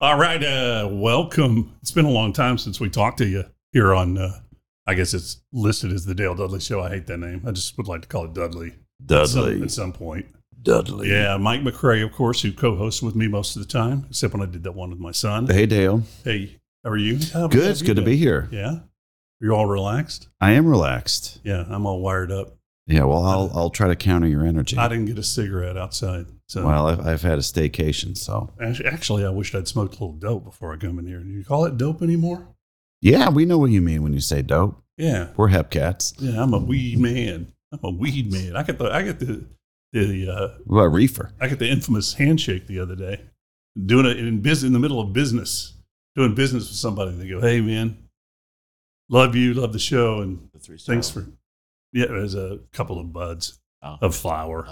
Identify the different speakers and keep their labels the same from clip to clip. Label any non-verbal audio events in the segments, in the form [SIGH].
Speaker 1: All right, uh, welcome. It's been a long time since we talked to you here on. Uh, I guess it's listed as the Dale Dudley Show. I hate that name. I just would like to call it Dudley. At some-
Speaker 2: Dudley.
Speaker 1: at some point.
Speaker 2: Dudley.
Speaker 1: Yeah, Mike McCray, of course, who co-hosts with me most of the time, except when I did that one with my son.
Speaker 3: Hey, Dale.
Speaker 1: Hey, how are you? How have
Speaker 3: Good.
Speaker 1: you
Speaker 3: It's good to
Speaker 1: been?
Speaker 3: be here.
Speaker 1: Yeah, you're all relaxed.
Speaker 3: I am relaxed.
Speaker 1: Yeah, I'm all wired up.
Speaker 3: Yeah. Well, I'll, I'll try to counter your energy.
Speaker 1: I didn't get a cigarette outside, so
Speaker 3: Well, I've, I've had a staycation. So,
Speaker 1: Actu- actually, I wished I'd smoked a little dope before I come in here. Do you call it dope anymore?
Speaker 3: yeah, we know what you mean when you say dope.
Speaker 1: Yeah,
Speaker 3: We're hep cats.
Speaker 1: yeah. I'm a weed man. I'm a weed man. I get the I get the the uh,
Speaker 3: What about reefer?
Speaker 1: I get the infamous handshake the other day, doing it in business in the middle of business, doing business with somebody. They go, "Hey, man, love you, love the show, and
Speaker 2: The three
Speaker 1: thanks for." Yeah, there's a couple of buds
Speaker 2: Oh.
Speaker 1: of flour,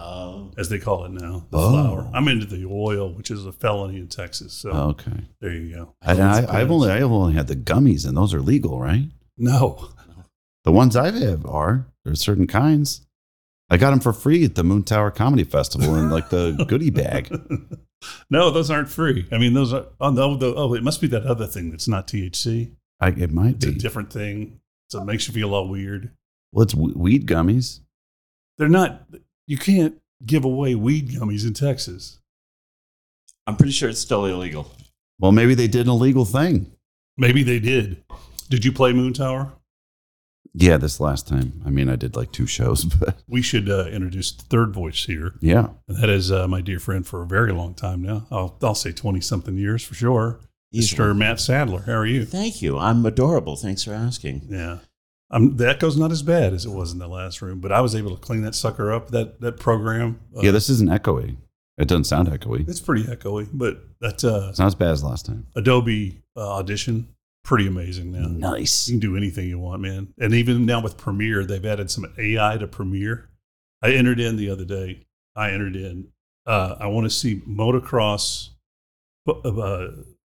Speaker 1: as they call it now. The
Speaker 3: Oh.
Speaker 1: flour. I'm into the oil, which is a felony in Texas. So
Speaker 3: Oh, Okay.
Speaker 1: there you go.
Speaker 3: And I, I've only I've only had the gummies, and those are legal, right?
Speaker 1: No,
Speaker 3: The ones I've had are there's certain kinds. I got them for free at the Moon Tower Comedy Festival in like
Speaker 1: [LAUGHS]
Speaker 3: the goodie bag.
Speaker 1: no, those aren't free. I mean, those are. Oh, no, the, oh, it must be that other thing that's not THC.
Speaker 3: I, it might
Speaker 1: It's a
Speaker 3: be.
Speaker 1: different thing. So it makes you feel all weird.
Speaker 3: Well, it's w- weed gummies.
Speaker 1: They're not. You can't give away weed gummies in Texas.
Speaker 2: I'm pretty sure it's still illegal.
Speaker 3: Well, maybe they did an illegal thing.
Speaker 1: Maybe they did. Did you play Moon Tower?
Speaker 3: Yeah, this last time. I mean, I did like two shows, [LAUGHS] but
Speaker 1: We should uh, introduce the third voice here,
Speaker 3: yeah.
Speaker 1: and that is uh, my dear friend for a very long time now. I'll, I'll say twenty something years for sure. Mr. Matt Sadler, how are you?
Speaker 2: Thank you. I'm adorable. Thanks for asking.
Speaker 1: Yeah. Um, the echo's not as bad as it was in the last room, but I was able to clean that sucker up. That that program, uh,
Speaker 3: yeah, this isn't echoey. It doesn't sound echoey.
Speaker 1: it's pretty echoey, but that uh,
Speaker 3: It's not as bad as last time.
Speaker 1: Adobe uh, Audition, pretty amazing now.
Speaker 3: Nice.
Speaker 1: You can do anything you want, man. And even now with Premiere, they've added some AI to Premiere. I entered in the other day. I entered in. Uh, I want to see motocross uh,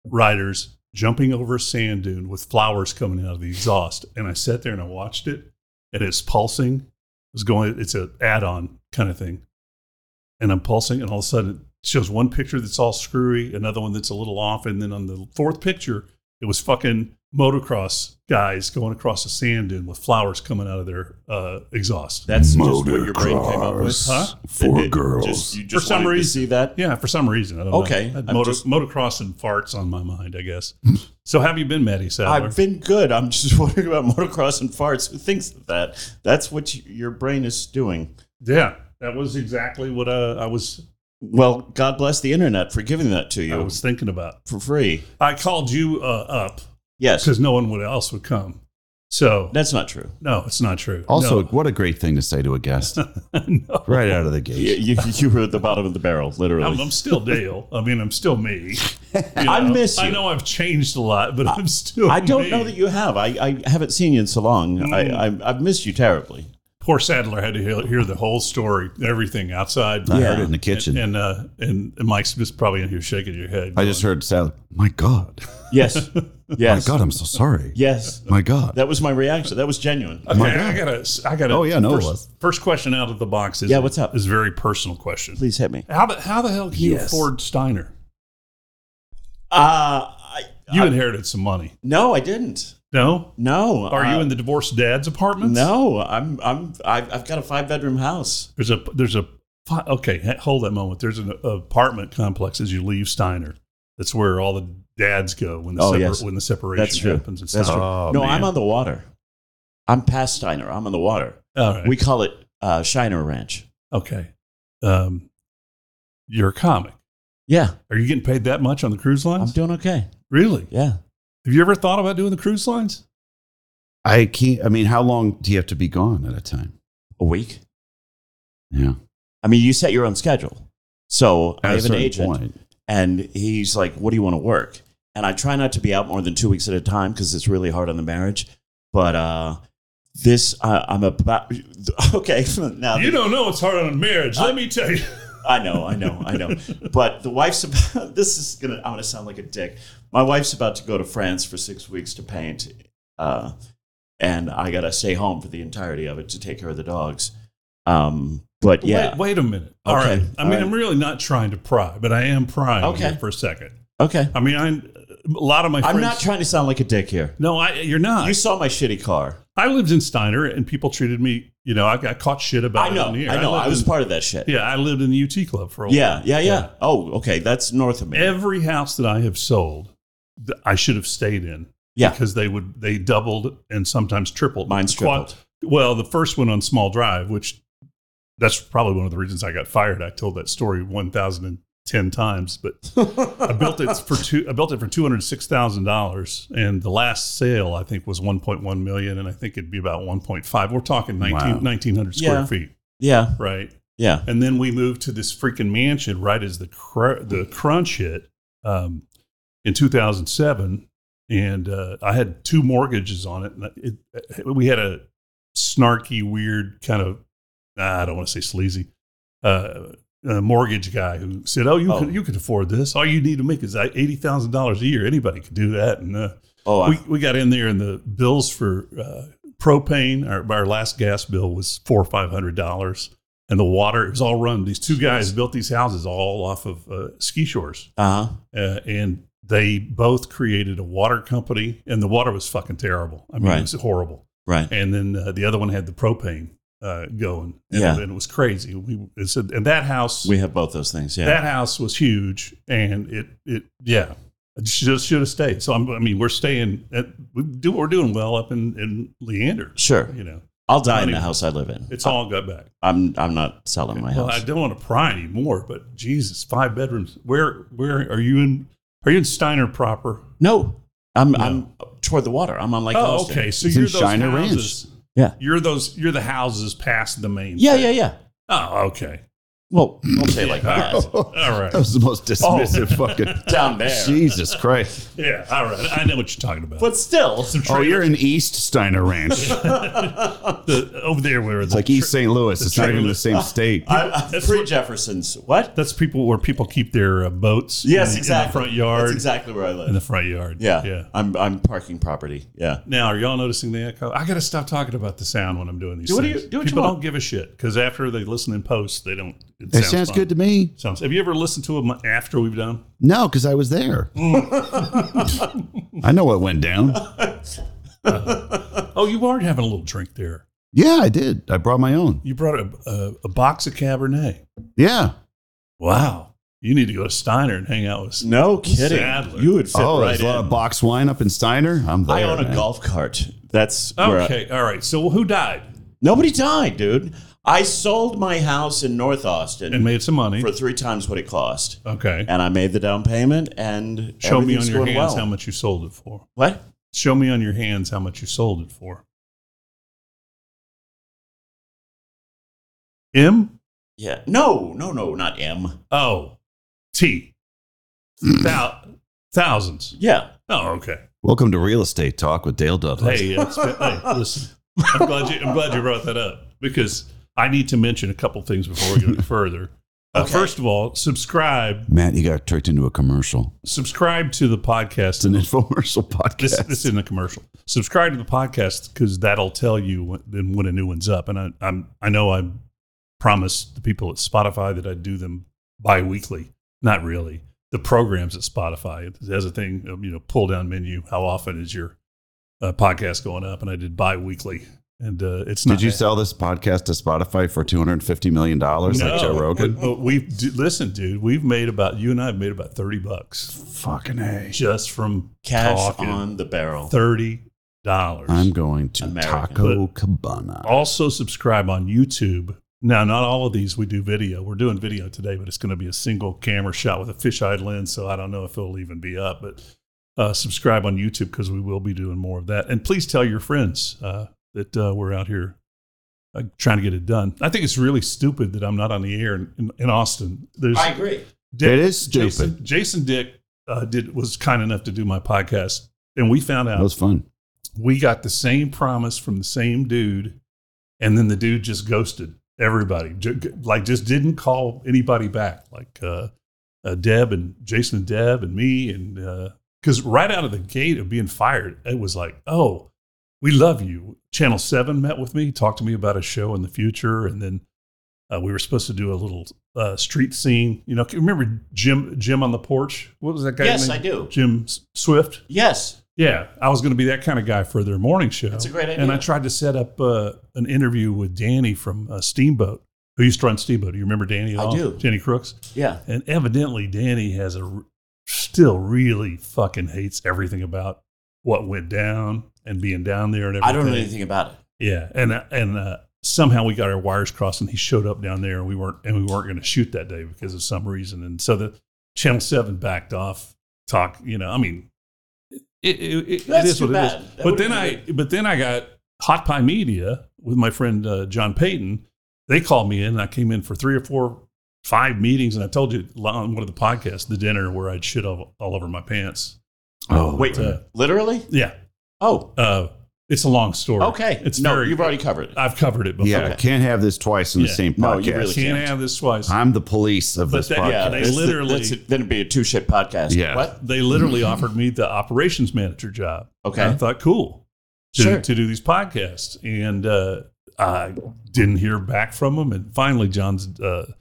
Speaker 1: riders jumping over a sand dune with flowers coming out of the exhaust. And I sat there and I watched it, and it's pulsing. It was going. It's an add-on kind of thing. And I'm pulsing, and all of a sudden, it shows one picture that's all screwy, another one that's a little off, and then on the fourth picture, it was fucking motocross guys going across a sand dune with flowers coming out of their uh, exhaust.
Speaker 2: That's just what your brain came up with,
Speaker 1: Huh?
Speaker 2: For girls. you just
Speaker 1: For some
Speaker 2: wanted to
Speaker 1: reason.
Speaker 2: see that?
Speaker 1: Yeah, for some reason. I don't
Speaker 2: Okay,
Speaker 1: know. I had
Speaker 2: I'm
Speaker 1: Moto,
Speaker 2: just-
Speaker 1: motocross and farts on my mind, I
Speaker 2: [LAUGHS]
Speaker 1: guess. so, how have you been, Maddie Sadler?
Speaker 2: I've been good. I'm [LAUGHS] just wondering about motocross and farts. Who thinks of that? That's what you, your brain is doing.
Speaker 1: yeah, that was exactly what uh, I was
Speaker 2: Well, God bless the internet for giving that to
Speaker 1: I
Speaker 2: you
Speaker 1: was thinking about.
Speaker 2: for free.
Speaker 1: I called you uh, up
Speaker 2: Yes.
Speaker 1: because no one would, else would come. So,
Speaker 2: That's not true.
Speaker 1: no, it's not true.
Speaker 3: Also,
Speaker 1: No.
Speaker 3: what a great thing to say to a [LAUGHS] guest
Speaker 1: no.
Speaker 3: right out of the gate.
Speaker 2: You, [LAUGHS] you, you were at the bottom of the barrel, literally.
Speaker 1: I'm, I'm still Dale. I mean, I'm still
Speaker 3: [LAUGHS]
Speaker 1: me. You
Speaker 2: I miss
Speaker 1: I
Speaker 2: you.
Speaker 1: know I've changed a lot, but I, am still.
Speaker 2: [LAUGHS] I don't
Speaker 1: me.
Speaker 2: know that you have. I, I haven't seen you in so long. I, I, I've missed you terribly.
Speaker 1: Poor Sadler had to hear, hear the whole story, everything outside.
Speaker 3: I
Speaker 2: Yeah.
Speaker 3: heard it in the kitchen.
Speaker 1: And uh, and Mike's just probably in here shaking your head.
Speaker 3: I just heard sound. My God.
Speaker 2: [LAUGHS] Yes. Yes.
Speaker 3: My God, I'm so sorry.
Speaker 2: Yes.
Speaker 3: My God.
Speaker 2: That was my reaction. That was genuine.
Speaker 1: Okay,
Speaker 3: my
Speaker 1: I gotta, I gotta.
Speaker 3: Oh, yeah, no, it
Speaker 1: first,
Speaker 3: was.
Speaker 1: First question out of the box is
Speaker 2: Yeah, what's up?
Speaker 1: Is a very personal question.
Speaker 2: Please hit me.
Speaker 1: How the how the hell can you
Speaker 3: Yes.
Speaker 1: afford Steiner?
Speaker 2: Uh, I,
Speaker 1: You
Speaker 2: I-
Speaker 1: inherited some money.
Speaker 2: no, I didn't.
Speaker 1: No,
Speaker 2: No.
Speaker 1: are
Speaker 2: uh,
Speaker 1: you in the divorced dad's apartments?
Speaker 2: No, I'm. I'm. I've, I've got a five bedroom house.
Speaker 1: There's a there's a fi- okay. h- Hold that moment. There's an apartment complex as you leave Steiner. That's where all the dads go when the
Speaker 2: Oh,
Speaker 1: separ-
Speaker 2: yes.
Speaker 1: when the separation
Speaker 2: That's true.
Speaker 1: happens. in
Speaker 2: That's
Speaker 1: Steiner.
Speaker 3: Oh,
Speaker 2: no,
Speaker 3: man.
Speaker 2: I'm on the water. I'm past Steiner. I'm on the water.
Speaker 1: All right.
Speaker 2: We call it uh, Shiner Ranch.
Speaker 1: okay. Um, you're a comic.
Speaker 2: Yeah,
Speaker 1: Are you getting paid that much on the cruise
Speaker 2: I'm
Speaker 1: lines?
Speaker 2: doing okay.
Speaker 1: really?
Speaker 2: Yeah.
Speaker 1: Have you ever thought about doing the cruise lines?
Speaker 3: I can't. I mean, how long do you have to be gone at a time?
Speaker 2: A week.
Speaker 3: Yeah.
Speaker 2: I mean, you set your own schedule. So
Speaker 3: At
Speaker 2: I
Speaker 3: a
Speaker 2: have an
Speaker 3: certain
Speaker 2: agent.
Speaker 3: point.
Speaker 2: and he's like, "What do you want to work?" And I try not to be out more than two weeks at a time because it's really hard on the marriage. But uh, this, uh, I'm about [LAUGHS] okay now.
Speaker 1: You don't know it's hard on a marriage. Let
Speaker 2: I-
Speaker 1: me tell you.
Speaker 2: I know, I know, I know. But the wife's about. [LAUGHS] This is gonna. I'm gonna sound like a dick. My wife's about to go to France for six weeks to paint, uh, and I gotta stay home for the entirety of it to take care of the dogs. Um, but yeah,
Speaker 1: Wait, wait a minute. All right.
Speaker 2: Okay.
Speaker 1: I mean,
Speaker 2: All
Speaker 1: I'm really not trying to pry, but I am prying
Speaker 2: Okay.
Speaker 1: here for a second.
Speaker 2: Okay.
Speaker 1: I mean, I'm, a lot of my friends.
Speaker 2: I'm not trying to sound like a dick here.
Speaker 1: no, I, you're not.
Speaker 2: You saw my shitty car.
Speaker 1: I lived in Steiner, and people treated me. You know, I got caught shit
Speaker 2: I
Speaker 1: about
Speaker 2: know.
Speaker 1: it. on the air.
Speaker 2: I know.
Speaker 1: lived
Speaker 2: I was
Speaker 1: in-
Speaker 2: part of that shit.
Speaker 1: yeah, I lived in the UT club for a while.
Speaker 2: Yeah, yeah, yeah. Oh, okay. That's north of me.
Speaker 1: Every house that I have sold, th- I should have stayed in.
Speaker 2: Yeah.
Speaker 1: because they would they doubled and sometimes tripled.
Speaker 2: Mine's
Speaker 1: Qua-
Speaker 2: tripled.
Speaker 1: well, the first one on Small Drive, which that's probably one of the reasons I got fired. I told that story one thousand and ten times, but I built it for two. I built it for two hundred six thousand dollars, and the last sale I think was one point one million, and I think it'd be about one point five. We're talking 19,
Speaker 3: Wow.
Speaker 1: 1,900 square
Speaker 2: Yeah.
Speaker 1: feet,
Speaker 2: [LAUGHS] Yeah,
Speaker 1: right?
Speaker 2: yeah.
Speaker 1: And then we moved to this freaking mansion right as the cr- the crunch hit um, in 2007, and uh, I had two mortgages on it. And it, we had a snarky, weird kind of I don't want to say sleazy uh, uh, mortgage guy who said, "Oh, you
Speaker 2: Oh.
Speaker 1: can you can afford this. All you need to make is uh, eighty thousand dollars a year. Anybody could do that." And uh,
Speaker 2: Oh,
Speaker 1: we
Speaker 2: I,
Speaker 1: we got in there, and the bills for uh, propane, our, our last gas bill was four or five hundred dollars, and the water it was all run. These two guys built these houses all off of uh, ski shores,
Speaker 2: uh huh.
Speaker 1: uh, and they both created a water company, and the water was fucking terrible. I mean,
Speaker 2: Right.
Speaker 1: it was horrible.
Speaker 2: Right.
Speaker 1: And then uh, the other one had the propane uh, going, and,
Speaker 2: Yeah.
Speaker 1: and it was crazy. We it said, and that house,
Speaker 2: We have both those things. Yeah.
Speaker 1: that house was huge, and it it yeah, it should should have stayed. So I'm, I mean, we're staying. At, we do we're doing well up in in Leander.
Speaker 2: sure.
Speaker 1: You know,
Speaker 2: I'll die in the
Speaker 1: Anyway,
Speaker 2: house I live in.
Speaker 1: it's all got back.
Speaker 2: I'm I'm not selling my
Speaker 1: Well, I
Speaker 2: house.
Speaker 1: don't want to pry anymore, but Jesus, five bedrooms. Where where are you in? Are you in Steiner proper?
Speaker 2: No, I'm I'm toward the water. I'm on Lake
Speaker 1: oh,
Speaker 2: Elston.
Speaker 1: okay. So
Speaker 3: It's
Speaker 1: you're
Speaker 3: in
Speaker 1: those
Speaker 3: Shiner Ranch.
Speaker 1: houses.
Speaker 2: Yeah.
Speaker 1: You're those. You're the houses past the main.
Speaker 2: Yeah, yeah, yeah.
Speaker 1: Oh, okay.
Speaker 2: Well, don't say it like
Speaker 1: Yeah. [LAUGHS]
Speaker 2: that.
Speaker 1: All right.
Speaker 3: [LAUGHS] That was the most dismissive fucking. [LAUGHS]
Speaker 2: Down there.
Speaker 3: Jesus Christ.
Speaker 1: Yeah. All right. I know what you're talking about.
Speaker 2: But still.
Speaker 1: Some
Speaker 3: Oh,
Speaker 1: trailer-
Speaker 3: you're in East Steiner Ranch. [LAUGHS] It's
Speaker 2: I,
Speaker 1: the, over there where it's
Speaker 3: like East St. Louis. It's not even
Speaker 1: trailer.
Speaker 3: the same state.
Speaker 2: I,
Speaker 1: That's
Speaker 2: pre
Speaker 1: what-
Speaker 2: Jefferson's. What?
Speaker 1: That's people where people keep their uh, boats.
Speaker 2: Yes,
Speaker 1: in,
Speaker 2: exactly.
Speaker 1: In the front yard.
Speaker 2: That's exactly where I live.
Speaker 1: In the front yard.
Speaker 2: yeah.
Speaker 1: Yeah.
Speaker 2: I'm I'm parking property. Yeah.
Speaker 1: Now, are y'all noticing the echo? I got to stop talking about the sound when I'm doing these
Speaker 2: Do what you-
Speaker 1: things.
Speaker 2: do what you
Speaker 1: people
Speaker 2: want.
Speaker 1: don't give a shit because after they listen in post, they don't. It,
Speaker 3: It sounds
Speaker 1: fun.
Speaker 3: good to me.
Speaker 1: Sounds. Have you ever listened to them after we've done?
Speaker 3: No, because I was there. I know what went down.
Speaker 1: Oh, you are having a little drink there.
Speaker 3: Yeah, I did. I brought my own.
Speaker 1: You brought a, a, a box of Cabernet.
Speaker 3: Yeah.
Speaker 1: Wow. You need to go to Steiner and hang out with.
Speaker 2: No kidding.
Speaker 1: Sadler.
Speaker 2: You would fit
Speaker 3: oh,
Speaker 2: right
Speaker 3: there's a lot
Speaker 2: in.
Speaker 3: of box wine up in Steiner. I'm there.
Speaker 2: I own a
Speaker 3: man.
Speaker 2: golf cart. That's where I-
Speaker 1: Okay. All right. So who died
Speaker 2: nobody died, dude. I sold my house in North
Speaker 1: and
Speaker 2: Austin
Speaker 1: made some money?
Speaker 2: for three times what it cost,
Speaker 1: Okay.
Speaker 2: and I made the down payment. And
Speaker 1: Show me on
Speaker 2: everything's
Speaker 1: your
Speaker 2: going
Speaker 1: hands how
Speaker 2: well.
Speaker 1: much you sold it for.
Speaker 2: What?
Speaker 1: Show me on your hands how much you sold it for. M
Speaker 2: Yeah. No, no, no, not M.
Speaker 1: O T. Thou- Thousands.
Speaker 2: Yeah.
Speaker 1: Oh, okay.
Speaker 3: Welcome to Real Estate Talk with Dale Douglas.
Speaker 1: Hey, it's, hey, listen. I'm glad, you, I'm glad you brought that up because I need to mention a couple things before we go any further. Uh,
Speaker 2: Okay.
Speaker 1: First of all, subscribe.
Speaker 3: Matt, you got tricked into a commercial.
Speaker 1: Subscribe to the podcast
Speaker 3: It's an infomercial [LAUGHS]
Speaker 1: This,
Speaker 3: podcast.
Speaker 1: this isn't a commercial. Subscribe to the podcast because that'll tell you when, then when a new one's up. And I, I'm I know I promised the people at Spotify that I'd do them bi-weekly. Not really. The programs at Spotify there's a thing um, you know pull down menu. How often is your uh, podcast going up? And I did bi-weekly, and uh, it's not.
Speaker 3: Did you sell this podcast to Spotify for $250 million like Joe Rogan?
Speaker 1: But we've d- listen, dude. We've made about you and I have made about thirty bucks
Speaker 3: Fucking A.
Speaker 1: just from
Speaker 2: Cash
Speaker 1: talking.
Speaker 2: on the barrel.
Speaker 1: thirty dollars.
Speaker 3: I'm going to
Speaker 2: American.
Speaker 3: Taco Cabana.
Speaker 1: also subscribe on YouTube. Now, not all of these we do video. We're doing video today, but it's going to be a single camera shot with a fisheye lens, so I don't know if it'll even be up. But uh, subscribe on YouTube because we will be doing more of that. And please tell your friends uh, that uh, we're out here uh, trying to get it done. I think it's really stupid that I'm not on the air in, in, in Austin. There's
Speaker 2: I agree.
Speaker 3: It is stupid.
Speaker 1: Jason, Jason Dick uh, did was kind enough to do my podcast, and we found out
Speaker 3: That was fun.
Speaker 1: we got the same promise from the same dude, and then the dude just ghosted everybody, J- like just didn't call anybody back, like uh, uh, Deb and Jason and Deb and me, and because right out of the gate of being fired, it was like, oh, we love you. Channel Seven met with me, talked to me about a show in the future, and then Uh, we were supposed to do a little uh, street scene. You know, can you remember Jim Jim on the porch? What was that guy?
Speaker 2: yes, I do.
Speaker 1: Jim S- Swift.
Speaker 2: Yes,
Speaker 1: Yeah, I was going to be that kind of guy for their morning show.
Speaker 2: That's a great idea.
Speaker 1: And I tried to set up uh, an interview with Danny from uh, Steamboat, who used to run Steamboat. Do you remember Danny? At
Speaker 2: I
Speaker 1: all?
Speaker 2: do.
Speaker 1: Danny Crooks.
Speaker 2: yeah.
Speaker 1: And evidently, Danny has a r- still really fucking hates everything about what went down and being down there and everything.
Speaker 2: I don't know anything about it.
Speaker 1: Yeah, and uh, and uh, somehow we got our wires crossed, and he showed up down there, and we weren't and we weren't going to shoot that day because of some reason, and so the Channel Seven backed off. Talk, you know, I mean, it, it, it, it
Speaker 2: That's
Speaker 1: is
Speaker 2: too
Speaker 1: what
Speaker 2: bad.
Speaker 1: it is.
Speaker 2: That
Speaker 1: but
Speaker 2: would've
Speaker 1: then
Speaker 2: been
Speaker 1: I but then I got Hot Pie Media with my friend uh, John Payton. They called me in, and I came in for three or four. Five meetings, and I told you on one of the podcasts, the dinner where I'd shit all, all over my pants.
Speaker 3: Oh,
Speaker 2: Wait,
Speaker 1: uh,
Speaker 2: literally?
Speaker 1: Yeah,
Speaker 2: Oh,
Speaker 1: uh, it's a long story.
Speaker 2: okay.
Speaker 1: it's
Speaker 2: no,
Speaker 1: very.
Speaker 2: you've already covered it.
Speaker 1: I've covered it before.
Speaker 3: yeah,
Speaker 2: Okay.
Speaker 3: can't have this twice in
Speaker 1: Yeah.
Speaker 3: the same podcast.
Speaker 2: No, you really
Speaker 1: can't
Speaker 2: can't.
Speaker 1: have this twice.
Speaker 3: I'm the police of
Speaker 1: But
Speaker 3: this
Speaker 1: that-
Speaker 3: podcast.
Speaker 1: yeah, they
Speaker 2: that's the-
Speaker 1: literally-
Speaker 2: that's it. then it'd be a two shit podcast.
Speaker 3: Yeah.
Speaker 2: What?
Speaker 1: they literally offered me the operations manager job.
Speaker 2: Okay.
Speaker 1: And I thought, cool, to,
Speaker 2: Sure.
Speaker 1: to do these podcasts. And uh, I didn't hear back from them. And finally, John's uh,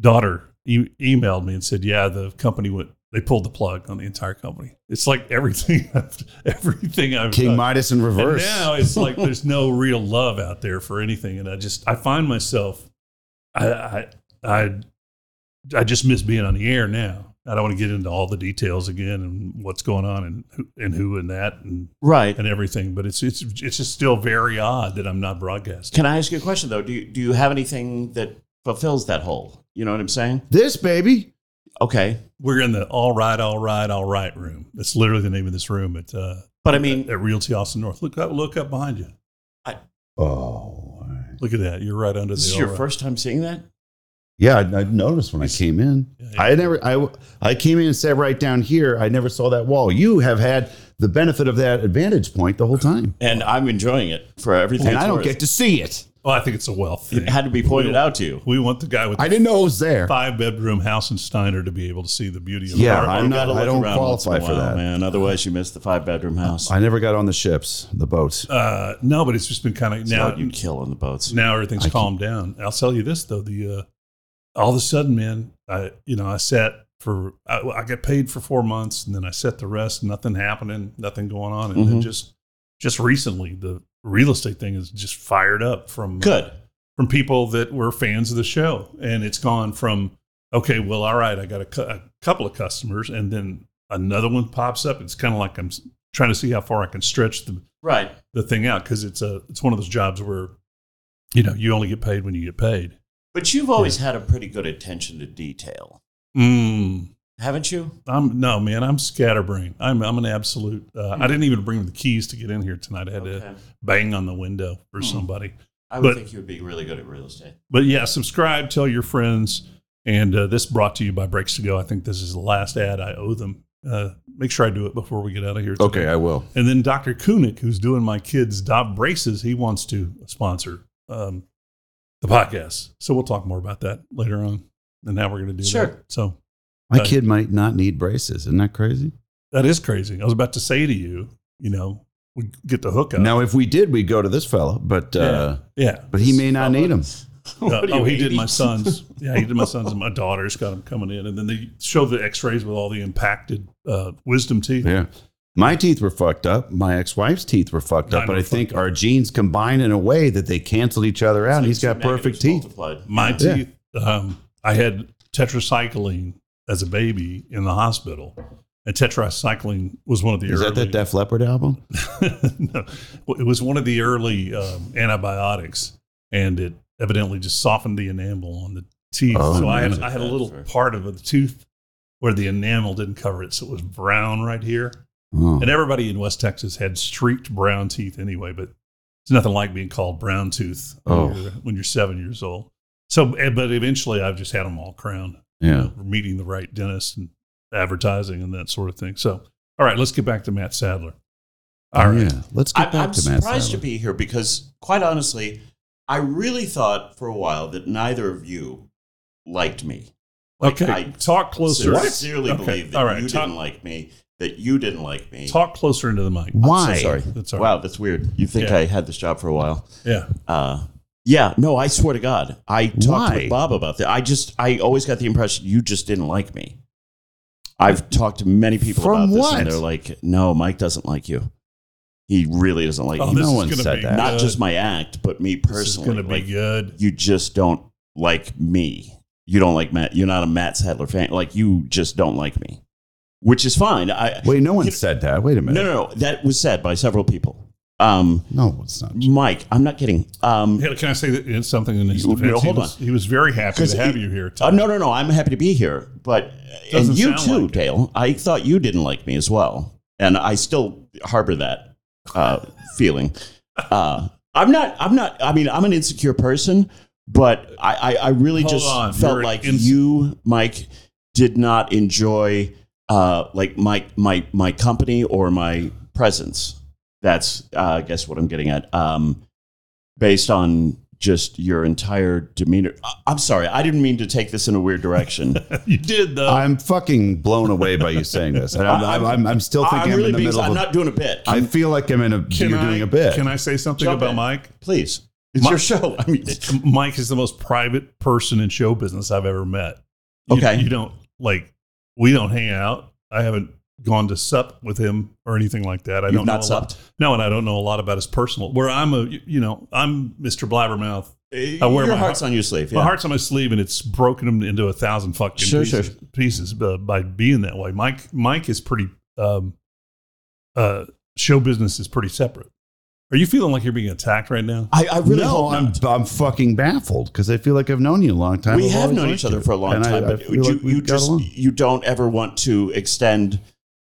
Speaker 1: daughter e- emailed me and said, yeah, the company went, they pulled the plug on the entire company. It's like everything, [LAUGHS] I've, everything I've
Speaker 3: King
Speaker 1: done.
Speaker 3: Midas in
Speaker 1: And
Speaker 3: reverse.
Speaker 1: now it's like there's no real love out there for anything, and I just I find myself, I I I, I just miss being on the air now. I don't want to get into all the details again and what's going on and who, and who and that and,
Speaker 2: Right.
Speaker 1: and everything, but it's it's it's just still very odd that I'm not broadcasting.
Speaker 2: Can I ask you a question though? Do you, do you have anything that fulfills that hole? You know what I'm saying?
Speaker 3: this baby.
Speaker 2: Okay.
Speaker 1: We're in the all right, all right, all right room. That's literally the name of this room at uh,
Speaker 2: But I mean,
Speaker 1: at Realty Austin North. Look up, look up behind you.
Speaker 3: Oh,
Speaker 1: Look at that. You're right under
Speaker 2: this
Speaker 1: the.
Speaker 2: is
Speaker 1: all
Speaker 2: your
Speaker 1: right.
Speaker 2: first time seeing that?
Speaker 3: yeah. I, I noticed when I came in.
Speaker 1: Yeah, yeah.
Speaker 3: I never. I I came in and sat right down here. I never saw that wall. You have had the benefit of that advantage point the whole time,
Speaker 2: And I'm enjoying it for everything.
Speaker 3: and
Speaker 2: it's
Speaker 3: I don't
Speaker 2: worth.
Speaker 3: get to see it.
Speaker 1: Well, Oh, I think it's a wealth thing.
Speaker 2: It had to be pointed out to you.
Speaker 1: We want the guy with
Speaker 3: I didn't know it was there.
Speaker 1: five bedroom house in Steiner to be able to see the beauty of
Speaker 3: Yeah,
Speaker 1: our-
Speaker 3: I'm
Speaker 2: You
Speaker 3: not.
Speaker 2: gotta
Speaker 3: I
Speaker 2: look
Speaker 3: don't
Speaker 2: around once in a
Speaker 3: qualify for
Speaker 2: while,
Speaker 3: that.
Speaker 2: man. Otherwise, you miss the five bedroom house.
Speaker 3: I never got on the ships, the boats.
Speaker 1: uh, no, but it's just been kind of
Speaker 2: That's
Speaker 1: now.
Speaker 2: what you'd kill on the boats.
Speaker 1: Now everything's calmed down. I'll tell you this though: the uh, all of a sudden, man, I you know I sat for I, I got paid for four months, and then I set the rest. Nothing happening, nothing going on, and
Speaker 3: Mm-hmm.
Speaker 1: then
Speaker 2: Mhm.
Speaker 1: just just recently, the real estate thing is just fired up from
Speaker 2: Good.
Speaker 1: from people that were fans of the show, and it's gone from okay, well, all right, I got a, cou- a couple of customers, and then another one pops up. It's kind of like I'm s- trying to see how far I can stretch the
Speaker 2: Right.
Speaker 1: the thing out because it's a it's one of those jobs where you know you only get paid when you get paid.
Speaker 2: But you've always had a pretty good attention to detail,
Speaker 1: Mm.
Speaker 2: haven't you?
Speaker 1: I'm no man. I'm scatterbrained. I'm I'm an absolute. Uh, I didn't even bring the keys to get in here tonight. I had to
Speaker 2: Hmm. Okay.
Speaker 1: bang on the window for
Speaker 2: Hmm.
Speaker 1: somebody.
Speaker 2: I would
Speaker 1: but-
Speaker 2: think you would be really good at
Speaker 1: [LAUGHS]
Speaker 2: real estate.
Speaker 1: But yeah, subscribe. Tell your friends. And uh, this brought to you by Breaks to Go. I think this is the last ad I owe them. Uh, make sure I do it before we get out of here. today.
Speaker 3: Okay, I will.
Speaker 1: And then Dr. Kunick, who's doing my kids' dot braces, he wants to sponsor um, the podcast. So we'll talk more about that later on and how we're going to do
Speaker 2: Sure.
Speaker 1: that. So
Speaker 3: My
Speaker 1: Uh,
Speaker 3: kid might not need braces. Isn't that crazy?
Speaker 1: that is crazy. I was about to say to you, you know, we get the hookup.
Speaker 3: Now, if we did, we'd go to this fella, but uh,
Speaker 1: Yeah.
Speaker 3: but he may not need them. [LAUGHS]
Speaker 1: Uh,
Speaker 2: What are
Speaker 1: oh,
Speaker 2: you,
Speaker 1: he did
Speaker 2: 80?
Speaker 1: my sons. Yeah, he did my sons and my daughters got them coming in. And then they show the x rays with all the impacted uh, wisdom teeth.
Speaker 3: Yeah. My teeth were fucked up. My ex-wife's teeth were fucked up,
Speaker 1: Mine
Speaker 3: but
Speaker 1: were
Speaker 3: I
Speaker 1: fucked
Speaker 3: think our genes combined in a way that they canceled each other out.
Speaker 2: Like
Speaker 3: He's
Speaker 2: two
Speaker 3: got perfect
Speaker 2: negatives
Speaker 3: teeth.
Speaker 2: multiplied.
Speaker 1: My
Speaker 3: Yeah.
Speaker 1: teeth, um, I had tetracycline as a baby in the hospital. And tetracycline was one of the
Speaker 3: Is that
Speaker 1: early-
Speaker 3: that Def Leppard album?
Speaker 1: [LAUGHS] no, Well, it was one of the early um, antibiotics, and it evidently just softened the enamel on the teeth.
Speaker 3: Oh,
Speaker 1: so I had,
Speaker 2: yeah.
Speaker 1: I had a little
Speaker 2: Sure.
Speaker 1: part of the tooth where the enamel didn't cover it, so it was brown right here.
Speaker 3: Oh.
Speaker 1: And everybody in West Texas had streaked brown teeth anyway, but it's nothing like being called brown tooth
Speaker 3: Oh.
Speaker 1: when, you're, when you're seven years old. So, eh, but eventually, I've just had them all crowned. you
Speaker 3: Yeah.
Speaker 1: know, meeting the right dentist and advertising and that sort of thing. So, all right, let's get back to Matt Sadler. All right.
Speaker 3: Oh, Yeah. Let's
Speaker 2: I,
Speaker 3: get back
Speaker 2: I'm
Speaker 3: to Matt
Speaker 2: surprised to
Speaker 3: Sadler.
Speaker 2: be here because, quite honestly, I really thought for a while that neither of you liked me.
Speaker 1: Okay,
Speaker 2: I
Speaker 1: talk closer.
Speaker 2: Sincerely
Speaker 1: Okay,
Speaker 2: believe that
Speaker 1: all right,
Speaker 2: you
Speaker 1: talk-
Speaker 2: didn't like me. That you didn't like me.
Speaker 1: Talk closer into the mic.
Speaker 3: Why?
Speaker 2: So sorry.
Speaker 1: That's all right.
Speaker 2: Wow, that's weird. You think
Speaker 1: Yeah.
Speaker 2: I had this job for a while?
Speaker 1: Yeah.
Speaker 2: Uh, Yeah, no, I swear to God, I talked
Speaker 3: Why?
Speaker 2: with Bob about that. I just, I always got the impression you just didn't like me. I've talked to many people
Speaker 3: From
Speaker 2: about this,
Speaker 3: what?
Speaker 2: and they're like, "No, Mike doesn't like you. He really doesn't like
Speaker 1: Oh,
Speaker 2: you.
Speaker 1: this
Speaker 3: no
Speaker 1: is
Speaker 3: one
Speaker 1: gonna
Speaker 3: said
Speaker 1: be
Speaker 3: that.
Speaker 1: good.
Speaker 2: Not just my act, but me
Speaker 1: This is
Speaker 2: personally.
Speaker 1: going to be
Speaker 2: Like,
Speaker 1: good.
Speaker 2: you just don't like me. You don't like Matt. You're not a Matt Sadler fan. Like you just don't like me, which is fine. I
Speaker 3: Wait, no one
Speaker 2: You-
Speaker 3: said that. Wait a
Speaker 2: no,
Speaker 3: minute.
Speaker 2: no, no. That was said by several people. Um,
Speaker 3: No, it's not.
Speaker 2: Mike, I'm not kidding. Um,
Speaker 1: Yeah, Can I say that it's something in his
Speaker 2: You- no,
Speaker 1: defense?
Speaker 2: hold
Speaker 1: he, was, he was very happy
Speaker 2: 'Cause
Speaker 1: to have
Speaker 2: he-
Speaker 1: you here. Tom.
Speaker 2: Uh, no, no, no. I'm happy to be here, but
Speaker 1: Doesn't
Speaker 2: and you
Speaker 1: sound
Speaker 2: too,
Speaker 1: like it.
Speaker 2: Dale. I thought you didn't like me as well, and I still harbor that uh, feeling. Uh, I'm not. I'm not. I mean, I'm an insecure person, but I, I, I really
Speaker 1: Hold
Speaker 2: just
Speaker 1: on,
Speaker 2: felt
Speaker 1: you're
Speaker 2: like
Speaker 1: ins-
Speaker 2: you, Mike, did not enjoy uh, like my my my company or my presence. That's uh, I guess what I'm getting at. Um, based on just your entire demeanor. I- I'm sorry, I didn't mean to take this in a
Speaker 1: [LAUGHS]
Speaker 2: weird direction.
Speaker 1: [LAUGHS] you did though.
Speaker 3: I'm fucking blown away by you saying this. And
Speaker 2: [LAUGHS]
Speaker 3: I'm, I'm, I'm, I'm still
Speaker 2: I'm
Speaker 3: thinking I'm,
Speaker 2: really
Speaker 3: in the
Speaker 2: being-
Speaker 3: middle
Speaker 2: I'm
Speaker 3: of.
Speaker 2: not doing a bit.
Speaker 3: I feel like I'm in a.
Speaker 1: Can
Speaker 3: you're
Speaker 1: I-
Speaker 3: doing a bit.
Speaker 1: Can I say something
Speaker 2: Jump
Speaker 1: about
Speaker 2: in.
Speaker 1: Mike?
Speaker 2: Please, it's
Speaker 1: My-
Speaker 2: your show. [LAUGHS] I mean,
Speaker 1: Mike is the most private person in show business I've ever met. You-
Speaker 2: Okay.
Speaker 1: you don't like. We don't hang out. I haven't gone to sup with him or anything like that. I
Speaker 2: you've
Speaker 1: don't know
Speaker 2: not
Speaker 1: a lot-
Speaker 2: slept.
Speaker 1: No, and I don't know a lot about his personal. Where I'm a, you know, I'm Mr. Blabbermouth. I wear
Speaker 2: your
Speaker 1: my
Speaker 2: heart's on your sleeve.
Speaker 1: My
Speaker 2: yeah.
Speaker 1: heart's on my sleeve, and it's broken into a thousand fucking
Speaker 2: Sure,
Speaker 1: pieces,
Speaker 2: sure.
Speaker 1: pieces, uh, by being that way. Mike, Mike is pretty. Um, uh, show business is pretty separate. Are you feeling like you're being attacked right now?
Speaker 2: I, I really
Speaker 3: no,
Speaker 2: hope
Speaker 3: I'm
Speaker 2: not.
Speaker 3: I'm fucking baffled because I feel like I've known you a long time.
Speaker 2: we
Speaker 3: I've
Speaker 2: have
Speaker 3: always
Speaker 2: known
Speaker 3: liked
Speaker 2: each other
Speaker 3: you.
Speaker 2: for a long
Speaker 3: And I-
Speaker 2: time,
Speaker 3: I
Speaker 2: but
Speaker 3: feel
Speaker 2: you,
Speaker 3: like we've
Speaker 2: you
Speaker 3: got
Speaker 2: just
Speaker 3: along.
Speaker 2: you don't ever want to extend.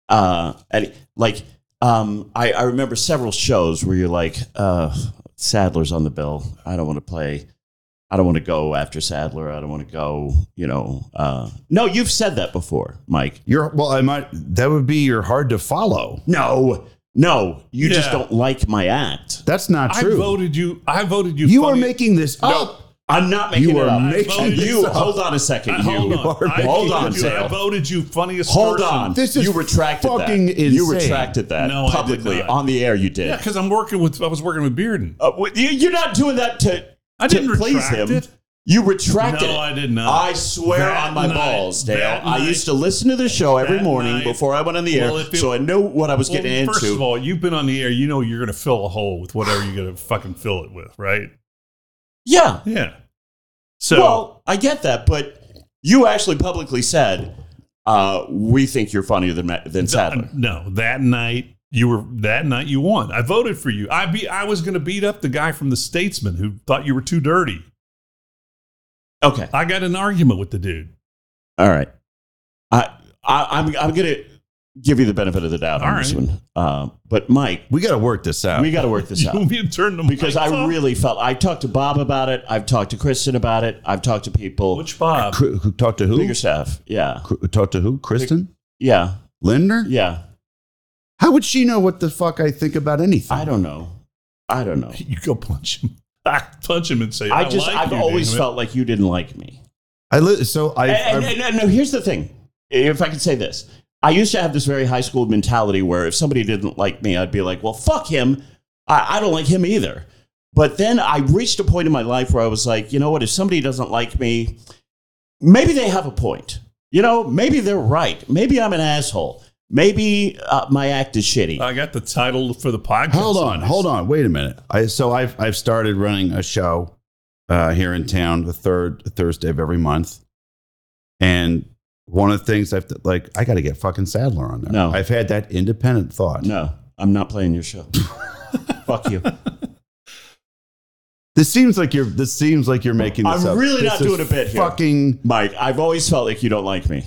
Speaker 2: Uh, any, like um, I, I remember several shows where you're like, uh, Sadler's on the bill. I don't want to play. I don't want to go after Sadler. I don't want to go. You know, uh, no, you've said that before, Mike.
Speaker 3: You're well. I might. That would be you're hard to follow.
Speaker 2: No, no, you just
Speaker 1: Yeah.
Speaker 2: don't like my act.
Speaker 3: That's not
Speaker 1: I
Speaker 3: true.
Speaker 1: voted you. I voted you.
Speaker 3: you are
Speaker 1: funny-
Speaker 3: making this
Speaker 2: No,
Speaker 3: up.
Speaker 2: I'm not making
Speaker 3: You
Speaker 2: it
Speaker 3: are
Speaker 2: up.
Speaker 3: making
Speaker 1: I voted
Speaker 2: you
Speaker 3: this up.
Speaker 2: hold on a second.
Speaker 1: I-
Speaker 2: you
Speaker 1: Uh, hold on.
Speaker 3: are
Speaker 1: I
Speaker 2: hold
Speaker 1: voted
Speaker 2: on,
Speaker 1: you- I
Speaker 2: Sale.
Speaker 1: voted you funniest.
Speaker 2: Hold
Speaker 1: person.
Speaker 2: on.
Speaker 3: This is
Speaker 2: you retracted
Speaker 3: fucking
Speaker 2: that.
Speaker 3: insane.
Speaker 2: You retracted that
Speaker 1: No, I did
Speaker 2: publicly
Speaker 1: not.
Speaker 2: on the air. You did.
Speaker 1: Yeah, because I'm working with. I was working with Bearden.
Speaker 2: Uh, wait, you- you're not doing that to.
Speaker 1: I
Speaker 2: to
Speaker 1: didn't
Speaker 2: please
Speaker 1: retract
Speaker 2: him.
Speaker 1: it.
Speaker 2: You retracted.
Speaker 1: No,
Speaker 2: it.
Speaker 1: I did not.
Speaker 2: I swear
Speaker 1: That
Speaker 2: on my
Speaker 1: night-
Speaker 2: balls, Dale.
Speaker 1: that
Speaker 2: I
Speaker 1: night-
Speaker 2: used to listen to the show every
Speaker 1: that
Speaker 2: morning
Speaker 1: night-
Speaker 2: before I went on the air,
Speaker 1: Well, if it-
Speaker 2: so I knew what I was
Speaker 1: Well,
Speaker 2: getting
Speaker 1: First of
Speaker 2: into.
Speaker 1: all, you've been on the air. You know you're going to fill a hole with whatever you're going to fucking fill it with, right?
Speaker 2: Yeah.
Speaker 1: Yeah. So
Speaker 2: well, I get that, but you actually publicly said, uh, "We think you're funnier than Ma- than Sadler."
Speaker 1: no, that night you were that night you won. I voted for you. I be I was going to beat up the guy from the Statesman who thought you were too dirty.
Speaker 2: Okay.
Speaker 1: I got in an argument with the dude.
Speaker 2: All right. I, I I'm I'm gonna give you the benefit of the doubt on
Speaker 1: All
Speaker 2: this
Speaker 1: right.
Speaker 2: one. Uh, but Mike,
Speaker 3: We got to work this out.
Speaker 2: we got to work
Speaker 1: [LAUGHS]
Speaker 2: this
Speaker 1: You
Speaker 2: out
Speaker 1: want me to turn the
Speaker 2: because
Speaker 1: mics
Speaker 2: I
Speaker 1: off?
Speaker 2: really felt I talked to Bob about it. I've talked to Kristen about it. I've talked to people.
Speaker 1: which Bob.
Speaker 3: Cr- who- talk to who?
Speaker 2: Bigger staff. Yeah.
Speaker 3: Cr- talk to who? Kristen
Speaker 2: Yeah.
Speaker 3: Lindner.
Speaker 2: Yeah.
Speaker 3: How would she know what the fuck I think about anything?
Speaker 2: I don't know. I don't know.
Speaker 1: You go punch him. I punch him and say,
Speaker 2: I
Speaker 1: "I,
Speaker 2: just
Speaker 1: like
Speaker 2: I've
Speaker 1: you,
Speaker 2: always
Speaker 1: damn it."
Speaker 2: felt like you didn't like me.
Speaker 3: I li- so I.
Speaker 2: And,
Speaker 3: I-
Speaker 2: and, and, no, here's the thing. If I could say this, I used to have this very high school mentality where if somebody didn't like me, I'd be like, well, fuck him. I, I don't like him either. But then I reached a point in my life where I was like, you know what? If somebody doesn't like me, maybe they have a point. You know, maybe they're right. Maybe I'm an asshole. Maybe uh, my act is shitty.
Speaker 1: I got the title for the podcast.
Speaker 3: hold on, hold on, wait a minute. I so I've I've started running a show uh, here in town the third Thursday of every month, and one of the things I've like I got to get fucking Sadler on there.
Speaker 2: No.
Speaker 3: I've had that independent thought.
Speaker 2: no, I'm not playing your show. fuck you.
Speaker 3: This seems like you're. This seems like you're making. This
Speaker 2: I'm
Speaker 3: up.
Speaker 2: really
Speaker 3: This
Speaker 2: not
Speaker 3: is
Speaker 2: doing a bit here.
Speaker 3: Fucking.
Speaker 2: Mike, I've always felt like you don't like me.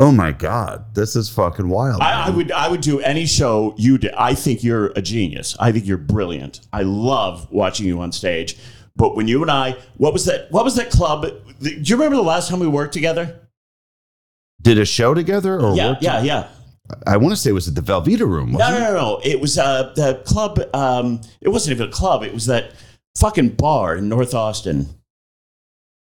Speaker 3: Oh my god, this is fucking wild.
Speaker 2: I, I
Speaker 3: man.
Speaker 2: would I would do any show you did. I think you're a genius. I think you're brilliant. I love watching you on stage. But when you and I, what was that? What was that club? Do you remember the last time we worked together?
Speaker 3: did a show together or
Speaker 2: yeah,
Speaker 3: worked-
Speaker 2: yeah, yeah.
Speaker 3: I want to say it was at the Velveeta Room.
Speaker 2: No,
Speaker 3: wasn't
Speaker 2: no,
Speaker 3: it?
Speaker 2: no, no. It was uh, the club. Um, it wasn't even a club. It was that fucking bar in North Austin.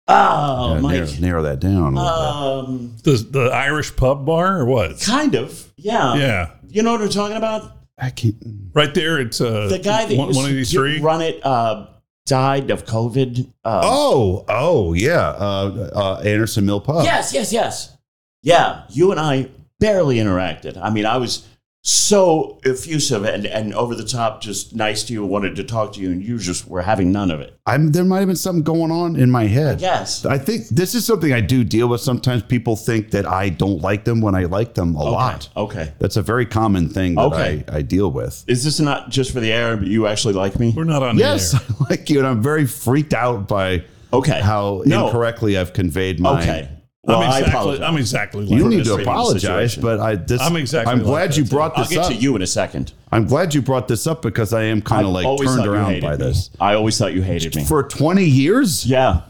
Speaker 2: Oh,
Speaker 3: Yeah,
Speaker 2: Mike.
Speaker 3: narrow, narrow that down. A little
Speaker 2: Um,
Speaker 1: The, the Irish pub bar or what?
Speaker 2: kind of. Yeah.
Speaker 1: Yeah.
Speaker 2: You know what I'm talking about?
Speaker 3: I can't.
Speaker 1: Right there, it's uh,
Speaker 2: the guy that
Speaker 1: one,
Speaker 2: used
Speaker 1: one of
Speaker 2: to
Speaker 1: these
Speaker 2: get-
Speaker 1: three.
Speaker 2: run it uh, died of COVID. Uh,
Speaker 3: Oh, oh yeah, uh, uh, Anderson Mill Pub.
Speaker 2: Yes, yes, yes. Oh. Yeah, you and I barely interacted. I mean, I was so effusive and, and over the top, just nice to you, wanted to talk to you, and you just were having none of it.
Speaker 3: I'm, there might have been something going on in my head.
Speaker 2: Yes.
Speaker 3: I think this is something I do deal with. Sometimes people think that I don't like them when I like them a lot.
Speaker 2: Okay.
Speaker 3: That's a very common thing that
Speaker 2: Okay.
Speaker 3: I, I deal with.
Speaker 2: Is this not just for the air, but you actually like me?
Speaker 1: We're not on
Speaker 3: Yes, [LAUGHS]
Speaker 1: the air.
Speaker 3: I like you, and I'm very freaked out by
Speaker 2: Okay.
Speaker 3: how
Speaker 2: No.
Speaker 3: incorrectly I've conveyed my.
Speaker 2: Okay. Well,
Speaker 1: I'm
Speaker 2: I
Speaker 1: exactly,
Speaker 2: apologize.
Speaker 1: I'm exactly like
Speaker 3: You
Speaker 1: that.
Speaker 3: need to
Speaker 2: Frustrating
Speaker 3: apologize,
Speaker 2: situation.
Speaker 3: but I this
Speaker 1: I'm exactly
Speaker 3: I'm
Speaker 1: like
Speaker 3: glad
Speaker 1: that,
Speaker 3: you
Speaker 1: too.
Speaker 3: brought
Speaker 2: I'll
Speaker 3: this
Speaker 2: get
Speaker 3: up.
Speaker 2: to you in a second.
Speaker 3: I'm glad you brought this up because I am kind of
Speaker 2: I
Speaker 3: like
Speaker 2: always
Speaker 3: turned
Speaker 2: thought you
Speaker 3: around
Speaker 2: hated
Speaker 3: by
Speaker 2: me.
Speaker 3: this.
Speaker 2: I always thought you hated me.
Speaker 3: For 20 years?
Speaker 2: yeah.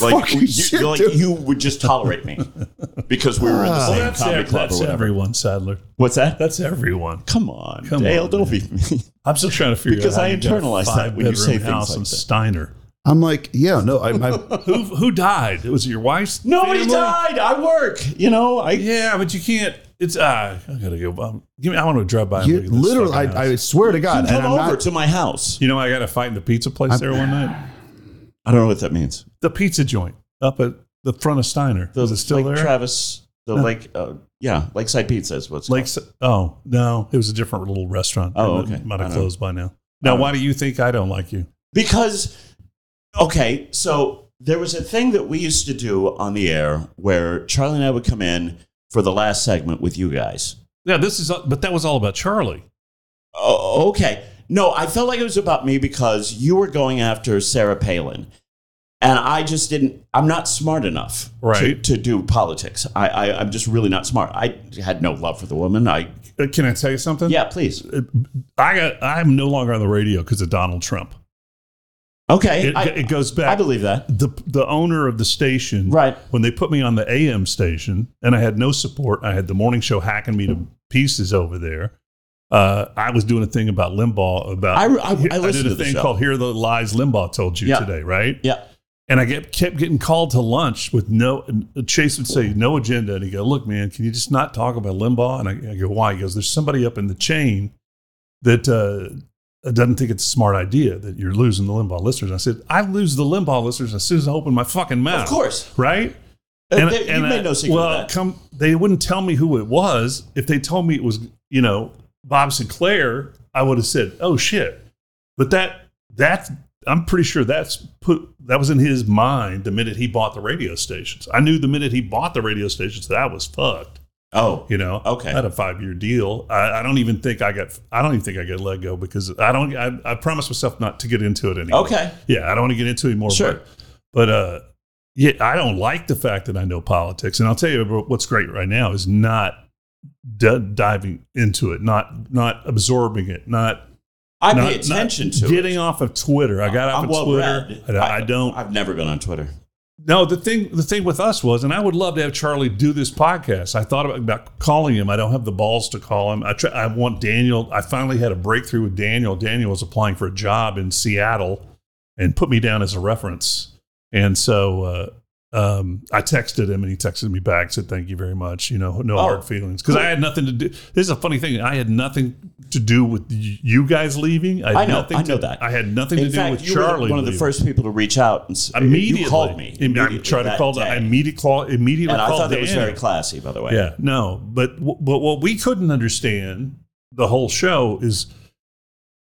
Speaker 2: Like,
Speaker 3: Fucking
Speaker 2: you,
Speaker 3: shit,
Speaker 2: like
Speaker 3: dude. Ah. Oh,
Speaker 2: you would just
Speaker 3: [LAUGHS]
Speaker 2: tolerate me because we were in the
Speaker 1: Well,
Speaker 3: Well,
Speaker 2: same
Speaker 1: that's
Speaker 2: comedy
Speaker 1: ev-
Speaker 2: club or
Speaker 1: that's
Speaker 2: whatever.
Speaker 1: everyone, Sadler.
Speaker 2: What's that?
Speaker 1: That's everyone.
Speaker 2: Come on,
Speaker 1: Come
Speaker 2: Dale,
Speaker 1: on,
Speaker 2: don't
Speaker 1: man.
Speaker 2: be mean.
Speaker 1: I'm still trying to figure
Speaker 2: Because
Speaker 1: out how
Speaker 2: I
Speaker 1: you got a
Speaker 2: internalize that when you
Speaker 1: five-bedroom
Speaker 2: say things
Speaker 1: house
Speaker 2: like
Speaker 1: in
Speaker 2: that.
Speaker 1: Steiner.
Speaker 3: I'm like, yeah, no, I, I
Speaker 1: Who who died? Was it your wife's?
Speaker 2: Nobody
Speaker 1: family?
Speaker 2: died. I work. You know, I
Speaker 1: Yeah, but you can't. It's uh, I gotta go. Um, give me. I want to drive by. And
Speaker 3: you,
Speaker 1: look at this
Speaker 3: literally,
Speaker 1: fucking
Speaker 3: I, I
Speaker 1: house.
Speaker 3: swear to God, and
Speaker 2: come
Speaker 3: I'm
Speaker 2: over
Speaker 3: not,
Speaker 2: to my house.
Speaker 1: you know, I got to fight in the pizza place
Speaker 3: I'm-
Speaker 1: there one [GASPS] night.
Speaker 2: I don't know what that means.
Speaker 1: The pizza joint up at the front of Steiner.
Speaker 2: The,
Speaker 1: is it still
Speaker 2: Lake
Speaker 1: there?
Speaker 2: Travis, the lake, uh, yeah, Lakeside Pizza is what's
Speaker 1: Lakes. Oh no, it was a different little restaurant.
Speaker 2: Oh,
Speaker 1: It
Speaker 2: okay.
Speaker 1: might
Speaker 2: I
Speaker 1: have
Speaker 2: don't-
Speaker 1: closed by now. Now,
Speaker 2: don't-
Speaker 1: why do you think I don't like you?
Speaker 2: because okay so there was a thing that we used to do on the air where charlie and i would come in for the last segment with you guys
Speaker 1: Yeah, this is. uh, But that was all about Charlie.
Speaker 2: oh, okay no i felt like it was about me because you were going after sarah palin and i just didn't i'm not smart enough
Speaker 1: Right.
Speaker 2: to, to do politics I, I, i'm just really not smart i had no love for the woman i
Speaker 1: Uh, Can I tell you something?
Speaker 2: yeah please
Speaker 1: I got. I'm no longer on the radio because of Donald Trump.
Speaker 2: okay
Speaker 1: It,
Speaker 2: I,
Speaker 1: it goes
Speaker 2: I
Speaker 1: back.
Speaker 2: believe that
Speaker 1: the the owner of the station,
Speaker 2: Right.
Speaker 1: When they put me on the AM station, and I had no support, I had the morning show hacking me to pieces over there. Uh, I was doing a thing about Limbaugh about
Speaker 2: I- I- I listened
Speaker 1: did a
Speaker 2: to the
Speaker 1: thing
Speaker 2: show.
Speaker 1: called "Hear the Lies Limbaugh Told You"
Speaker 2: Yeah.
Speaker 1: today, right?
Speaker 2: yeah
Speaker 1: And I get, kept getting called to lunch with no. Chase would say no agenda, and he go, "Look, man, can you just not talk about Limbaugh?" And I, I go, "Why?" He goes, "There's somebody up in the chain that uh, doesn't think it's a smart idea that you're losing the Limbaugh listeners." I said, "I lose the Limbaugh listeners as soon as I open my fucking mouth."
Speaker 2: of course
Speaker 1: right?
Speaker 2: Uh, there- you made no secret of
Speaker 1: well,
Speaker 2: that.
Speaker 1: come, they wouldn't tell me who it was. If they told me it was, you know, Bob Sinclair, I would have said, "Oh shit!" But that that I'm pretty sure that's put that was in his mind the minute he bought the radio stations. I knew the minute he bought the radio stations that I was fucked.
Speaker 2: oh
Speaker 1: You know,
Speaker 2: Okay.
Speaker 1: I had a five year deal. I, I don't even think I got. I don't even think I got let go because I don't. I, I promised myself not to get into it anymore.
Speaker 2: okay
Speaker 1: Yeah, I don't want to get into it anymore.
Speaker 2: Oh. Sure.
Speaker 1: But, but uh, yeah, I don't like the fact that I know politics, and I'll tell you what's great right now is not d- diving into it, not not absorbing it, not
Speaker 2: i
Speaker 1: not,
Speaker 2: pay attention
Speaker 1: not
Speaker 2: to it
Speaker 1: getting off of Twitter. I got off
Speaker 2: I'm
Speaker 1: of
Speaker 2: well
Speaker 1: Twitter.
Speaker 2: read.
Speaker 1: I, I don't.
Speaker 2: I've never been on Twitter.
Speaker 1: no, the thing the thing with us was, and I would love to have Charlie do this podcast. I thought about, about calling him. I don't have the balls to call him. I try, I want Daniel. I finally had a breakthrough with Daniel. Daniel was applying for a job in Seattle and put me down as a reference. And so uh, um, I texted him, and he texted me back, said, "Thank you very much." You know, no
Speaker 2: Oh,
Speaker 1: hard feelings because I had nothing to do. This is a funny thing. I had nothing to do with y- you guys leaving. had
Speaker 2: I know,
Speaker 1: nothing
Speaker 2: I know
Speaker 1: to-
Speaker 2: that.
Speaker 1: I had nothing
Speaker 2: In
Speaker 1: to do
Speaker 2: fact,
Speaker 1: with
Speaker 2: you
Speaker 1: Charlie.
Speaker 2: were one of the
Speaker 1: leaving.
Speaker 2: first people to reach out and s-
Speaker 1: Immediately
Speaker 2: you called me.
Speaker 1: I tried to call.
Speaker 2: that
Speaker 1: I
Speaker 2: day.
Speaker 1: immediately immediately
Speaker 2: and I
Speaker 1: called
Speaker 2: thought that was
Speaker 1: Dan.
Speaker 2: very classy, by the way.
Speaker 1: Yeah, no, but w- but what we couldn't understand the whole show is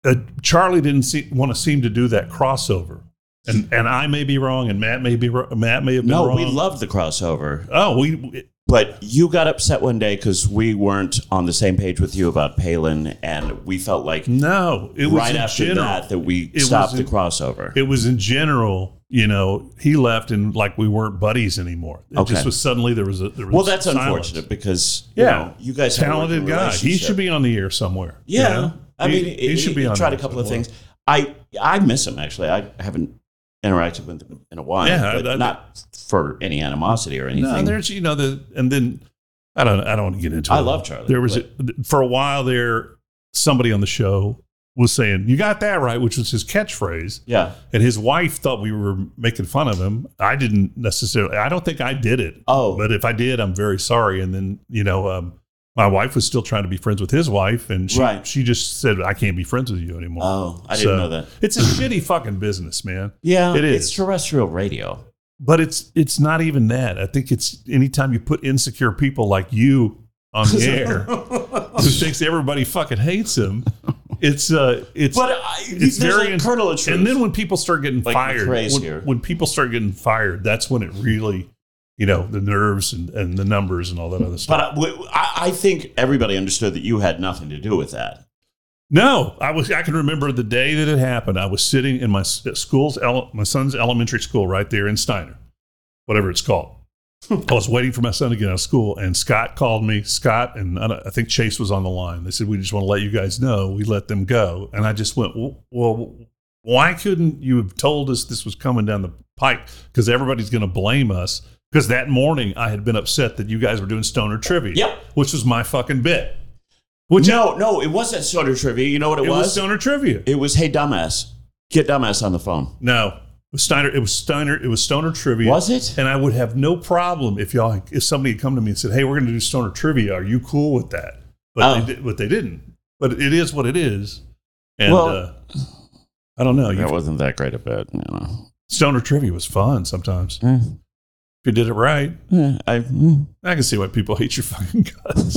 Speaker 1: uh, Charlie didn't see, want to seem to do that crossover, and and I may be wrong, and Matt may be wro- Matt may have been
Speaker 2: No,
Speaker 1: wrong.
Speaker 2: we loved the crossover,
Speaker 1: Oh, we- we
Speaker 2: but you got upset one day because we weren't on the same page with you about Palin, and we felt like
Speaker 1: no, it was
Speaker 2: right
Speaker 1: in
Speaker 2: after
Speaker 1: general.
Speaker 2: that that we
Speaker 1: It
Speaker 2: stopped
Speaker 1: was
Speaker 2: the
Speaker 1: in-
Speaker 2: crossover.
Speaker 1: It was in general, you know, he left and like we weren't buddies anymore. It
Speaker 2: Okay.
Speaker 1: just was suddenly there was a there was
Speaker 2: well, that's
Speaker 1: silence.
Speaker 2: unfortunate because you
Speaker 1: Yeah.
Speaker 2: know, you guys had a working
Speaker 1: Talented guy. He
Speaker 2: relationship.
Speaker 1: should be on the air somewhere. you
Speaker 2: Yeah,
Speaker 1: know?
Speaker 2: I mean,
Speaker 1: he, he should be
Speaker 2: he
Speaker 1: on
Speaker 2: tried a
Speaker 1: there
Speaker 2: couple of
Speaker 1: somewhere.
Speaker 2: things. I I miss him actually. I haven't interacted with him in a while.
Speaker 1: Yeah,
Speaker 2: but
Speaker 1: that-
Speaker 2: not for any animosity or anything.
Speaker 1: No, there's you know the and then I don't I don't want to get into.
Speaker 2: I
Speaker 1: it.
Speaker 2: love Charlie,
Speaker 1: There was a, for a while there somebody on the show was saying you got that right, which was his catchphrase,
Speaker 2: yeah.
Speaker 1: and his wife thought we were making fun of him. I didn't necessarily. I don't think I did it,
Speaker 2: Oh,
Speaker 1: but if I did, I'm very sorry. And then you know. um my wife was still trying to be friends with his wife, and she
Speaker 2: Right.
Speaker 1: she just said, "I can't be friends with you anymore."
Speaker 2: Oh, I didn't
Speaker 1: So-
Speaker 2: know that. [LAUGHS]
Speaker 1: it's a shitty fucking business, man.
Speaker 2: Yeah,
Speaker 1: It is.
Speaker 2: It's terrestrial radio.
Speaker 1: But it's it's not even that. I think it's anytime you put insecure people like you on
Speaker 2: [LAUGHS]
Speaker 1: the air, who thinks everybody fucking hates him. It's uh, it's
Speaker 2: But I,
Speaker 1: It's
Speaker 2: it's there's
Speaker 1: very
Speaker 2: very a
Speaker 1: ins-
Speaker 2: kernel of truth.
Speaker 1: and then when people start getting
Speaker 2: Like
Speaker 1: fired,
Speaker 2: crazier.
Speaker 1: when, when people start getting fired, that's when it really, you know, the nerves and, and the numbers and all that other stuff.
Speaker 2: but I, w- I- I think everybody understood that you had nothing to do with that.
Speaker 1: No, I was. I can remember the day that it happened. I was sitting in my s- school's, ele- my son's elementary school, right there in Steiner, whatever it's called. I was waiting for my son to get out of school, and Scott called me. Scott and I, don't- I think Chase was on the line. They said, "We just want to let you guys know we let them go." And I just went, "Well, well why couldn't you have told us this was coming down the pipe? Because everybody's going to blame us." Because that morning I had been upset that you guys were doing Stoner trivia,
Speaker 2: Yep.
Speaker 1: which was my fucking bit.
Speaker 2: Which no, no, it wasn't Soda Trivia. You know what it,
Speaker 1: It was
Speaker 2: was?
Speaker 1: Stoner trivia.
Speaker 2: it was Hey Dumbass, get Dumbass on the phone.
Speaker 1: No, it was Steiner. It was Steiner. It was Stoner trivia.
Speaker 2: Was it?
Speaker 1: And I would have no problem if y'all, if somebody had come to me and said, "Hey, we're going to do Stoner trivia. Are you cool with that?" But
Speaker 2: Oh.
Speaker 1: they did, but they didn't. But it is what it is. And
Speaker 2: Well-
Speaker 1: uh, I don't know.
Speaker 2: That
Speaker 1: You,
Speaker 2: wasn't that great a bit. You know.
Speaker 1: Stoner trivia was fun sometimes
Speaker 2: Eh,
Speaker 1: if you did it right.
Speaker 2: eh, I, mm.
Speaker 1: I can see why people [LAUGHS] hate your fucking
Speaker 2: [LAUGHS]
Speaker 1: guts.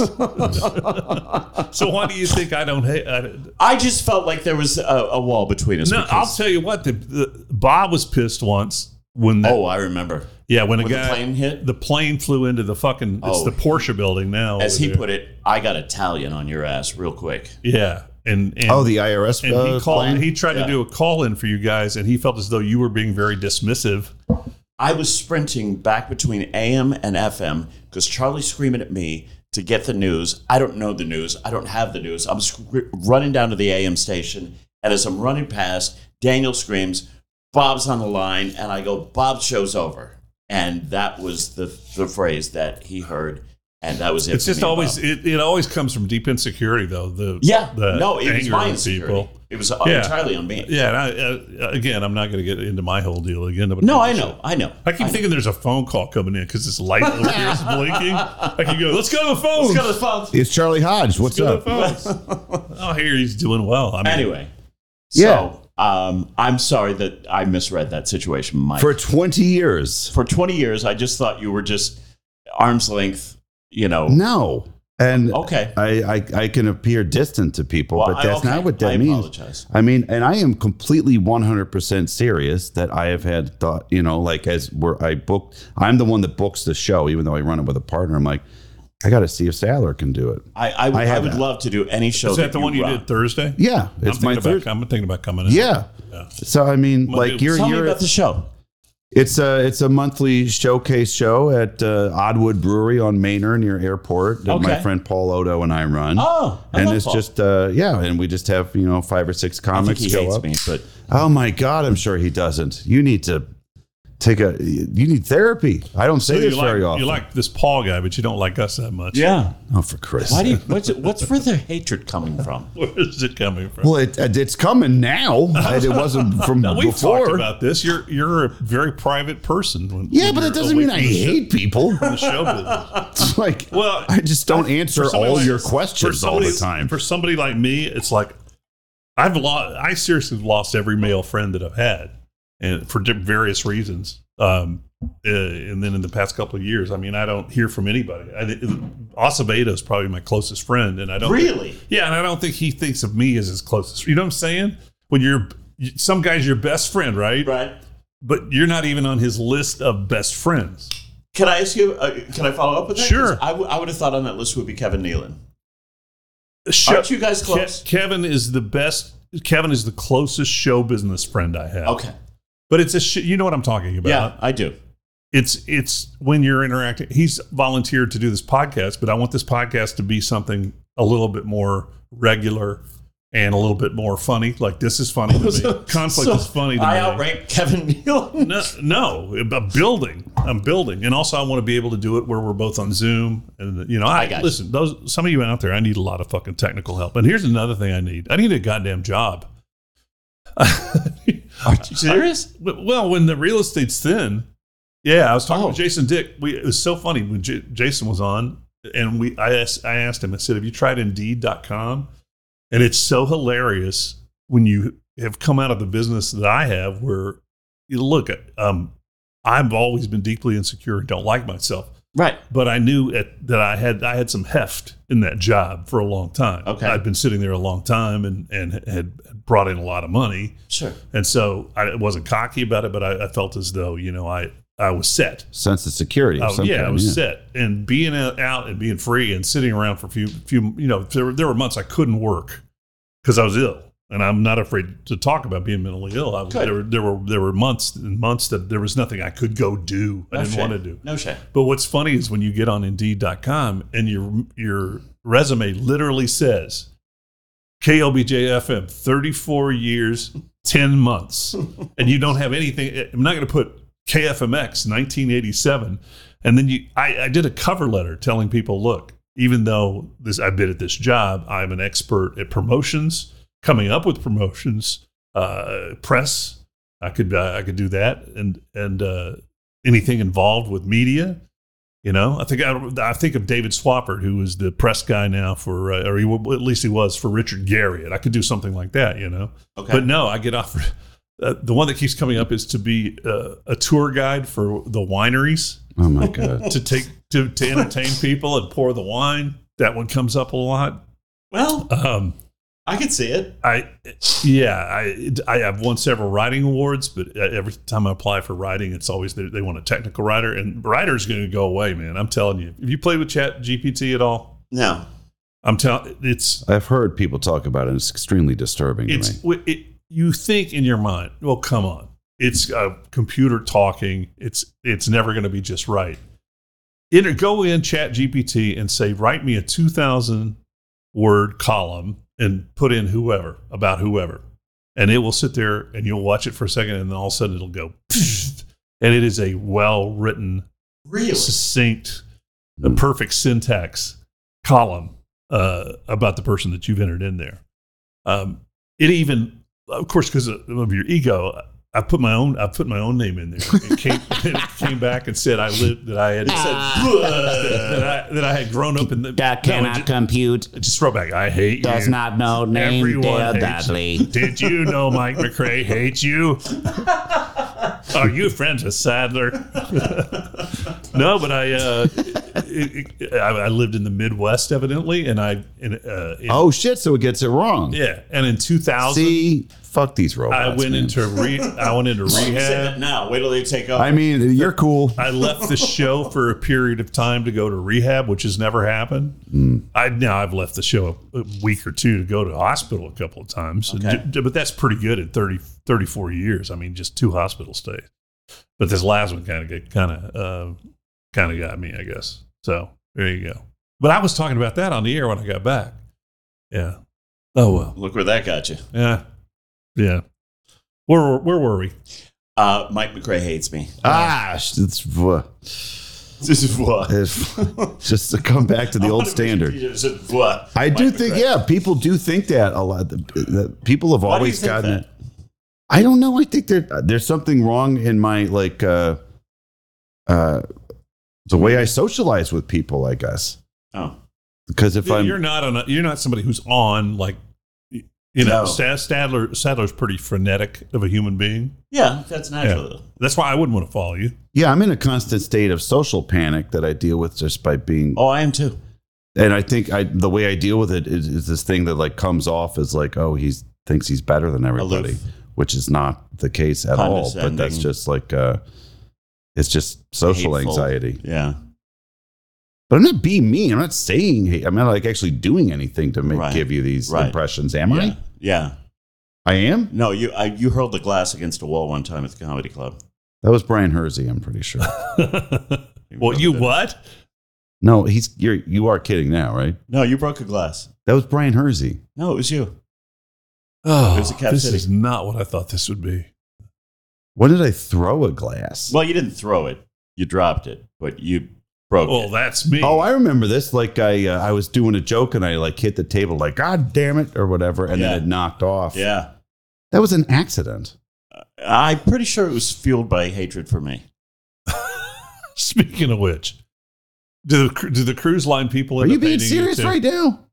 Speaker 1: so why do you think I don't hate? I,
Speaker 2: I just felt like there was a, a wall between us.
Speaker 1: no,
Speaker 2: because-
Speaker 1: I'll tell you what. The, the Bob was pissed once when that,
Speaker 2: oh, I remember.
Speaker 1: yeah when a
Speaker 2: When
Speaker 1: guy
Speaker 2: the plane hit,
Speaker 1: the plane flew into the fucking it's
Speaker 2: Oh.
Speaker 1: the Porsche building now.
Speaker 2: as
Speaker 1: over
Speaker 2: he
Speaker 1: there.
Speaker 2: put it, I got Italian on your ass real quick.
Speaker 1: Yeah. And, and
Speaker 3: Oh, the IRS.
Speaker 1: and
Speaker 3: uh,
Speaker 1: he called
Speaker 3: plane?
Speaker 1: he tried
Speaker 2: Yeah.
Speaker 1: to do a call in for you guys and he felt as though you were being very dismissive.
Speaker 2: I was sprinting back between AM and FM because Charlie's screaming at me to get the news. I don't know the news. I don't have the news. I'm scr- running down to the AM station, and as I'm running past, Daniel screams, "Bob's on the line," and I go, "Bob's show's over," and that was the the phrase that he heard, and that was it.
Speaker 1: It's
Speaker 2: for
Speaker 1: just
Speaker 2: me and
Speaker 1: always
Speaker 2: Bob.
Speaker 1: it, it always comes from deep insecurity though. The
Speaker 2: yeah.
Speaker 1: the
Speaker 2: no, it was
Speaker 1: anger
Speaker 2: my
Speaker 1: of
Speaker 2: insecurity.
Speaker 1: people.
Speaker 2: It was
Speaker 1: Yeah.
Speaker 2: entirely on me.
Speaker 1: Yeah, and I, uh, again, I'm not going to get into my whole deal again. But
Speaker 2: No, I know, I know.
Speaker 1: I keep
Speaker 2: I know.
Speaker 1: thinking there's a phone call coming in because this light over here is blinking. I can go, let's go to the phone.
Speaker 2: Let's go
Speaker 1: [LAUGHS]
Speaker 2: to the phone.
Speaker 3: it's Charlie Hodge. What's
Speaker 1: Go to
Speaker 3: up?
Speaker 1: the phone. oh, here he's doing well. I mean,
Speaker 2: Anyway,
Speaker 3: Yeah.
Speaker 2: so um, I'm sorry that I misread that situation, Mike.
Speaker 3: For
Speaker 2: For,
Speaker 3: 20 years.
Speaker 2: 20 years, I just thought you were just arm's length, you know.
Speaker 3: No. And
Speaker 2: Okay.
Speaker 3: I, I, I can appear distant to people,
Speaker 2: Oh. Well,
Speaker 3: but
Speaker 2: I-
Speaker 3: that's
Speaker 2: okay.
Speaker 3: not what
Speaker 2: I
Speaker 3: that means.
Speaker 2: apologize.
Speaker 3: I mean, and I am completely 100% serious that I have had thought, you know, like as where I booked, I'm the one that books the show, even though I run it with a partner. I'm like, I got to see if Sadler can do it.
Speaker 2: I, I,
Speaker 3: I
Speaker 2: I,
Speaker 3: have
Speaker 2: would
Speaker 3: that.
Speaker 2: love to do any show.
Speaker 1: is that the one you
Speaker 2: run.
Speaker 1: did Thursday?
Speaker 3: Yeah.
Speaker 1: I'm
Speaker 3: It's
Speaker 1: thinking
Speaker 3: my
Speaker 1: about,
Speaker 3: third.
Speaker 1: I'm thinking about coming in.
Speaker 3: Yeah.
Speaker 1: Yeah.
Speaker 3: So, I mean,
Speaker 1: Well,
Speaker 3: like
Speaker 1: dude,
Speaker 3: you're,
Speaker 2: Tell me
Speaker 3: you're,
Speaker 2: about the show.
Speaker 3: it's a, it's a monthly showcase show at uh, Oddwood Brewery on Manor near airport that my
Speaker 2: Okay.
Speaker 3: friend Paul Odo and I run.
Speaker 2: Oh, I
Speaker 3: and
Speaker 2: love
Speaker 3: it's
Speaker 2: Paul.
Speaker 3: just uh, yeah, and we just have you know five or six
Speaker 2: I think
Speaker 3: comics
Speaker 2: he
Speaker 3: go
Speaker 2: hates
Speaker 3: up.
Speaker 2: me, but
Speaker 3: Oh my god, I'm sure he doesn't. You need to take a you need therapy. I don't say
Speaker 1: So you
Speaker 3: this very
Speaker 1: like,
Speaker 3: often.
Speaker 1: you like this Paul guy, but you don't like us that much.
Speaker 2: yeah.
Speaker 3: oh, for Christ's
Speaker 2: Why do
Speaker 3: sake.
Speaker 2: you, what's, it, what's where the hatred coming from?
Speaker 1: [LAUGHS] Where is it coming from?
Speaker 3: Well, it, it- it's coming now. And
Speaker 1: [LAUGHS]
Speaker 3: it wasn't from
Speaker 1: Now, we've talked
Speaker 3: before.
Speaker 1: about this. You're you're a very private person. When,
Speaker 3: yeah,
Speaker 1: when
Speaker 3: but
Speaker 1: you're
Speaker 3: it doesn't mean
Speaker 1: away
Speaker 3: I
Speaker 1: from the show- [LAUGHS]
Speaker 3: hate people.
Speaker 1: from the show business.
Speaker 3: It's like
Speaker 1: Well,
Speaker 3: I just don't answer
Speaker 1: for somebody
Speaker 3: all
Speaker 1: like-
Speaker 3: your
Speaker 1: for
Speaker 3: questions all the
Speaker 1: somebody-
Speaker 3: time.
Speaker 1: For somebody like me, it's like I've lost. I seriously lost every male friend that I've had, and for di- various reasons. Um, uh, and then in the past couple of years, I mean, I don't hear from anybody. I, Acevedo is probably my closest friend, and I don't
Speaker 2: Really?
Speaker 1: Yeah, and I don't think he thinks of me as his closest. You know what I'm saying? When you're some guy's your best friend, right?
Speaker 2: Right.
Speaker 1: But you're not even on his list of best friends.
Speaker 2: Can I ask you, uh, can I follow up with that? 'Cause
Speaker 1: Sure.
Speaker 2: I would have thought on that list would be Kevin Nealon.
Speaker 1: Sho-
Speaker 2: Aren't you guys
Speaker 1: Ke-
Speaker 2: close?
Speaker 1: Kevin is the best. Kevin is the closest show business friend I have.
Speaker 2: Okay.
Speaker 1: but it's a sh- you know what I'm talking about.
Speaker 2: Yeah, I do.
Speaker 1: it's it's when you're interacting. He's volunteered to do this podcast, but I want this podcast to be something a little bit more regular and a little bit more funny. Like this is funny to me. Conflict
Speaker 2: [LAUGHS] So
Speaker 1: is funny to
Speaker 2: I
Speaker 1: me.
Speaker 2: outrank Kevin Nealon.
Speaker 1: [LAUGHS] No, no, I'm building. I'm building, and also I want to be able to do it where we're both on Zoom. And you know, I,
Speaker 2: I got you.
Speaker 1: listen. Those some of you out there, I need a lot of fucking technical help. And here's another thing I need. I need a goddamn job.
Speaker 2: Are you serious?
Speaker 1: well, when the real estate's thin, yeah. I was talking
Speaker 2: Oh.
Speaker 1: to Jason Dick. We it was so funny when J- Jason was on. and we I asked I asked him, I said, Have you tried indeed.com? And it's so hilarious when you have come out of the business that I have where you look at um I've always been deeply insecure and don't like myself.
Speaker 2: Right.
Speaker 1: But I knew at, that I had I had some heft in that job for a long time.
Speaker 2: Okay.
Speaker 1: I'd been sitting there a long time and, and had brought in a lot of money.
Speaker 2: Sure.
Speaker 1: And so I wasn't cocky about it, but I, I felt as though, you know, I, I was set.
Speaker 3: sense of security. of
Speaker 1: Oh,
Speaker 3: some
Speaker 1: yeah, I
Speaker 3: kind,
Speaker 1: was set. And being out out and being free and sitting around for a few, few you know, there, were- there were months I couldn't work because I was ill. And I'm not afraid to talk about being mentally ill. I was,
Speaker 2: Good.
Speaker 1: there, were, there were there were months and months that there was nothing I could go do. I
Speaker 2: No
Speaker 1: didn't
Speaker 2: shame.
Speaker 1: want to do.
Speaker 2: No shame.
Speaker 1: But what's funny is when you get on Indeed.com and your your resume literally says KLBJ FM 34 years, 10 months, and you don't have anything. eh, I'm not going to put KFMX 1987. And then you, I, I did a cover letter telling people, look, even though this I've been at this job, I'm an expert at promotions, coming up with promotions, uh, press. I could uh, I could do that, and and uh, anything involved with media. You know, I think I, I think of David Swappert, who is the press guy now for, uh, or he, wa- at least he was for Richard Garriott. I could do something like that, you know.
Speaker 2: Okay.
Speaker 1: But no, I get offered. Uh, the one that keeps coming up is to be uh, a tour guide for the wineries
Speaker 3: yeah. Oh my god. [LAUGHS]
Speaker 1: to take to, to entertain people and pour the wine. That one comes up a lot.
Speaker 2: well,
Speaker 1: Um,
Speaker 2: I could see it.
Speaker 1: I yeah, I I have won several writing awards, but uh, every time I apply for writing, it's always they, they want a technical writer, and writer's going to go away, man. I'm telling you. If you play with Chat GPT at all,
Speaker 2: No.
Speaker 1: I'm telling it's
Speaker 3: I've heard people talk about it. and It's extremely disturbing to
Speaker 1: it's
Speaker 3: me.
Speaker 1: it, you think in your mind, well, come on, it's a computer talking. It's it's never going to be just right. Enter, go in Chat GPT and say, write me a two thousand word column and put in whoever about whoever, and it will sit there and you'll watch it for a second, and then all of a sudden it'll go, [LAUGHS] and it is a well written
Speaker 2: Really?
Speaker 1: succinct,
Speaker 4: Hmm.
Speaker 1: the perfect syntax column uh, about the person that you've entered in there. Um, it even, of course, because of, of your ego, I put my own I put my own name in there. It came, [LAUGHS] it came back and said I lived that I had
Speaker 2: Said,
Speaker 1: that, I, that I had grown up in the
Speaker 4: That
Speaker 1: No,
Speaker 4: cannot
Speaker 1: ju-
Speaker 4: compute.
Speaker 1: just throw back. I hate
Speaker 4: Does
Speaker 1: you.
Speaker 4: not know name
Speaker 1: Everyone
Speaker 4: Dale
Speaker 1: hates-
Speaker 4: Dudley.
Speaker 1: Did you know Mike McRae hates you? Are you friends with Sadler? [LAUGHS] no, but I, uh, it, it, I I lived in the Midwest evidently, and I and, uh, in-
Speaker 3: Oh shit! So it gets it wrong.
Speaker 1: yeah, and in 2000
Speaker 3: See, fuck these robots.
Speaker 1: I went
Speaker 3: man.
Speaker 1: into re I went into
Speaker 2: You [LAUGHS] say
Speaker 1: rehab.
Speaker 2: that now. Wait till they take over.
Speaker 3: I mean,
Speaker 1: [LAUGHS]
Speaker 3: you're cool.
Speaker 1: I left the show for a period of time to go to rehab, which has never happened. I now I've left the show a, a week or two to go to hospital a couple of times, And
Speaker 2: Okay.
Speaker 1: ju- but that's pretty good at 30, 34 years. I mean, just two hospital stays. But this last one kind of kind of uh, kind of got me, I guess. So there you go. But I was talking about that on the air when I got back. Yeah. Oh well.
Speaker 2: Look where that got you.
Speaker 1: Yeah. Yeah. Where where were we?
Speaker 2: Uh, Mike McRae hates me.
Speaker 1: Uh,
Speaker 3: Ah, sh- it's, vuh.
Speaker 2: [LAUGHS] This is what.
Speaker 3: It's- [LAUGHS] just to come back
Speaker 1: [LAUGHS]
Speaker 3: to the
Speaker 2: [LAUGHS]
Speaker 3: old standard.
Speaker 2: What?
Speaker 3: I do
Speaker 2: Mike
Speaker 3: think,
Speaker 2: McRae.
Speaker 3: yeah, people do think that a lot. The- the- People have
Speaker 2: Why do you
Speaker 3: always
Speaker 2: think
Speaker 3: gotten
Speaker 2: that?
Speaker 3: it. I don't know. I think there, there's something wrong in my like uh, uh, the way I socialize with people. I guess
Speaker 2: Oh,
Speaker 3: because if I'm
Speaker 1: you're not on a, you're not somebody who's on like you know
Speaker 2: No.
Speaker 1: Sta- Stadler Sadler's pretty frenetic of a human being.
Speaker 2: yeah, that's natural.
Speaker 1: That's why I wouldn't want to follow you.
Speaker 3: yeah, I'm in a constant state of social panic that I deal with just by being.
Speaker 2: Oh, I am too.
Speaker 3: And I think I the way I deal with it is, is this thing that like comes off as like oh he's thinks he's better than everybody,
Speaker 2: Aloof.
Speaker 3: which is not the case at all. But that's
Speaker 2: Condescending.
Speaker 3: just like uh, it's just social
Speaker 2: Hateful.
Speaker 3: anxiety.
Speaker 2: Yeah.
Speaker 3: But I'm not being mean. I'm not saying hate. I'm not like actually doing anything to make,
Speaker 2: Right.
Speaker 3: give you these
Speaker 2: Right.
Speaker 3: impressions. Am
Speaker 2: yeah. Yeah.
Speaker 3: I? I am.
Speaker 2: No, you I, you hurled the glass against a wall one time at the comedy club.
Speaker 3: That was Brian Hersey. I'm pretty
Speaker 2: [LAUGHS]
Speaker 3: sure.
Speaker 1: well, you what?
Speaker 3: no, he's you're you are kidding now, right?
Speaker 2: No, you broke a glass.
Speaker 3: That was Brian Hersey.
Speaker 2: No, it was you.
Speaker 1: Oh,
Speaker 2: It was a Cap
Speaker 1: this
Speaker 2: City.
Speaker 1: is not what I thought this would be.
Speaker 3: When did I throw a glass?
Speaker 2: Well, you didn't throw it. You dropped it, but you broke
Speaker 1: Well,
Speaker 2: it.
Speaker 1: that's me. [LAUGHS]
Speaker 3: Oh, I remember this. Like I, uh, I was doing a joke and I like hit the table, like God damn it or whatever, and
Speaker 2: Yeah.
Speaker 3: then it knocked off.
Speaker 2: Yeah.
Speaker 3: that was an accident.
Speaker 2: I'm pretty sure it was fueled by hatred for me.
Speaker 1: Speaking of which, Do the cru- do the cruise line people?
Speaker 3: Are
Speaker 1: end
Speaker 3: you
Speaker 1: up
Speaker 3: being
Speaker 1: hating
Speaker 3: serious
Speaker 1: too?
Speaker 3: right now?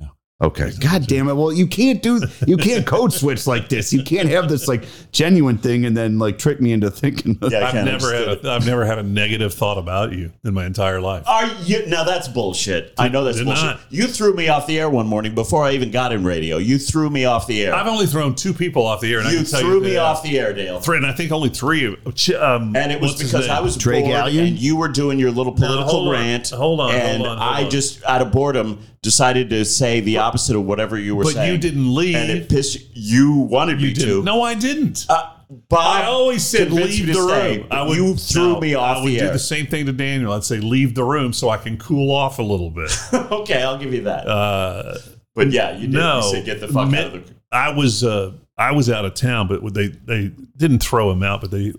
Speaker 2: No.
Speaker 3: Okay. God damn it. Well, you can't do you can't code switch like this. You can't have this like genuine thing and then like trick me into thinking [LAUGHS]
Speaker 2: Yeah, I
Speaker 1: I've
Speaker 2: can't
Speaker 1: never
Speaker 2: understand Oh,
Speaker 1: had
Speaker 2: it.
Speaker 1: a, I've never had a negative thought about you in my entire life.
Speaker 2: Are you now? That's bullshit. I know that's
Speaker 1: They're
Speaker 2: bullshit.
Speaker 1: not.
Speaker 2: You threw me off the air one morning before I even got in radio. You threw me off the air.
Speaker 1: I've only thrown two people off the air, and I
Speaker 2: you
Speaker 1: can tell
Speaker 2: threw
Speaker 1: you
Speaker 2: me
Speaker 1: that.
Speaker 2: off the air, Dale.
Speaker 1: Three, and I think only three. of- ch- Um,
Speaker 2: And it was
Speaker 1: what's his
Speaker 2: because
Speaker 1: name?
Speaker 2: I was
Speaker 3: Drake
Speaker 2: bored,
Speaker 3: Allian?
Speaker 2: and you were doing your little political
Speaker 1: hold on.
Speaker 2: rant.
Speaker 1: Hold on, hold
Speaker 2: and
Speaker 1: on, hold
Speaker 2: I
Speaker 1: on.
Speaker 2: just out of boredom decided to say the opposite of whatever you were
Speaker 1: But
Speaker 2: saying.
Speaker 1: you didn't leave.
Speaker 2: and it pissed you. You wanted
Speaker 1: you
Speaker 2: me
Speaker 1: didn't.
Speaker 2: to.
Speaker 1: No, I didn't.
Speaker 2: Uh, Bob
Speaker 1: I always said
Speaker 2: convinced
Speaker 1: leave the
Speaker 2: me to stay,
Speaker 1: room.
Speaker 2: but
Speaker 1: I would,
Speaker 2: you threw
Speaker 1: no,
Speaker 2: me off
Speaker 1: I would
Speaker 2: the
Speaker 1: do
Speaker 2: air.
Speaker 1: the same thing to Daniel. I'd say leave the room so I can cool off a little
Speaker 2: [LAUGHS]
Speaker 1: bit.
Speaker 2: okay, I'll give you that.
Speaker 1: Uh,
Speaker 2: but yeah, you did.
Speaker 1: no,
Speaker 2: you said get the fuck
Speaker 1: Me-
Speaker 2: out of the.
Speaker 1: I was uh, I was out of town, but they they didn't throw him out, but they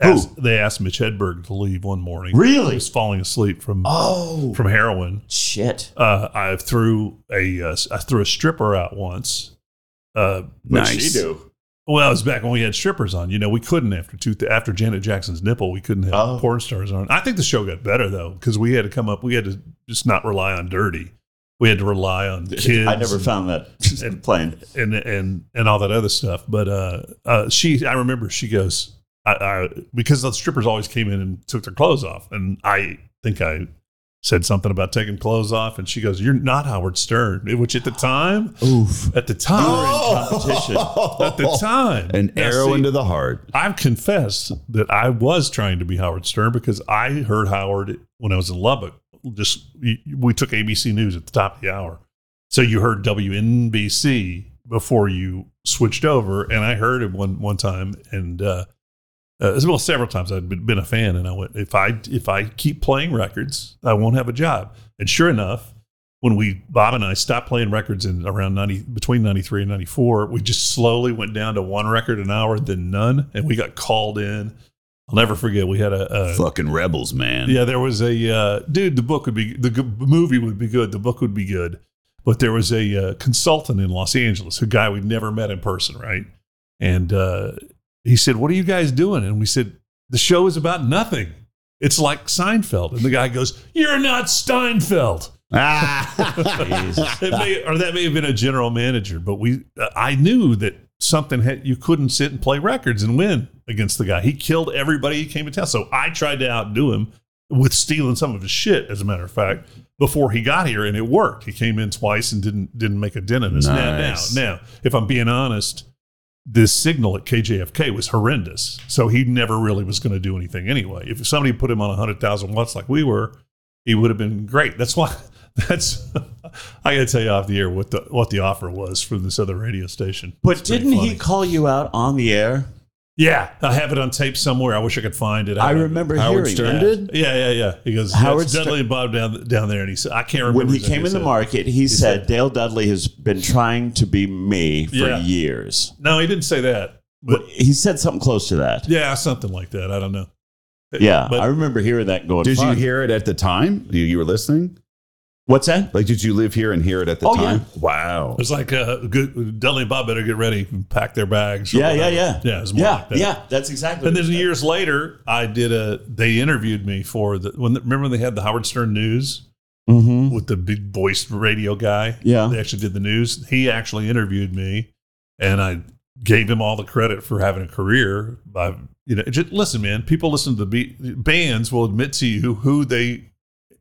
Speaker 1: asked, they asked Mitch Hedberg to leave one morning. He
Speaker 2: Really?
Speaker 1: was falling asleep from
Speaker 2: Oh
Speaker 1: from heroin.
Speaker 2: shit!
Speaker 1: Uh, I threw a uh, I threw a stripper out once. Uh,
Speaker 2: What'd she do?
Speaker 1: well, it was back when we had strippers on. You know, we couldn't after two after Janet Jackson's nipple, we couldn't have
Speaker 2: Oh.
Speaker 1: porn stars on. I think the show got better though because we had to come up. We had to just not rely on dirty. We had to rely on kids.
Speaker 2: [LAUGHS] I never
Speaker 1: and- [LAUGHS]
Speaker 2: found that plane.
Speaker 1: and and and all that other stuff. But uh, uh, she, I remember she goes, I, I because the strippers always came in and took their clothes off, and I think I said something about taking clothes off, and she goes, "You're not Howard Stern," which at the time,
Speaker 3: Oof. Oh!
Speaker 1: at the time,
Speaker 2: competition.
Speaker 1: at
Speaker 2: [LAUGHS]
Speaker 1: the time,
Speaker 3: [LAUGHS] An
Speaker 1: Now,
Speaker 3: arrow
Speaker 1: see,
Speaker 3: into the heart.
Speaker 1: I've confessed that I was trying to be Howard Stern because I heard Howard when I was in Lubbock. Just we took ABC News at the top of the hour, so you heard WNBC before you switched over, and I heard it one one time, and uh, uh, well, several times I'd been, been a fan, and I went, if I if I keep playing records, I won't have a job. And sure enough, when we Bob and I stopped playing records in around ninety between ninety three and ninety four, we just slowly went down to one record an hour, then none, and we got called in. I'll never forget. We had a, a
Speaker 3: Fucking rebels, man.
Speaker 1: Uh, yeah, there was a uh, dude. The book would be the g- movie would be good. The book would be good, but there was a uh, consultant in Los Angeles, a guy we'd never met in person, right? And uh, he said, "What are you guys doing?" And we said, "The show is about nothing. It's like Seinfeld." And the guy goes, "You're not Steinfeld."
Speaker 3: [LAUGHS] Ah.
Speaker 1: [LAUGHS] It may, or that may have been a general manager, but we uh, I knew that something had you couldn't sit and play records and win against the guy. He killed everybody he came to town. So I tried to outdo him with stealing some of his shit, as a matter of fact, before he got here, and it worked. He came in twice and didn't didn't make a dent in us.
Speaker 3: Nice.
Speaker 1: Now, now, now, if I'm being honest, the signal at KJFK was horrendous. So he never really was going to do anything anyway. If somebody put him on 100,000 watts like we were, he would have been great. That's why. [LAUGHS] That's I got to tell you off the air what the what the offer was from this other radio station.
Speaker 2: But
Speaker 1: It's pretty
Speaker 2: didn't he
Speaker 1: funny.
Speaker 2: call you out on the air?
Speaker 1: Yeah, I have it on tape somewhere. I wish I could find it.
Speaker 2: I
Speaker 1: have it.
Speaker 2: remember
Speaker 3: Howard
Speaker 2: hearing
Speaker 3: Stern
Speaker 2: that.
Speaker 3: did?
Speaker 1: Yeah, yeah, yeah. He goes
Speaker 2: Howard
Speaker 1: Howard
Speaker 2: Stern-
Speaker 1: Dudley and Bob down down there, and he said I can't remember
Speaker 2: When he
Speaker 1: exactly
Speaker 2: came
Speaker 1: what
Speaker 2: in the
Speaker 1: said.
Speaker 2: market, he said, Dale Dudley has been trying to be me for
Speaker 1: Yeah.
Speaker 2: years.
Speaker 1: No, he didn't say that. But
Speaker 2: But he said something close to that. Yeah,
Speaker 1: yeah, something like that. I don't know. but-
Speaker 2: I remember hearing that and going.
Speaker 3: Did you
Speaker 2: "Fuck."
Speaker 3: hear it at the time? You, you were listening?
Speaker 2: What's that?
Speaker 3: Like, did you live here and hear it at the
Speaker 2: Oh, yeah.
Speaker 3: time? Wow.
Speaker 1: It was like uh, good, Dudley and Bob better get ready and pack their bags. or
Speaker 2: Yeah, yeah,
Speaker 1: whatever.
Speaker 2: yeah.
Speaker 1: Yeah, it was more
Speaker 2: Yeah,
Speaker 1: like that.
Speaker 2: yeah, that's exactly.
Speaker 1: And
Speaker 2: what
Speaker 1: then
Speaker 2: he said.
Speaker 1: years later, I did a. They interviewed me for the when. Remember they had the Howard Stern News
Speaker 2: Mhm.
Speaker 1: with the big voiced radio guy.
Speaker 2: Yeah.
Speaker 1: They actually did the news. He actually interviewed me, and I gave him all the credit for having a career. By you know, just listen, man. People listen to the beat, bands will admit to you who they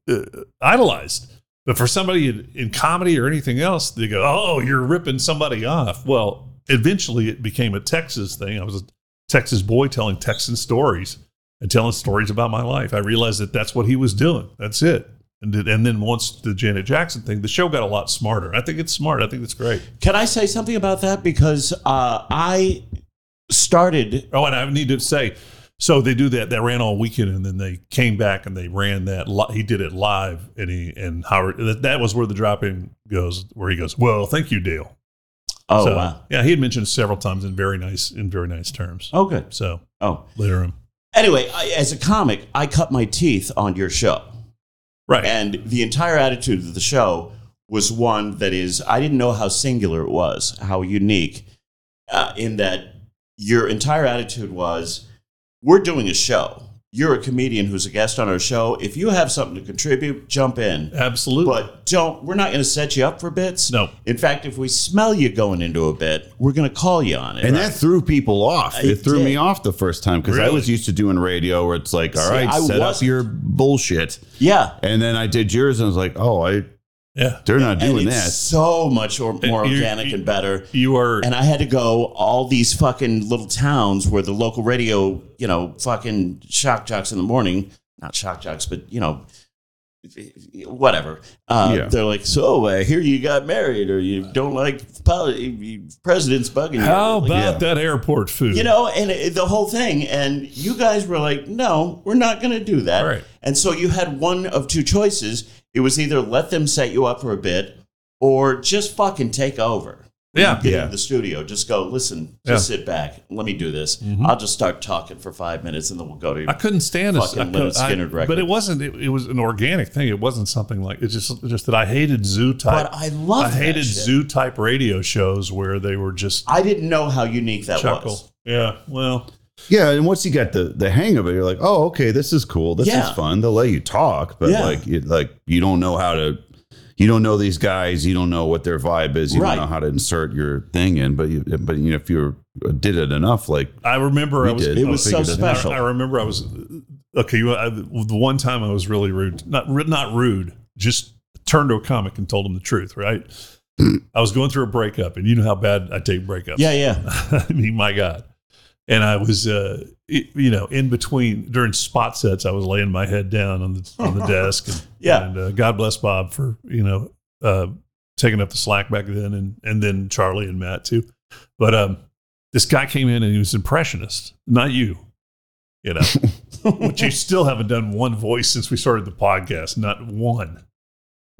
Speaker 1: uh, idolized. But for somebody in, in comedy or anything else, they go, "Oh, you're ripping somebody off." Well, eventually it became a Texas thing. I was a Texas boy telling Texan stories and telling stories about my life. I realized that that's what he was doing. That's it. And, did, and then once the Janet Jackson thing, the show got a lot smarter. I think it's smart. I think it's great.
Speaker 2: Can I say something about that? Because uh, I started.
Speaker 1: Oh, and I need to say, so they do that. That ran all weekend, and then they came back and they ran that. Li- he did it live, and he and Howard. That, that was where the drop in goes, where he goes. Well, thank you, Dale.
Speaker 2: Oh
Speaker 1: So,
Speaker 2: wow.
Speaker 1: yeah, he had mentioned several times in very nice in very nice terms.
Speaker 2: Oh good.
Speaker 1: So
Speaker 2: Oh,
Speaker 1: later on,
Speaker 2: anyway, I, as a comic, I cut my teeth on your show.
Speaker 1: right?
Speaker 2: And the entire attitude of the show was one that is, I didn't know how singular it was, how unique, uh, in that your entire attitude was, we're doing a show. you're a comedian who's a guest on our show. If you have something to contribute, jump in.
Speaker 1: Absolutely.
Speaker 2: But don't. We're not going to set you up for bits.
Speaker 1: No.
Speaker 2: In fact, if we smell you going into a bit, we're going to call you on it.
Speaker 3: And that threw people off. It,
Speaker 2: Uh, It
Speaker 3: threw me
Speaker 2: did.
Speaker 3: off the first time because I
Speaker 1: Really?
Speaker 3: was used to doing radio where it's like, all
Speaker 2: See,
Speaker 3: right,
Speaker 2: I
Speaker 3: set up
Speaker 2: wasn't.
Speaker 3: your bullshit.
Speaker 2: yeah.
Speaker 3: And then I did yours and I was like, oh, I
Speaker 1: yeah.
Speaker 3: they're not doing
Speaker 2: and it's
Speaker 3: that.
Speaker 2: so much or, more
Speaker 1: you-
Speaker 2: organic
Speaker 1: you-
Speaker 2: and better.
Speaker 1: You are.
Speaker 2: And I had to go all these fucking little towns where the local radio, you know, fucking shock jocks in the morning, not shock jocks, but, you know, whatever. Uh,
Speaker 3: Yeah.
Speaker 2: They're like, so I hear you got married or you don't like poli- you- president's bugging you.
Speaker 1: how about
Speaker 2: Like,
Speaker 3: Yeah.
Speaker 1: that airport food?
Speaker 2: you know, and it, the whole thing. And you guys were like, no, we're not going to do that.
Speaker 1: Right.
Speaker 2: And so you had one of two choices. It was either let them set you up for a bit or just fucking take over
Speaker 1: yeah.
Speaker 2: get
Speaker 3: Yeah.
Speaker 2: into the studio. Just go, listen, just sit back. Let me do this. I'll just start talking for five minutes and then we'll go to
Speaker 1: Mm-hmm. I couldn't stand a,
Speaker 2: Fucking
Speaker 1: I
Speaker 2: Leonard
Speaker 1: could- I-
Speaker 2: Skinner record.
Speaker 1: but it wasn't. It, it was an organic thing. It wasn't something like it's just just that I hated zoo type.
Speaker 2: [LAUGHS] But I love
Speaker 1: I hated
Speaker 2: that shit.
Speaker 1: zoo type radio shows where they were just
Speaker 2: I didn't know how unique that
Speaker 1: chuckle.
Speaker 2: was.
Speaker 1: Yeah. Well.
Speaker 3: Yeah, and once you got the the hang of it, you're like, oh, okay, this is cool. This
Speaker 2: Yeah.
Speaker 3: is fun. They'll let you talk, but
Speaker 2: Yeah.
Speaker 3: like, you, like you don't know how to. You don't know these guys. You don't know what their vibe is. You
Speaker 2: Right.
Speaker 3: don't know how to insert your thing in. But you, but you know, if you did it enough, like
Speaker 1: I remember
Speaker 3: We
Speaker 1: I was.
Speaker 3: did.
Speaker 2: It
Speaker 3: I
Speaker 2: was so
Speaker 3: figured it out.
Speaker 2: special.
Speaker 1: I remember I was okay. You, I, the one time I was really rude, not ru- not rude, just turned to a comic and told him the truth.
Speaker 2: [CLEARS THROAT]
Speaker 1: Right? I was going through a breakup, and you know how bad I take breakups. [LAUGHS]
Speaker 2: Yeah, yeah.
Speaker 1: I mean, my God. And I was, uh, it- you know, in between during spot sets, I was laying my head down on the on the desk. And,
Speaker 2: Yeah.
Speaker 1: And uh, God bless Bob for you know uh, taking up the slack back then, and and then Charlie and Matt too. But um, this guy came in and he was impressionist, not you. You know, but you still haven't done one voice since we started the podcast. Not one.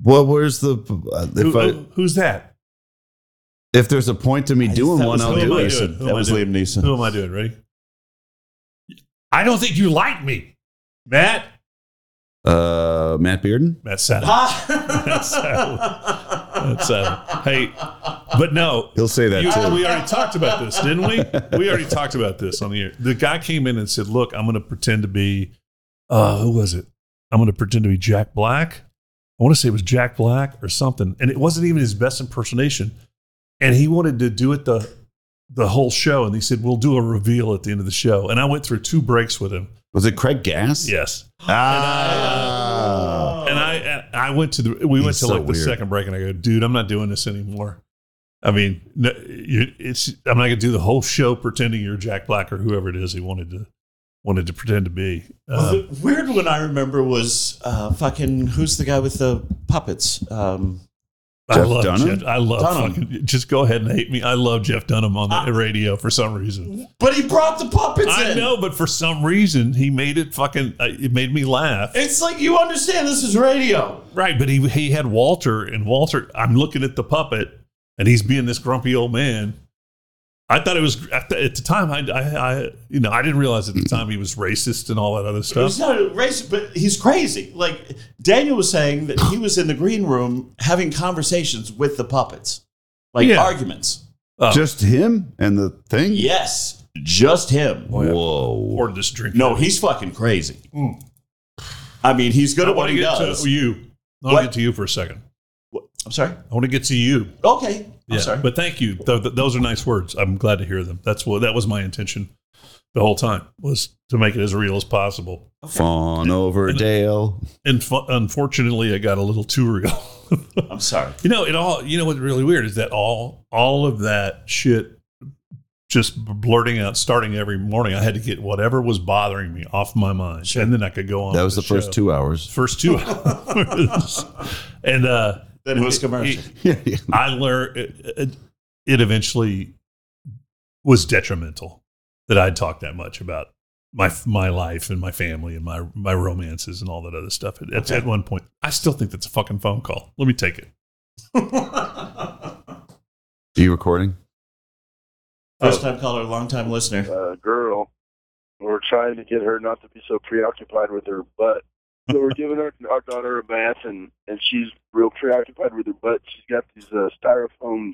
Speaker 3: well, where's the uh, if
Speaker 1: Who-
Speaker 3: I,
Speaker 1: who- who's that?
Speaker 3: if there's a point to me
Speaker 2: I-
Speaker 3: doing
Speaker 2: that
Speaker 3: one,
Speaker 2: was
Speaker 3: I'll
Speaker 1: Liam
Speaker 3: do
Speaker 1: Neeson.
Speaker 3: it.
Speaker 1: Who am
Speaker 2: That
Speaker 1: I
Speaker 2: was
Speaker 1: doing?
Speaker 2: Liam Neeson.
Speaker 1: Who am I
Speaker 2: [LAUGHS]
Speaker 1: doing? Ready? I don't think you like me, Matt.
Speaker 3: Uh, Matt Bearden.
Speaker 1: Matt Saddam.
Speaker 2: Ah.
Speaker 1: [LAUGHS] That's
Speaker 2: Ha!
Speaker 1: That's uh, hey, but no,
Speaker 3: He'll say that
Speaker 1: you-
Speaker 3: too.
Speaker 1: we already talked about this, didn't we? We already talked about this on the air. The guy came in and said, "Look, I'm going to pretend to be, uh, who was it? I'm going to pretend to be Jack Black. I want to say it was Jack Black or something, and it wasn't even his best impersonation. And he wanted to do it the the whole show, and he said, "We'll do a reveal at the end of the show." And I went through two breaks with him.
Speaker 3: Was it Craig Gass?
Speaker 1: Yes,
Speaker 3: Ah.
Speaker 1: and I and I went to the we went
Speaker 3: He's
Speaker 1: to
Speaker 3: so
Speaker 1: like the
Speaker 3: weird.
Speaker 1: second break, and I go, dude, I'm not doing this anymore. I mean, no, you, it's I'm not gonna do the whole show pretending you're Jack Black or whoever it is he wanted to wanted to pretend to be.
Speaker 2: Well,
Speaker 1: Um,
Speaker 2: the weird one I remember was uh, fucking who's the guy with the puppets? Um,
Speaker 1: I
Speaker 3: Jeff
Speaker 1: love
Speaker 3: Dunham?
Speaker 1: Jeff, I love
Speaker 2: Dunham.
Speaker 1: fucking just go ahead and hate me. I love Jeff Dunham on the
Speaker 2: Ah.
Speaker 1: radio for some reason.
Speaker 2: but he brought the puppets
Speaker 1: I
Speaker 2: in.
Speaker 1: know, but for some reason he made it fucking. Uh, it made me laugh.
Speaker 2: It's like you understand this is radio.
Speaker 1: Right, but he he had Walter, and Walter. I'm looking at the puppet, and he's being this grumpy old man. I thought it was at the, at the time. I, I, I, you know, I didn't realize at the time he was racist and all that other
Speaker 2: He's
Speaker 1: stuff.
Speaker 2: not a racist, but he's crazy. Like Daniel was saying that he was in the green room having conversations with the puppets, like
Speaker 1: Yeah.
Speaker 2: arguments.
Speaker 1: Oh.
Speaker 3: Just him and the thing.
Speaker 2: Yes, just him.
Speaker 3: Whoa.
Speaker 1: Poured this drink.
Speaker 2: No, he's fucking crazy. I mean, he's good
Speaker 1: Mm. I
Speaker 2: at what
Speaker 1: want to
Speaker 2: he
Speaker 1: get
Speaker 2: does.
Speaker 1: to you. I want
Speaker 2: What?
Speaker 1: to get to you for a second.
Speaker 2: What- I'm sorry.
Speaker 1: I want to get to you.
Speaker 2: Okay,
Speaker 1: Yeah,
Speaker 2: I'm sorry.
Speaker 1: but thank you. Th- th- those are nice words. I'm glad to hear them. That's what that was my intention the whole time was to make it as real as possible.
Speaker 3: Fawn over Dale.
Speaker 1: And fu- unfortunately, it got a little too real. [LAUGHS]
Speaker 2: I'm sorry.
Speaker 1: You know, it all. You know what's really weird is that all all of that shit, just blurting out, starting every morning. I had to get whatever was bothering me off my mind, and then I could go on.
Speaker 3: That
Speaker 1: with
Speaker 3: was the first
Speaker 1: show.
Speaker 3: two hours.
Speaker 1: First two hours, and uh,
Speaker 2: Then it was commercial.
Speaker 1: it-
Speaker 3: [LAUGHS] Yeah, yeah.
Speaker 1: I learned it, it, it eventually was detrimental that I'd talked that much about my my life and my family and my my romances and all that other stuff. At, at,
Speaker 2: Okay.
Speaker 1: at one point, I still think that's a fucking phone call. Let me take it.
Speaker 3: Are you recording?
Speaker 2: First time caller, long time listener.
Speaker 4: uh, girl. We We're trying to get her not to be so preoccupied with her butt. So we're giving our, our daughter a bath, and, and she's real preoccupied with her butt. She's got these uh, styrofoam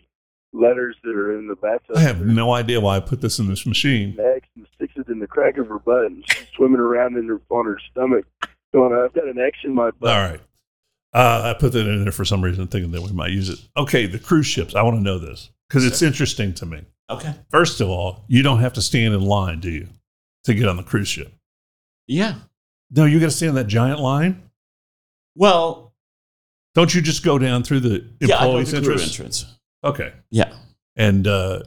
Speaker 4: letters that are in the
Speaker 1: [LAUGHS]
Speaker 4: bathtub.
Speaker 1: I have no idea why I put this in this machine.
Speaker 4: Next and sticks it in in the crack of her butt, and she's swimming around in her on her stomach, going, "I've got an X in my butt."
Speaker 1: All right. Uh, I put that in there for some reason, thinking that we might use it. Okay, the cruise ships. I want to know this because it's interesting to me.
Speaker 2: Okay.
Speaker 1: First of all, you don't have to stand in line, do you, to get on the cruise ship?
Speaker 2: Yeah.
Speaker 1: No, you got to stand in that giant line.
Speaker 2: Well,
Speaker 1: Don't you just go down through the
Speaker 2: yeah, I know
Speaker 1: employees'
Speaker 2: the crew
Speaker 1: entrance?
Speaker 2: entrance.
Speaker 1: Okay,
Speaker 2: Yeah.
Speaker 1: and uh,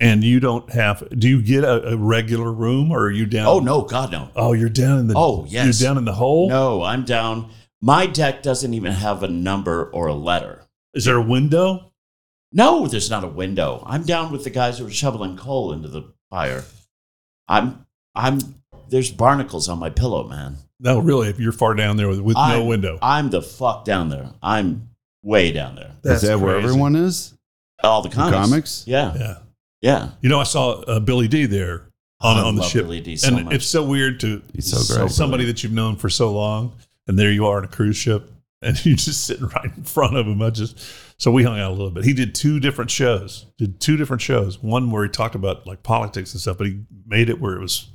Speaker 1: and you don't have. Do you get a, a regular room, or are you down?
Speaker 2: Oh no, God no.
Speaker 1: Oh, you're down in the.
Speaker 2: Oh, yes.
Speaker 1: You're down in the hole.
Speaker 2: No, I'm down. My deck doesn't even have a number or a letter.
Speaker 1: Is there a window?
Speaker 2: No, there's not a window. I'm down with the guys who are shoveling coal into the fire. I'm I'm there's barnacles on my pillow, man.
Speaker 1: No, really. If you're far down there with, with
Speaker 2: I-
Speaker 1: no window,
Speaker 2: I'm the fuck down there. I'm way down there.
Speaker 3: Is that where
Speaker 1: crazy.
Speaker 3: everyone is?
Speaker 2: All the
Speaker 3: The
Speaker 2: comics.
Speaker 3: comics?
Speaker 2: Yeah.
Speaker 1: Yeah.
Speaker 2: Yeah.
Speaker 1: You know, I saw uh, Billy D there on
Speaker 2: I
Speaker 1: on the
Speaker 2: love
Speaker 1: ship,
Speaker 2: Billy D so
Speaker 1: and
Speaker 2: much.
Speaker 1: it's so weird to
Speaker 3: He's so great.
Speaker 1: somebody that you've known for so long, and there you are on a cruise ship, and [LAUGHS] you're just sitting right in front of him. I just so we hung out a little bit. He did two different shows, did two different shows. One where he talked about like politics and stuff, but he made it where it was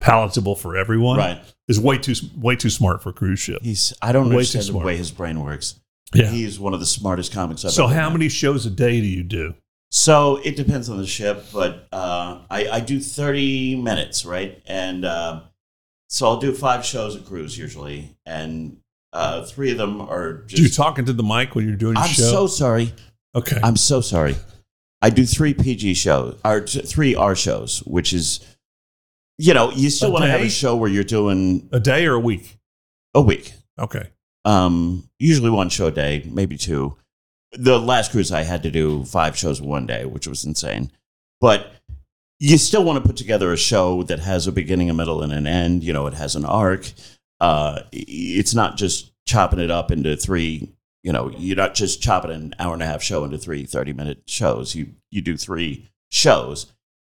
Speaker 1: palatable for everyone.
Speaker 2: right.
Speaker 1: is way too way too smart for a cruise ship.
Speaker 2: He's I don't
Speaker 1: Way too
Speaker 2: understand the
Speaker 1: smart.
Speaker 2: way his brain works.
Speaker 1: Yeah.
Speaker 2: He's one of the smartest comics I've
Speaker 1: so
Speaker 2: ever
Speaker 1: how
Speaker 2: met.
Speaker 1: many shows a day do you do?
Speaker 2: So it depends on the ship, but uh, I, I do 30 minutes, right? And uh, so I'll do five shows a cruise usually, and uh, three of them are
Speaker 1: Do you
Speaker 2: just.
Speaker 1: talking to the mic when you're doing your
Speaker 2: I'm
Speaker 1: show?
Speaker 2: so sorry.
Speaker 1: okay.
Speaker 2: I'm so sorry. I do three PG shows, or t- three R shows, which is, you know, you still
Speaker 1: A
Speaker 2: want to have
Speaker 1: day?
Speaker 2: a show where you're doing
Speaker 1: a day or a week?
Speaker 2: a week.
Speaker 1: Okay.
Speaker 2: um, usually one show a day, maybe two. The last cruise I had to do five shows in one day, which was insane. But you still want to put together a show that has a beginning, a middle, and an end. You know, it has an arc. Uh, i- it's not just chopping it up into three. You know, you're not just chopping an hour and a half show into three 30 minute shows. You you do three shows,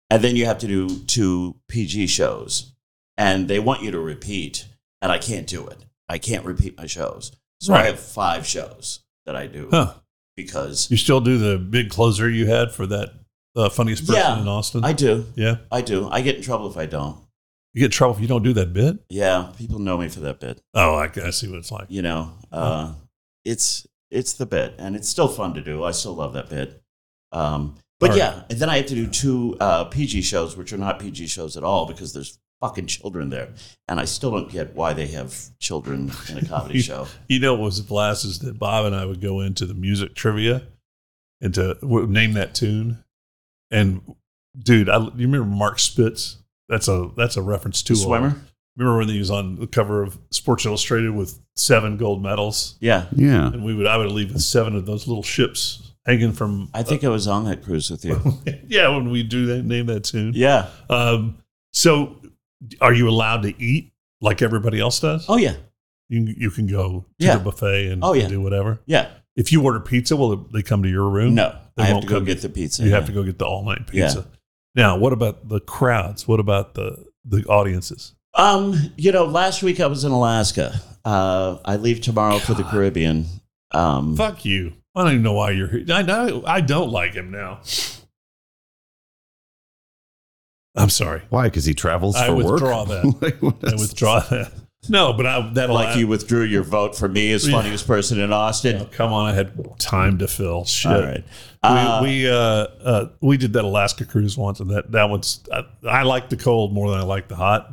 Speaker 2: and then you have to do two PG shows, and they want you to repeat, and I can't do it. I can't repeat my shows, so
Speaker 1: Right.
Speaker 2: I have five shows that I do
Speaker 1: Huh.
Speaker 2: because
Speaker 1: You still do the big closer you had for that uh, funniest person
Speaker 2: Yeah,
Speaker 1: in Austin?
Speaker 2: I do,
Speaker 1: yeah.
Speaker 2: I do. I get in trouble if I don't.
Speaker 1: You get in trouble if you don't do that bit?
Speaker 2: Yeah, people know me for that bit.
Speaker 1: Oh, I, I see what it's like.
Speaker 2: you know uh, it's it's the bit and it's still fun to do i still love that bit um, but
Speaker 1: All right.
Speaker 2: yeah and then i have to do two uh, pg shows which are not pg shows at all because there's fucking children there and i still don't get why they have children in
Speaker 1: [LAUGHS]
Speaker 2: a comedy show
Speaker 1: You know what was a blast is that Bob and I would go into the music trivia and to w- name that tune. And dude, I, you remember Mark Spitz? That's a that's a reference to
Speaker 2: The swimmer
Speaker 1: Remember when he was on the cover of Sports Illustrated with seven gold medals,
Speaker 2: yeah
Speaker 3: Yeah.
Speaker 1: and we would I would leave with seven of those little ships hanging from.
Speaker 2: i think i was on that cruise
Speaker 1: [LAUGHS]
Speaker 2: with you
Speaker 1: yeah, when we do that, name that tune.
Speaker 2: yeah
Speaker 1: Um, so, are you allowed to eat like everybody else does?
Speaker 2: oh yeah
Speaker 1: You, you can go to
Speaker 2: Yeah.
Speaker 1: the buffet and
Speaker 2: Oh, yeah.
Speaker 1: do whatever.
Speaker 2: yeah
Speaker 1: If you order pizza, will it, they come to your room?
Speaker 2: no
Speaker 1: They
Speaker 2: i have
Speaker 1: won't
Speaker 2: to go
Speaker 1: come.
Speaker 2: get the pizza
Speaker 1: You have to go get the all night
Speaker 2: Yeah.
Speaker 1: pizza. Now, what about the crowds? What about the, the audiences?
Speaker 2: Um, you know, last week I was in Alaska. Uh, I leave tomorrow for the Caribbean. Um,
Speaker 1: Fuck you. I don't even know why you're here. I, know I don't like him now. I'm sorry.
Speaker 3: Why? Because he travels
Speaker 1: I
Speaker 3: for work. [LAUGHS]
Speaker 1: withdraw that.
Speaker 3: Like, what
Speaker 1: I
Speaker 2: [LAUGHS]
Speaker 3: is-
Speaker 1: withdraw that. No, but I, that'll
Speaker 2: like you withdrew your vote for me as
Speaker 1: Yeah.
Speaker 2: funniest person in Austin.
Speaker 1: Oh, come on, I had time to fill. Shit.
Speaker 2: All right.
Speaker 1: We,
Speaker 2: Uh,
Speaker 1: we uh, uh, we did that Alaska cruise once, and that that one's I, I like the cold more than I like the hot,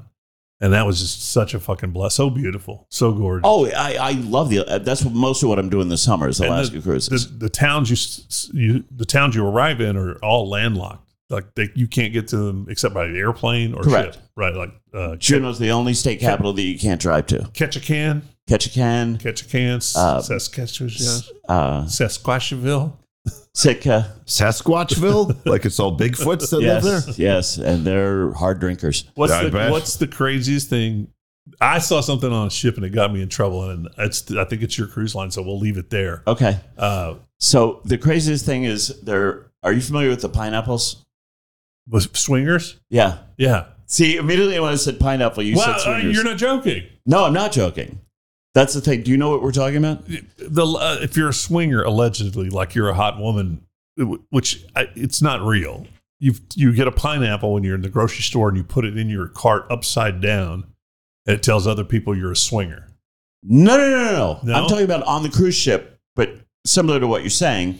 Speaker 1: and that was just such a fucking bless. So beautiful, so gorgeous.
Speaker 2: oh, I, I love the. Uh, that's what, most of what I'm doing this summer is
Speaker 1: And the-
Speaker 2: Alaska
Speaker 1: the,
Speaker 2: cruises.
Speaker 1: the towns you, s- s- you the towns you arrive in are all landlocked. Like they, you can't get to them except by airplane or
Speaker 2: Correct.
Speaker 1: ship, right? Like uh,
Speaker 2: Juneau's the only state capital that you can't drive to.
Speaker 1: Ketchikan,
Speaker 2: Ketchikan,
Speaker 1: Ketchikan, S-
Speaker 2: Um,
Speaker 1: Saskatchewan,
Speaker 2: uh,
Speaker 1: Sasquatchville.
Speaker 2: Sitka.
Speaker 1: [LAUGHS]
Speaker 3: Sasquatchville? like it's all Bigfoots that live there?
Speaker 2: Yes, yes, and they're hard drinkers.
Speaker 1: What's
Speaker 3: Yeah, I
Speaker 1: the
Speaker 3: bet.
Speaker 1: What's the craziest thing? I saw something on a ship and it got me in trouble, and it's I think it's your cruise line, so we'll leave it there.
Speaker 2: Okay,
Speaker 1: Uh,
Speaker 2: so the craziest thing is there. Are you familiar with the pineapples?
Speaker 1: was swingers?
Speaker 2: Yeah.
Speaker 1: Yeah.
Speaker 2: See, immediately when I said pineapple, you
Speaker 1: well,
Speaker 2: said
Speaker 1: uh,
Speaker 2: swingers.
Speaker 1: you're not joking.
Speaker 2: no, I'm not joking. That's the thing. Do you know what we're talking about?
Speaker 1: The uh, if you're a swinger, allegedly, like you're a hot woman, which I, it's not real. you you get a pineapple when you're in the grocery store and you put it in your cart upside down, and it tells other people you're a swinger.
Speaker 2: No, no, no, no, no.
Speaker 1: No?
Speaker 2: I'm talking about on the cruise ship, but similar to what you're saying,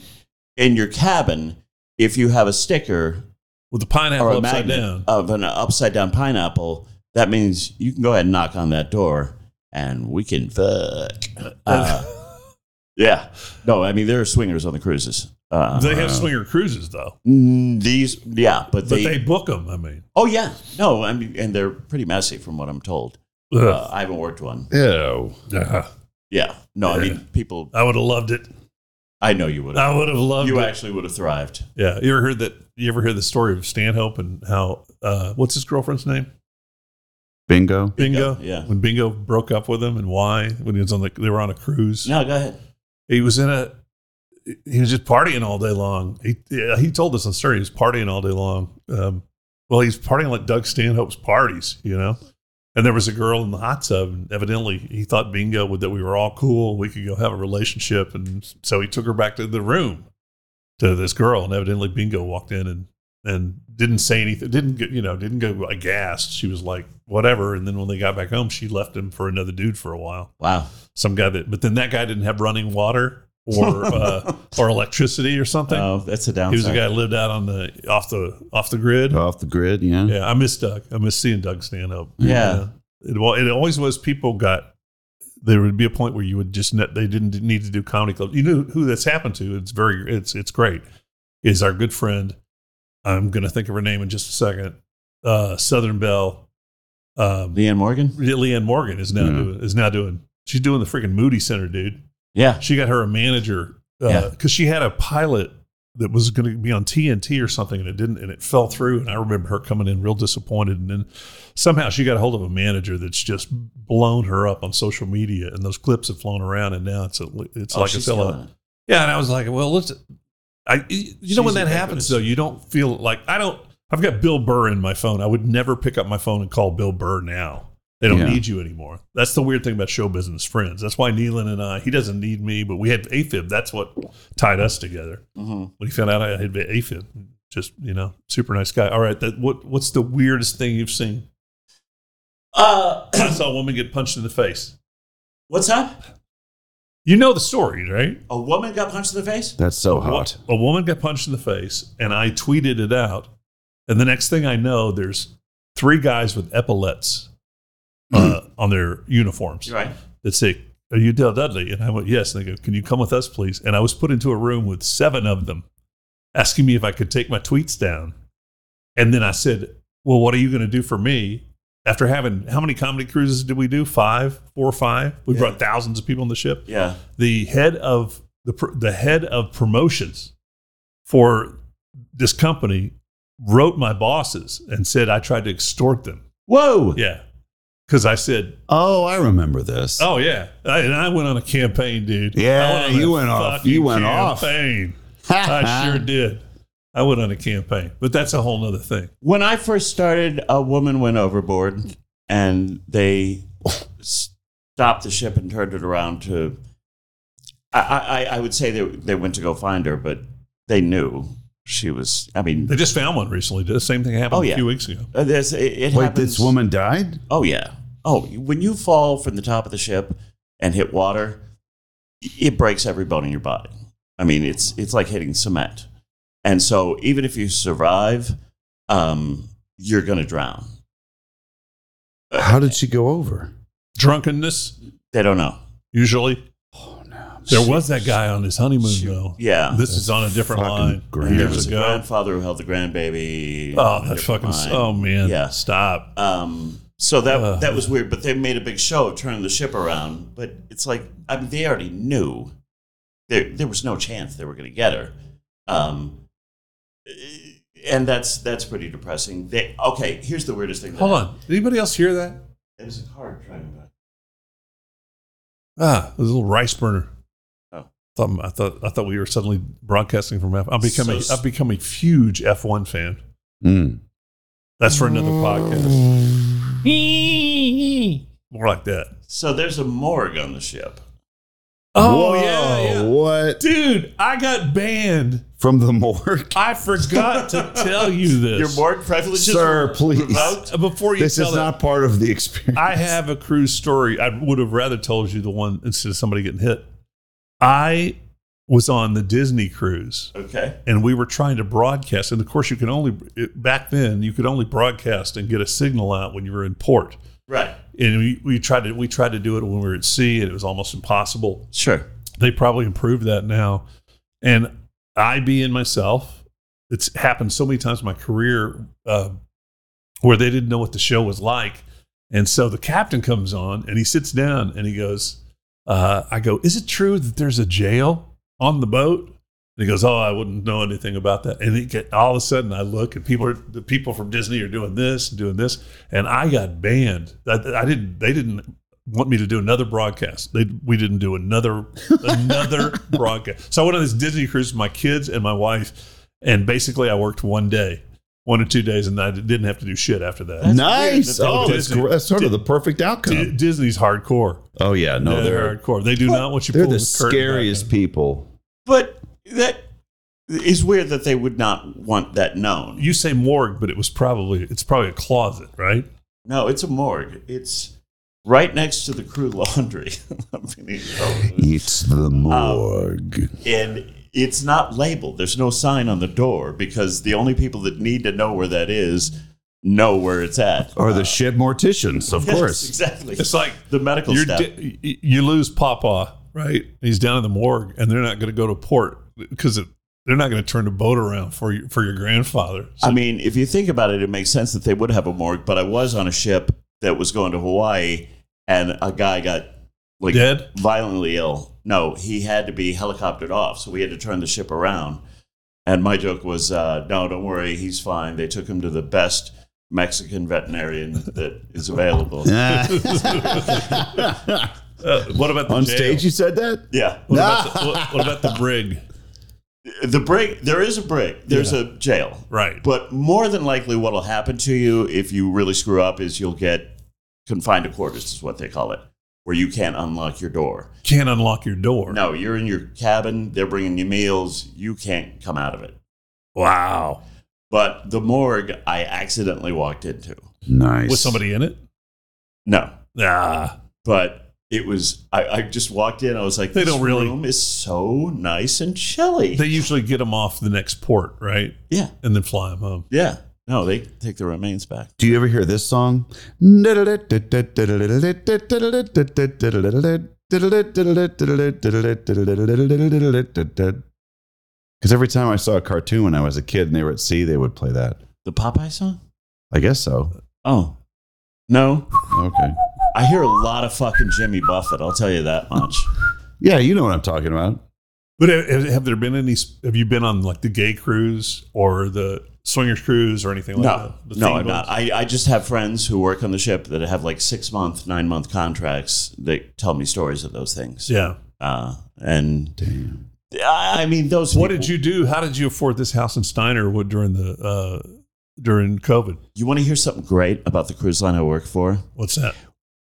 Speaker 2: in your cabin, if you have a sticker
Speaker 1: With the pineapple
Speaker 2: or a
Speaker 1: upside
Speaker 2: magnet
Speaker 1: down.
Speaker 2: of an upside down pineapple, that means you can go ahead and knock on that door and we
Speaker 1: [LAUGHS]
Speaker 2: can fuck. Uh, yeah. No, I mean, there are swingers on the cruises. Uh,
Speaker 1: they have swinger cruises though,
Speaker 2: mm, These, yeah,
Speaker 1: but
Speaker 2: but they,
Speaker 1: they, book them. I mean,
Speaker 2: Oh, yeah. No, I mean, and they're pretty messy from what I'm told. Uh,
Speaker 1: Ugh.
Speaker 2: I haven't worked one.
Speaker 3: Ew.
Speaker 1: Yeah.
Speaker 2: Yeah. No, I
Speaker 1: Yeah.
Speaker 2: mean, people,
Speaker 1: I would have loved it.
Speaker 2: I know you would have.
Speaker 1: I would have loved
Speaker 2: You
Speaker 1: it.
Speaker 2: actually would have thrived.
Speaker 1: Yeah, you ever heard that? You ever hear the story of Stanhope and how? Uh, what's his girlfriend's name?
Speaker 3: Bingo.
Speaker 1: Bingo.
Speaker 2: Bingo, yeah.
Speaker 1: When Bingo broke up with him and why? When he was on the, they were on a cruise.
Speaker 2: No, go ahead.
Speaker 1: He was in a. He was just partying all day long. He yeah, he told us on story he was partying all day long. Um, well, he's partying like Doug Stanhope's parties, you know. And there was a girl in the hot tub, and evidently he thought Bingo would, that we were all cool, we could go have a relationship, and so he took her back to the room to this girl, and evidently Bingo walked in and and didn't say anything, didn't get, you know, didn't go aghast. She was like whatever, and then when they got back home, she left him for another dude for a while
Speaker 2: Wow.
Speaker 1: some guy that but then that guy didn't have running water
Speaker 2: [LAUGHS]
Speaker 1: or uh, or electricity or something
Speaker 2: Oh, that's a downside.
Speaker 1: he was a guy that lived out on the off the off the grid
Speaker 2: Oh.
Speaker 3: Off the grid. Yeah.
Speaker 1: yeah i miss doug i miss seeing doug stand up
Speaker 2: Yeah.
Speaker 1: it, well it always was people got there would be a point where you would just net, they didn't need to do comedy club you know who that's happened to it's very it's it's great is our good friend i'm going to think of her name in just a second uh, southern belle um,
Speaker 2: Leanne Morgan?
Speaker 1: leanne morgan is now
Speaker 2: Hmm.
Speaker 3: Yeah.
Speaker 1: doing is now doing she's doing the freaking moody center dude
Speaker 2: Yeah.
Speaker 1: she got her a manager because
Speaker 2: Yeah.
Speaker 1: she had a pilot that was going to be on TNT or something, and it didn't, and it fell through. And I remember her coming in real disappointed, and then somehow she got a hold of a manager that's just blown her up on social media, and those clips have flown around, and now it's a, it's
Speaker 2: Oh,
Speaker 1: like a
Speaker 2: she's
Speaker 1: sellout.
Speaker 2: killing it.
Speaker 1: Yeah, and I was like, well, let's. I you
Speaker 2: She's
Speaker 1: know when that
Speaker 2: ubiquitous.
Speaker 1: happens though, you don't feel like I don't. I've got Bill Burr in my phone. I would never pick up my phone and call Bill Burr now. They don't
Speaker 3: Yeah.
Speaker 1: need you anymore. That's the weird thing about show business friends. That's why Neelan and I. He doesn't need me, but we had AFib. That's what tied us together.
Speaker 2: Mhm.
Speaker 1: When he found out I had AFib, just you know, super nice guy. All right, that what what's the weirdest thing you've seen? [CLEARS THROAT]
Speaker 2: Uh, [COUGHS]
Speaker 1: I saw a woman get punched in the face.
Speaker 2: what's up?
Speaker 1: You know the story, right?
Speaker 2: A woman got punched in the face?
Speaker 3: That's so
Speaker 1: Wo-
Speaker 3: hot.
Speaker 1: A woman got punched in the face, and I tweeted it out. And the next thing I know, there's three guys with
Speaker 2: [CLEARS THROAT]
Speaker 1: epaulets uh, on their uniforms
Speaker 2: You're right.
Speaker 1: that say, Are you Dale Dudley? And I went, Yes. And they go, Can you come with us, please? And I was put into a room with seven of them asking me if I could take my tweets down. And then I said, Well, what are you going to do for me? After having how many comedy cruises did we do? Five, four or five? We
Speaker 2: Yeah.
Speaker 1: brought thousands of people on the ship
Speaker 2: Yeah.
Speaker 1: the head of the pr- the head of promotions for this company wrote my bosses and said I tried to extort them.
Speaker 3: Whoa.
Speaker 1: Yeah. Cause I said,
Speaker 3: Oh, I remember this.
Speaker 1: "Oh yeah," I, and I went on a campaign, dude.
Speaker 3: Yeah,
Speaker 1: I on
Speaker 3: you
Speaker 1: a
Speaker 3: went off.
Speaker 1: fucking
Speaker 3: You went off. [LAUGHS]
Speaker 1: campaign. I sure did. I went on a campaign, but that's a whole nother thing.
Speaker 2: When I first started, a woman went overboard and they stopped the ship and turned it around to. I, I, I- I would say they, they went to go find her, but they knew she was. I mean,
Speaker 1: They just found one recently. The same thing happened
Speaker 2: Oh,
Speaker 1: a
Speaker 2: yeah.
Speaker 1: few weeks ago.
Speaker 2: uh, there's, it, it
Speaker 3: Wait,
Speaker 2: happens.
Speaker 3: this woman died?
Speaker 2: Oh yeah. Oh, when you fall from the top of the ship and hit water, it breaks every bone in your body. I mean, it's it's like hitting cement. And so, even if you survive, um, you're gonna drown.
Speaker 3: How did she go over?
Speaker 1: Drunkenness,
Speaker 2: They don't know.
Speaker 1: usually.
Speaker 3: Oh no.
Speaker 1: There was that guy on his honeymoon
Speaker 2: Shoot.
Speaker 1: though.
Speaker 2: Yeah.
Speaker 1: This is on a different
Speaker 3: Fucking
Speaker 1: line.
Speaker 3: great.
Speaker 2: And there
Speaker 1: Years
Speaker 2: was a
Speaker 1: ago,
Speaker 2: grandfather who held the grandbaby.
Speaker 1: Oh, that's fucking.
Speaker 2: Never mind.
Speaker 1: Oh man,
Speaker 2: Yeah.
Speaker 1: Stop.
Speaker 2: Um, so that
Speaker 1: Ugh.
Speaker 2: that was weird, but they made a big show of turning the ship around. But it's like I mean, they already knew there there was no chance they were going to get her, um, and that's that's pretty depressing. They okay, here's the weirdest thing. that
Speaker 1: Hold
Speaker 2: happened.
Speaker 1: on. Did anybody else hear that?
Speaker 2: There was a car driving by.
Speaker 1: Ah, it was a little rice burner.
Speaker 2: Oh.
Speaker 1: Thought, I thought I thought we were suddenly broadcasting from F. I've become
Speaker 2: So-
Speaker 1: a, I've become a huge F one fan.
Speaker 3: Mm.
Speaker 1: That's for another podcast. More like that.
Speaker 2: So there's a morgue on the ship,
Speaker 1: Oh
Speaker 3: Whoa,
Speaker 1: yeah, yeah.
Speaker 3: What?
Speaker 1: Dude, I got banned.
Speaker 3: From the morgue?
Speaker 1: I forgot to tell
Speaker 2: [LAUGHS]
Speaker 1: you this. Uh,
Speaker 2: Your morgue privileges,
Speaker 3: Sir,
Speaker 2: were
Speaker 3: please.
Speaker 2: revoked?
Speaker 1: Before you
Speaker 3: This
Speaker 1: tell
Speaker 3: is
Speaker 1: that,
Speaker 3: not part of the experience.
Speaker 1: I have a cruise story. I would have rather told you the one instead of somebody getting hit. I was on the Disney cruise
Speaker 2: Okay.
Speaker 1: and we were trying to broadcast. And of course, you can only, it- back then, you could only broadcast and get a signal out when you were in port.
Speaker 2: Right.
Speaker 1: And we, we tried to we tried to do it when we were at sea, and it was almost impossible.
Speaker 2: Sure.
Speaker 1: They probably improved that now. And I being myself, it's happened so many times in my career uh, where they didn't know what the show was like. And so the captain comes on and he sits down and he goes, uh, I go, is it true that there's a jail on the boat? And he goes, oh, I wouldn't know anything about that. And it get, all of a sudden I look and people are, the people from Disney are doing this and doing this. And I got banned. I, I didn't, they didn't want me to do another broadcast. They, we didn't do another, another broadcast. So I went on this Disney cruise with my kids and my wife. And basically I worked one day, one or two days. And I didn't have to do shit after that.
Speaker 2: That's
Speaker 3: nice.
Speaker 2: weird that they
Speaker 3: Oh,
Speaker 1: did
Speaker 3: that's,
Speaker 1: that.
Speaker 3: gr- that's sort of
Speaker 1: Di-
Speaker 3: the perfect outcome.
Speaker 1: Di- Disney's hardcore.
Speaker 3: oh, yeah.
Speaker 1: they're,
Speaker 3: No, they're,
Speaker 1: hardcore. They do not want you.
Speaker 3: they're
Speaker 1: pull
Speaker 3: the
Speaker 1: curtain back.
Speaker 3: scariest people.
Speaker 2: But that is weird that they would not want that known.
Speaker 1: You say morgue, but it was probably it's probably a closet, right?
Speaker 2: No, it's a morgue. It's right next to the crew laundry. [LAUGHS] I mean,
Speaker 3: It's
Speaker 1: Oh.
Speaker 3: the morgue.
Speaker 2: and it's not labeled. There's no sign on the door because the only people that need to know where that is know where it's at.
Speaker 3: or the shit morticians, of
Speaker 2: [LAUGHS] Yes,
Speaker 3: course.
Speaker 2: exactly.
Speaker 1: It's like
Speaker 2: the medical
Speaker 1: You're
Speaker 2: staff.
Speaker 1: di- y- you lose Papa, right? He's down in the morgue, and they're not going to go to port because they're not going to turn the boat around for you, for your grandfather. So
Speaker 2: I mean, if you think about it, it makes sense that they would have a morgue. But I was on a ship that was going to Hawaii, and a guy got like
Speaker 1: dead.
Speaker 2: violently ill. No, he had to be helicoptered off, so we had to turn the ship around. And my joke was, uh, "No, don't worry, he's fine." They took him to the best Mexican veterinarian that is available.
Speaker 1: Uh, what about the
Speaker 3: [LAUGHS] On
Speaker 1: jail?
Speaker 3: stage, you said that?
Speaker 2: yeah,
Speaker 1: What about,
Speaker 3: [LAUGHS]
Speaker 1: the, what, what about the brig?
Speaker 2: the brig. There is a brig. There's
Speaker 1: Yeah.
Speaker 2: a jail,
Speaker 1: Right.
Speaker 2: but more than likely, what'll happen to you if you really screw up is you'll get confined to quarters, is what they call it, where you can't unlock your door.
Speaker 1: Can't unlock your door.
Speaker 2: No, you're in your cabin. They're bringing you meals. You can't come out of it.
Speaker 1: Wow.
Speaker 2: But the morgue I accidentally walked into.
Speaker 3: Nice.
Speaker 1: With somebody in it?
Speaker 2: No,
Speaker 1: Ah.
Speaker 2: but it was, I, I just walked in. I was like,
Speaker 1: They
Speaker 2: this
Speaker 1: don't really-
Speaker 2: room is so nice and chilly.
Speaker 1: They usually get them off the next port, right?
Speaker 2: yeah.
Speaker 1: And then fly them home.
Speaker 2: Yeah. No, they take the remains back.
Speaker 3: Do you ever hear this song? Because every time I saw a cartoon when I was a kid and they were at sea, they would play that.
Speaker 2: The Popeye song?
Speaker 3: I guess so.
Speaker 2: Oh. No,
Speaker 3: Okay.
Speaker 2: I hear a lot of fucking Jimmy Buffett. I'll tell you that much.
Speaker 3: Yeah, you know what I'm talking about.
Speaker 1: But have, have there been any? Have you been on like the gay cruise or the swingers cruise or anything like
Speaker 2: No,
Speaker 1: that? The
Speaker 2: no,
Speaker 1: theme
Speaker 2: I'm not.
Speaker 1: boats?
Speaker 2: I, I just have friends who work on the ship that have like six month, nine month contracts that tell me stories of those things.
Speaker 1: Yeah.
Speaker 2: Uh, and I, I mean, those.
Speaker 1: What
Speaker 2: people-
Speaker 1: did you do? How did you afford this house in Steiner Wood during the uh, during COVID?
Speaker 2: You want to hear something great about the cruise line I work for?
Speaker 1: What's that?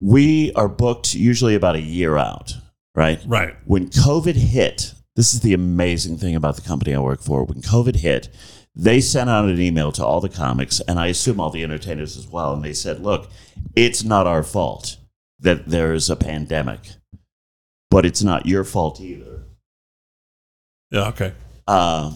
Speaker 2: We are booked usually about a year out, right?
Speaker 1: Right.
Speaker 2: When COVID hit, this is the amazing thing about the company I work for. When COVID hit, they sent out an email to all the comics and I assume all the entertainers as well. And they said, look, it's not our fault that there is a pandemic, but it's not your fault either.
Speaker 1: Yeah. Okay.
Speaker 2: Uh,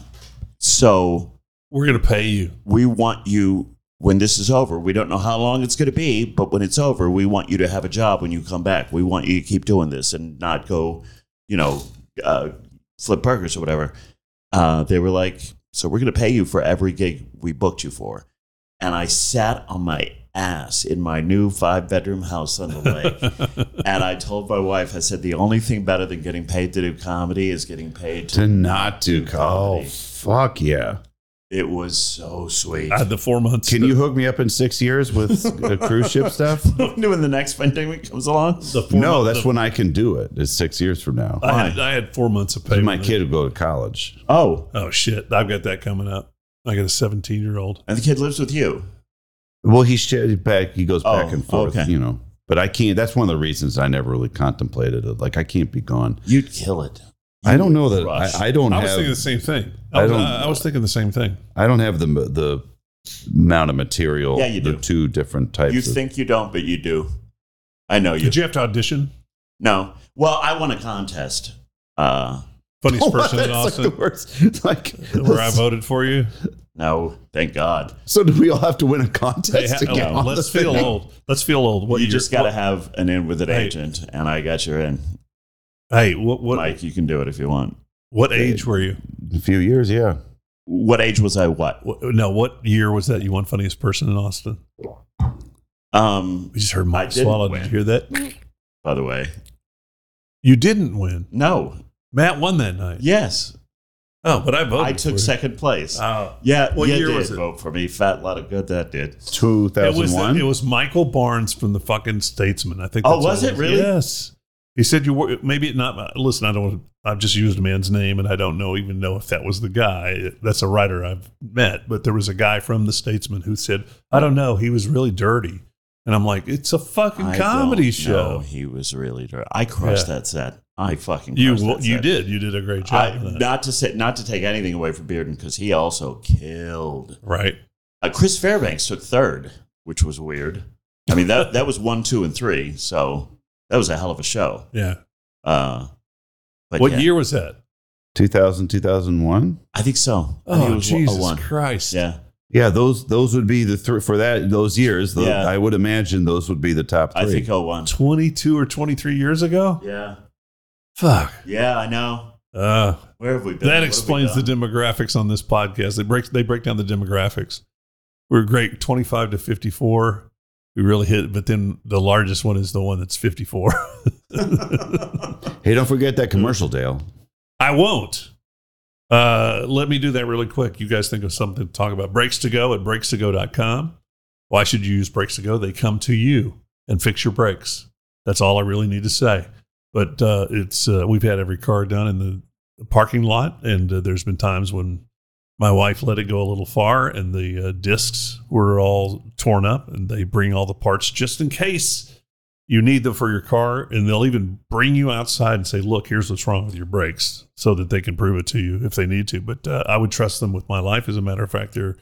Speaker 2: so
Speaker 1: We're gonna pay you.
Speaker 2: we want you when this is over. We don't know how long it's going to be, but when it's over, we want you to have a job when you come back. We want you to keep doing this and not go, you know, uh, flip burgers or whatever. Uh, they were like, so we're going to pay you for every gig we booked you for. And I sat on my ass in my new five bedroom house on the lake. and I told my wife, I said, the only thing better than getting paid to do comedy is getting paid to.
Speaker 3: To not do Oh,
Speaker 2: comedy.
Speaker 3: fuck yeah.
Speaker 2: It was so sweet.
Speaker 1: I had the four months.
Speaker 3: Can you hook me up in six years with uh, cruise ship stuff?
Speaker 2: [LAUGHS] when the next pandemic comes along,
Speaker 1: The four
Speaker 3: No,
Speaker 1: month-
Speaker 3: that's when I can do it. It's six years from now.
Speaker 1: I had, I had four months of payment.
Speaker 3: My kid will go to college.
Speaker 2: Oh,
Speaker 1: Oh shit! I've got that coming up. I got a 17 year old.
Speaker 2: and the kid lives with you.
Speaker 3: Well, he sh- back. He goes back
Speaker 2: Oh,
Speaker 3: and forth.
Speaker 2: okay.
Speaker 3: You know, But I can't. That's one of the reasons I never really contemplated it. Like I can't be gone.
Speaker 2: You'd kill it.
Speaker 3: I don't know that
Speaker 2: Rush.
Speaker 3: I, I don't
Speaker 1: I was
Speaker 3: have.
Speaker 1: thinking the same thing.
Speaker 3: I
Speaker 1: I, was,
Speaker 3: don't-
Speaker 1: I, I was thinking the same thing.
Speaker 3: I don't have the the amount of material.
Speaker 2: Yeah, you
Speaker 3: the
Speaker 2: do.
Speaker 3: Two different types.
Speaker 2: You
Speaker 3: of- [LAUGHS]
Speaker 2: think you don't, but you do. I know you.
Speaker 1: Did you have to audition?
Speaker 2: No. Well, I won a contest. Uh,
Speaker 1: Funniest
Speaker 3: [LAUGHS] Oh,
Speaker 1: person in
Speaker 3: that's
Speaker 1: Austin
Speaker 3: like the worst. It's Like
Speaker 1: where I voted for you.
Speaker 2: no, thank God.
Speaker 3: So do we all have to win a contest
Speaker 1: Hey,
Speaker 3: to get
Speaker 1: ha- oh,
Speaker 3: on
Speaker 1: let's
Speaker 3: the
Speaker 1: feel
Speaker 3: thing?
Speaker 1: old. Let's feel old. What
Speaker 2: you
Speaker 1: year-
Speaker 2: just got to have an in with an
Speaker 1: Hey.
Speaker 2: agent, and I got your in.
Speaker 1: Hey, what what
Speaker 2: Mike, you can do it if you want.
Speaker 1: what age were you?
Speaker 3: A few years, yeah.
Speaker 2: What age was I? What?
Speaker 1: What, no, what year was that? You won funniest person in Austin.
Speaker 2: Um,
Speaker 1: We just heard
Speaker 2: I
Speaker 1: Mike
Speaker 2: didn't
Speaker 1: swallow.
Speaker 2: win.
Speaker 1: Did you hear that?
Speaker 2: by the way,
Speaker 1: You didn't win.
Speaker 2: no.
Speaker 1: Matt won that night.
Speaker 2: Yes,
Speaker 1: Oh, but I voted.
Speaker 2: I
Speaker 1: for
Speaker 2: took
Speaker 1: you.
Speaker 2: second place.
Speaker 1: Oh.
Speaker 2: yeah,
Speaker 1: what
Speaker 2: you
Speaker 1: year
Speaker 2: did
Speaker 1: was it?
Speaker 2: vote for me. Fat lot of good that did.
Speaker 3: Two
Speaker 1: It was,
Speaker 3: thousand
Speaker 1: the- it
Speaker 3: one.
Speaker 1: was Michael Barnes from the fucking Statesman. I think.
Speaker 2: Oh,
Speaker 1: that's
Speaker 2: was
Speaker 1: what
Speaker 2: it really?
Speaker 1: Yes. He said you were maybe not. Listen, I don't. I've just used a man's name, and I don't know even know if that was the guy. That's a writer I've met, but there was a guy from the Statesman who said, "I don't know." He was really dirty, and I'm like, "It's a fucking
Speaker 2: I
Speaker 1: comedy
Speaker 2: don't
Speaker 1: show."
Speaker 2: know. He was really. dr- I crushed that set. I fucking
Speaker 1: You
Speaker 2: crushed
Speaker 1: well,
Speaker 2: that
Speaker 1: you
Speaker 2: set.
Speaker 1: did. You did a great
Speaker 2: I,
Speaker 1: job. in that.
Speaker 2: not to say, not to take anything away from Bearden because he also killed.
Speaker 1: right.
Speaker 2: Uh, Chris Fairbanks took third, which was weird. I mean that that was one, two, and three. So that was a hell of a show.
Speaker 1: Yeah.
Speaker 2: Uh, but
Speaker 1: what
Speaker 2: yeah,
Speaker 1: year was that?
Speaker 3: 2000, 2001?
Speaker 2: I think so. I think
Speaker 1: Oh,
Speaker 2: a
Speaker 1: Jesus
Speaker 2: one.
Speaker 1: Christ!
Speaker 2: Yeah,
Speaker 3: Yeah, those those would be the three for that those years. Those,
Speaker 2: Yeah.
Speaker 3: I would imagine those would be the top three.
Speaker 2: I think oh one.
Speaker 1: Twenty-two or twenty-three years ago.
Speaker 2: Yeah,
Speaker 1: Fuck.
Speaker 2: yeah, I know.
Speaker 1: Uh,
Speaker 2: Where have we been? What
Speaker 1: That
Speaker 2: have we
Speaker 1: explains the
Speaker 2: done?
Speaker 1: demographics on this podcast. They break they break down the demographics. We're great, twenty five to fifty four. We really hit, but then the largest one is the one that's fifty [LAUGHS]
Speaker 2: [LAUGHS]
Speaker 1: four.
Speaker 3: hey, don't forget that commercial, Dale.
Speaker 1: I won't. Uh, let me do that really quick. You guys think of something to talk about. Breaks to go at breaks2go.com. Why should you use breaks to go? They come to you and fix your brakes. That's all I really need to say. But uh, it's uh, we've had every car done in the parking lot, and uh, there's been times when my wife let it go a little far, and the uh, discs were all torn up, and they bring all the parts just in case you need them for your car and they'll even bring you outside and say look here's what's wrong with your brakes so that they can prove it to you if they need to but uh, i would trust them with my life as a matter of fact they're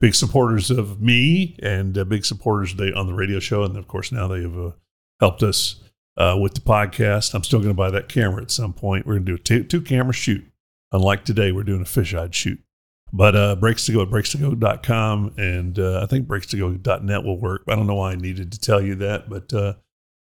Speaker 1: big supporters of me and uh, big supporters they on the radio show and of course now they have uh, helped us uh, with the podcast i'm still going to buy that camera at some point we're going to do a two, two camera shoot unlike today we're doing a fisheye shoot but uh, breaks to go at breaks2go.com and uh, i think breaks to go.net will work i don't know why i needed to tell you that but uh,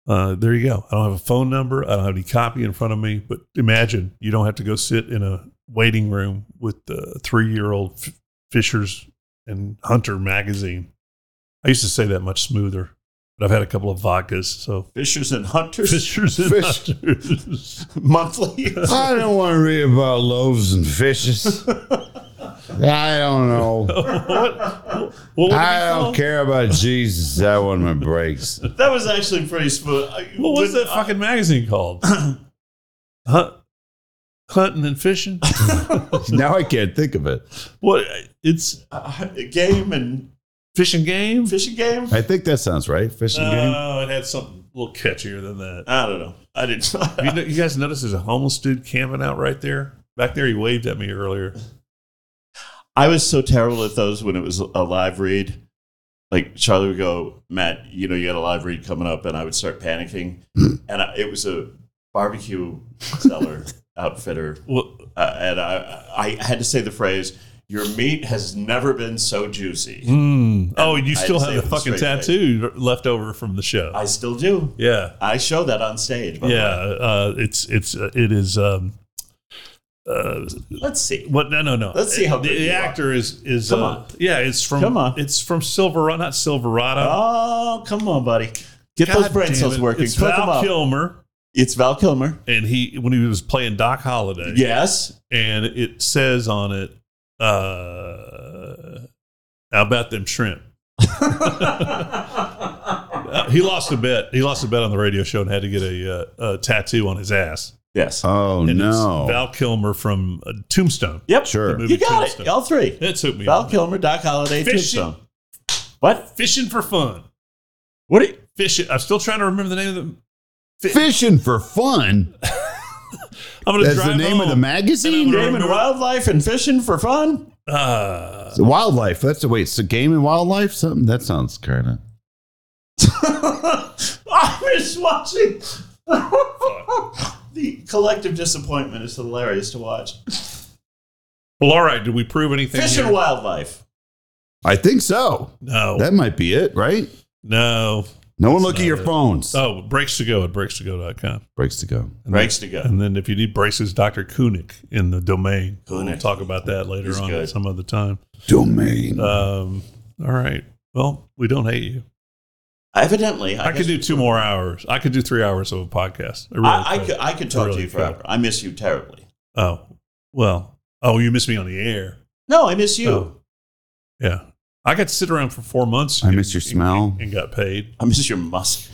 Speaker 1: uh, there you go. I don't have a phone number. I don't have any copy in front of me. But imagine you don't have to go sit in a waiting room with the three-year-old F- Fishers and Hunter magazine. I used to say that much smoother, but I've had a couple of vodkas,
Speaker 2: [LAUGHS]
Speaker 1: so
Speaker 2: Fishers and Hunters
Speaker 1: Fishers and
Speaker 3: Fish.
Speaker 1: Hunters.
Speaker 2: [LAUGHS] monthly.
Speaker 3: I don't want to read about loaves and fishes. I don't know.
Speaker 1: [LAUGHS] what? what would it be called?
Speaker 3: care about Jesus. I want
Speaker 1: [LAUGHS]
Speaker 3: my breaks.
Speaker 2: that was actually pretty uh, smooth. I-
Speaker 1: [LAUGHS] What was
Speaker 2: when
Speaker 1: that
Speaker 2: I-
Speaker 1: fucking magazine
Speaker 2: [CLEARS THROAT]
Speaker 1: called? Hunt, hunting and
Speaker 2: [LAUGHS]
Speaker 1: fishing.
Speaker 3: Now I can't think of it.
Speaker 1: what? It's
Speaker 2: uh, game and
Speaker 1: fishing game.
Speaker 2: fishing game?
Speaker 3: I think that sounds right. Fishing game.
Speaker 1: No, it had something a little catchier than that.
Speaker 2: I don't know. I didn't. [LAUGHS]
Speaker 1: you, know, you guys notice there's a homeless dude camping out right there? Back there, he waved at me earlier.
Speaker 2: I was so terrible at those when it was a live read. Like Charlie would go, Matt, you know, you got a live read coming up, and I would
Speaker 1: [CLEARS THROAT]
Speaker 2: start panicking. and I, it was a barbecue seller [LAUGHS] outfitter,
Speaker 1: Well,
Speaker 2: uh, and I, I had to say the phrase, "Your meat has never been so juicy."
Speaker 1: oh, you
Speaker 2: I had
Speaker 1: still
Speaker 2: to
Speaker 1: have the
Speaker 2: say it with a
Speaker 1: fucking
Speaker 2: straight face.
Speaker 1: tattoo left over from the show.
Speaker 2: I still do.
Speaker 1: yeah,
Speaker 2: I show that on stage. By the
Speaker 1: yeah.
Speaker 2: way.
Speaker 1: Uh, it's it's uh, it is. Um, uh,
Speaker 2: Let's see.
Speaker 1: what? No, no, no.
Speaker 2: Let's see how
Speaker 1: the,
Speaker 2: good
Speaker 1: the
Speaker 2: you are.
Speaker 1: actor is is.
Speaker 2: Come
Speaker 1: uh,
Speaker 2: on.
Speaker 1: Yeah, it's from.
Speaker 2: Come on.
Speaker 1: It's from Silverado, not Silverado.
Speaker 2: Oh, come on, buddy. Get those
Speaker 1: Uh, God
Speaker 2: brain
Speaker 1: damn
Speaker 2: cells
Speaker 1: it.
Speaker 2: working.
Speaker 1: It's
Speaker 2: Cook 'em
Speaker 1: Val
Speaker 2: up.
Speaker 1: Kilmer,
Speaker 2: It's Val Kilmer.
Speaker 1: and he when he was playing Doc Holliday. [LAUGHS]
Speaker 2: Yes.
Speaker 1: and it says on it, uh, "How about them shrimp?" Uh, he lost a bet. He lost a bet on the radio show and had to get a, uh, a tattoo on his ass.
Speaker 2: yes.
Speaker 3: Oh
Speaker 1: And it's
Speaker 3: no.
Speaker 1: Val Kilmer from uh, Tombstone.
Speaker 2: Yep.
Speaker 3: sure.
Speaker 1: movie
Speaker 2: You got it.
Speaker 1: Tombstone.
Speaker 2: All three.
Speaker 1: That took me. a
Speaker 2: Val
Speaker 1: minute.
Speaker 2: Kilmer, Doc Holliday,
Speaker 1: Fishing.
Speaker 2: Tombstone. What?
Speaker 1: Fishing for fun.
Speaker 2: What? Are,
Speaker 1: Fishing. I'm still trying to remember the name of the.
Speaker 3: Fishing for fun.
Speaker 1: I'm gonna
Speaker 3: That's
Speaker 1: drive
Speaker 3: the name of the
Speaker 1: home.
Speaker 3: magazine.
Speaker 1: And I'm
Speaker 2: game and wildlife and fishing for fun. [LAUGHS]
Speaker 1: Uh,
Speaker 3: So wildlife. That's the wait. So game and wildlife. Something that sounds kind of.
Speaker 2: I'm just watching. [LAUGHS] the collective disappointment is hilarious to watch.
Speaker 1: well, all right. Did we prove anything?
Speaker 2: Fish
Speaker 1: here?
Speaker 2: and wildlife.
Speaker 3: I think so.
Speaker 1: No,
Speaker 3: That might be it, right?
Speaker 1: no.
Speaker 3: No one look
Speaker 1: Oh. That's
Speaker 3: at your
Speaker 1: not it.
Speaker 3: phones.
Speaker 1: Oh, breaks to go at breaks2go.com.
Speaker 3: Breaks to go.
Speaker 1: And
Speaker 2: Breaks to go.
Speaker 1: And then if you need braces, Dr. Kunik in the domain. We'll
Speaker 2: Kunik.
Speaker 1: talk about that later
Speaker 2: He's
Speaker 1: on
Speaker 2: good.
Speaker 1: some other time.
Speaker 3: Domain.
Speaker 1: Um, all right. Well, we don't hate you.
Speaker 2: Evidently,
Speaker 1: I,
Speaker 2: I,
Speaker 1: could
Speaker 2: guess-
Speaker 1: do two more hours. I could do three hours of a podcast. I, really
Speaker 2: I, I could. I could talk
Speaker 1: Really
Speaker 2: to you forever. I miss you terribly.
Speaker 1: Oh, well. Oh, you missed me on the air.
Speaker 2: No, I miss you.
Speaker 1: Oh. Yeah. I got to sit around for four months.
Speaker 3: I
Speaker 1: and-
Speaker 3: miss your
Speaker 1: and-
Speaker 3: smell.
Speaker 1: And got paid.
Speaker 2: I miss your musk.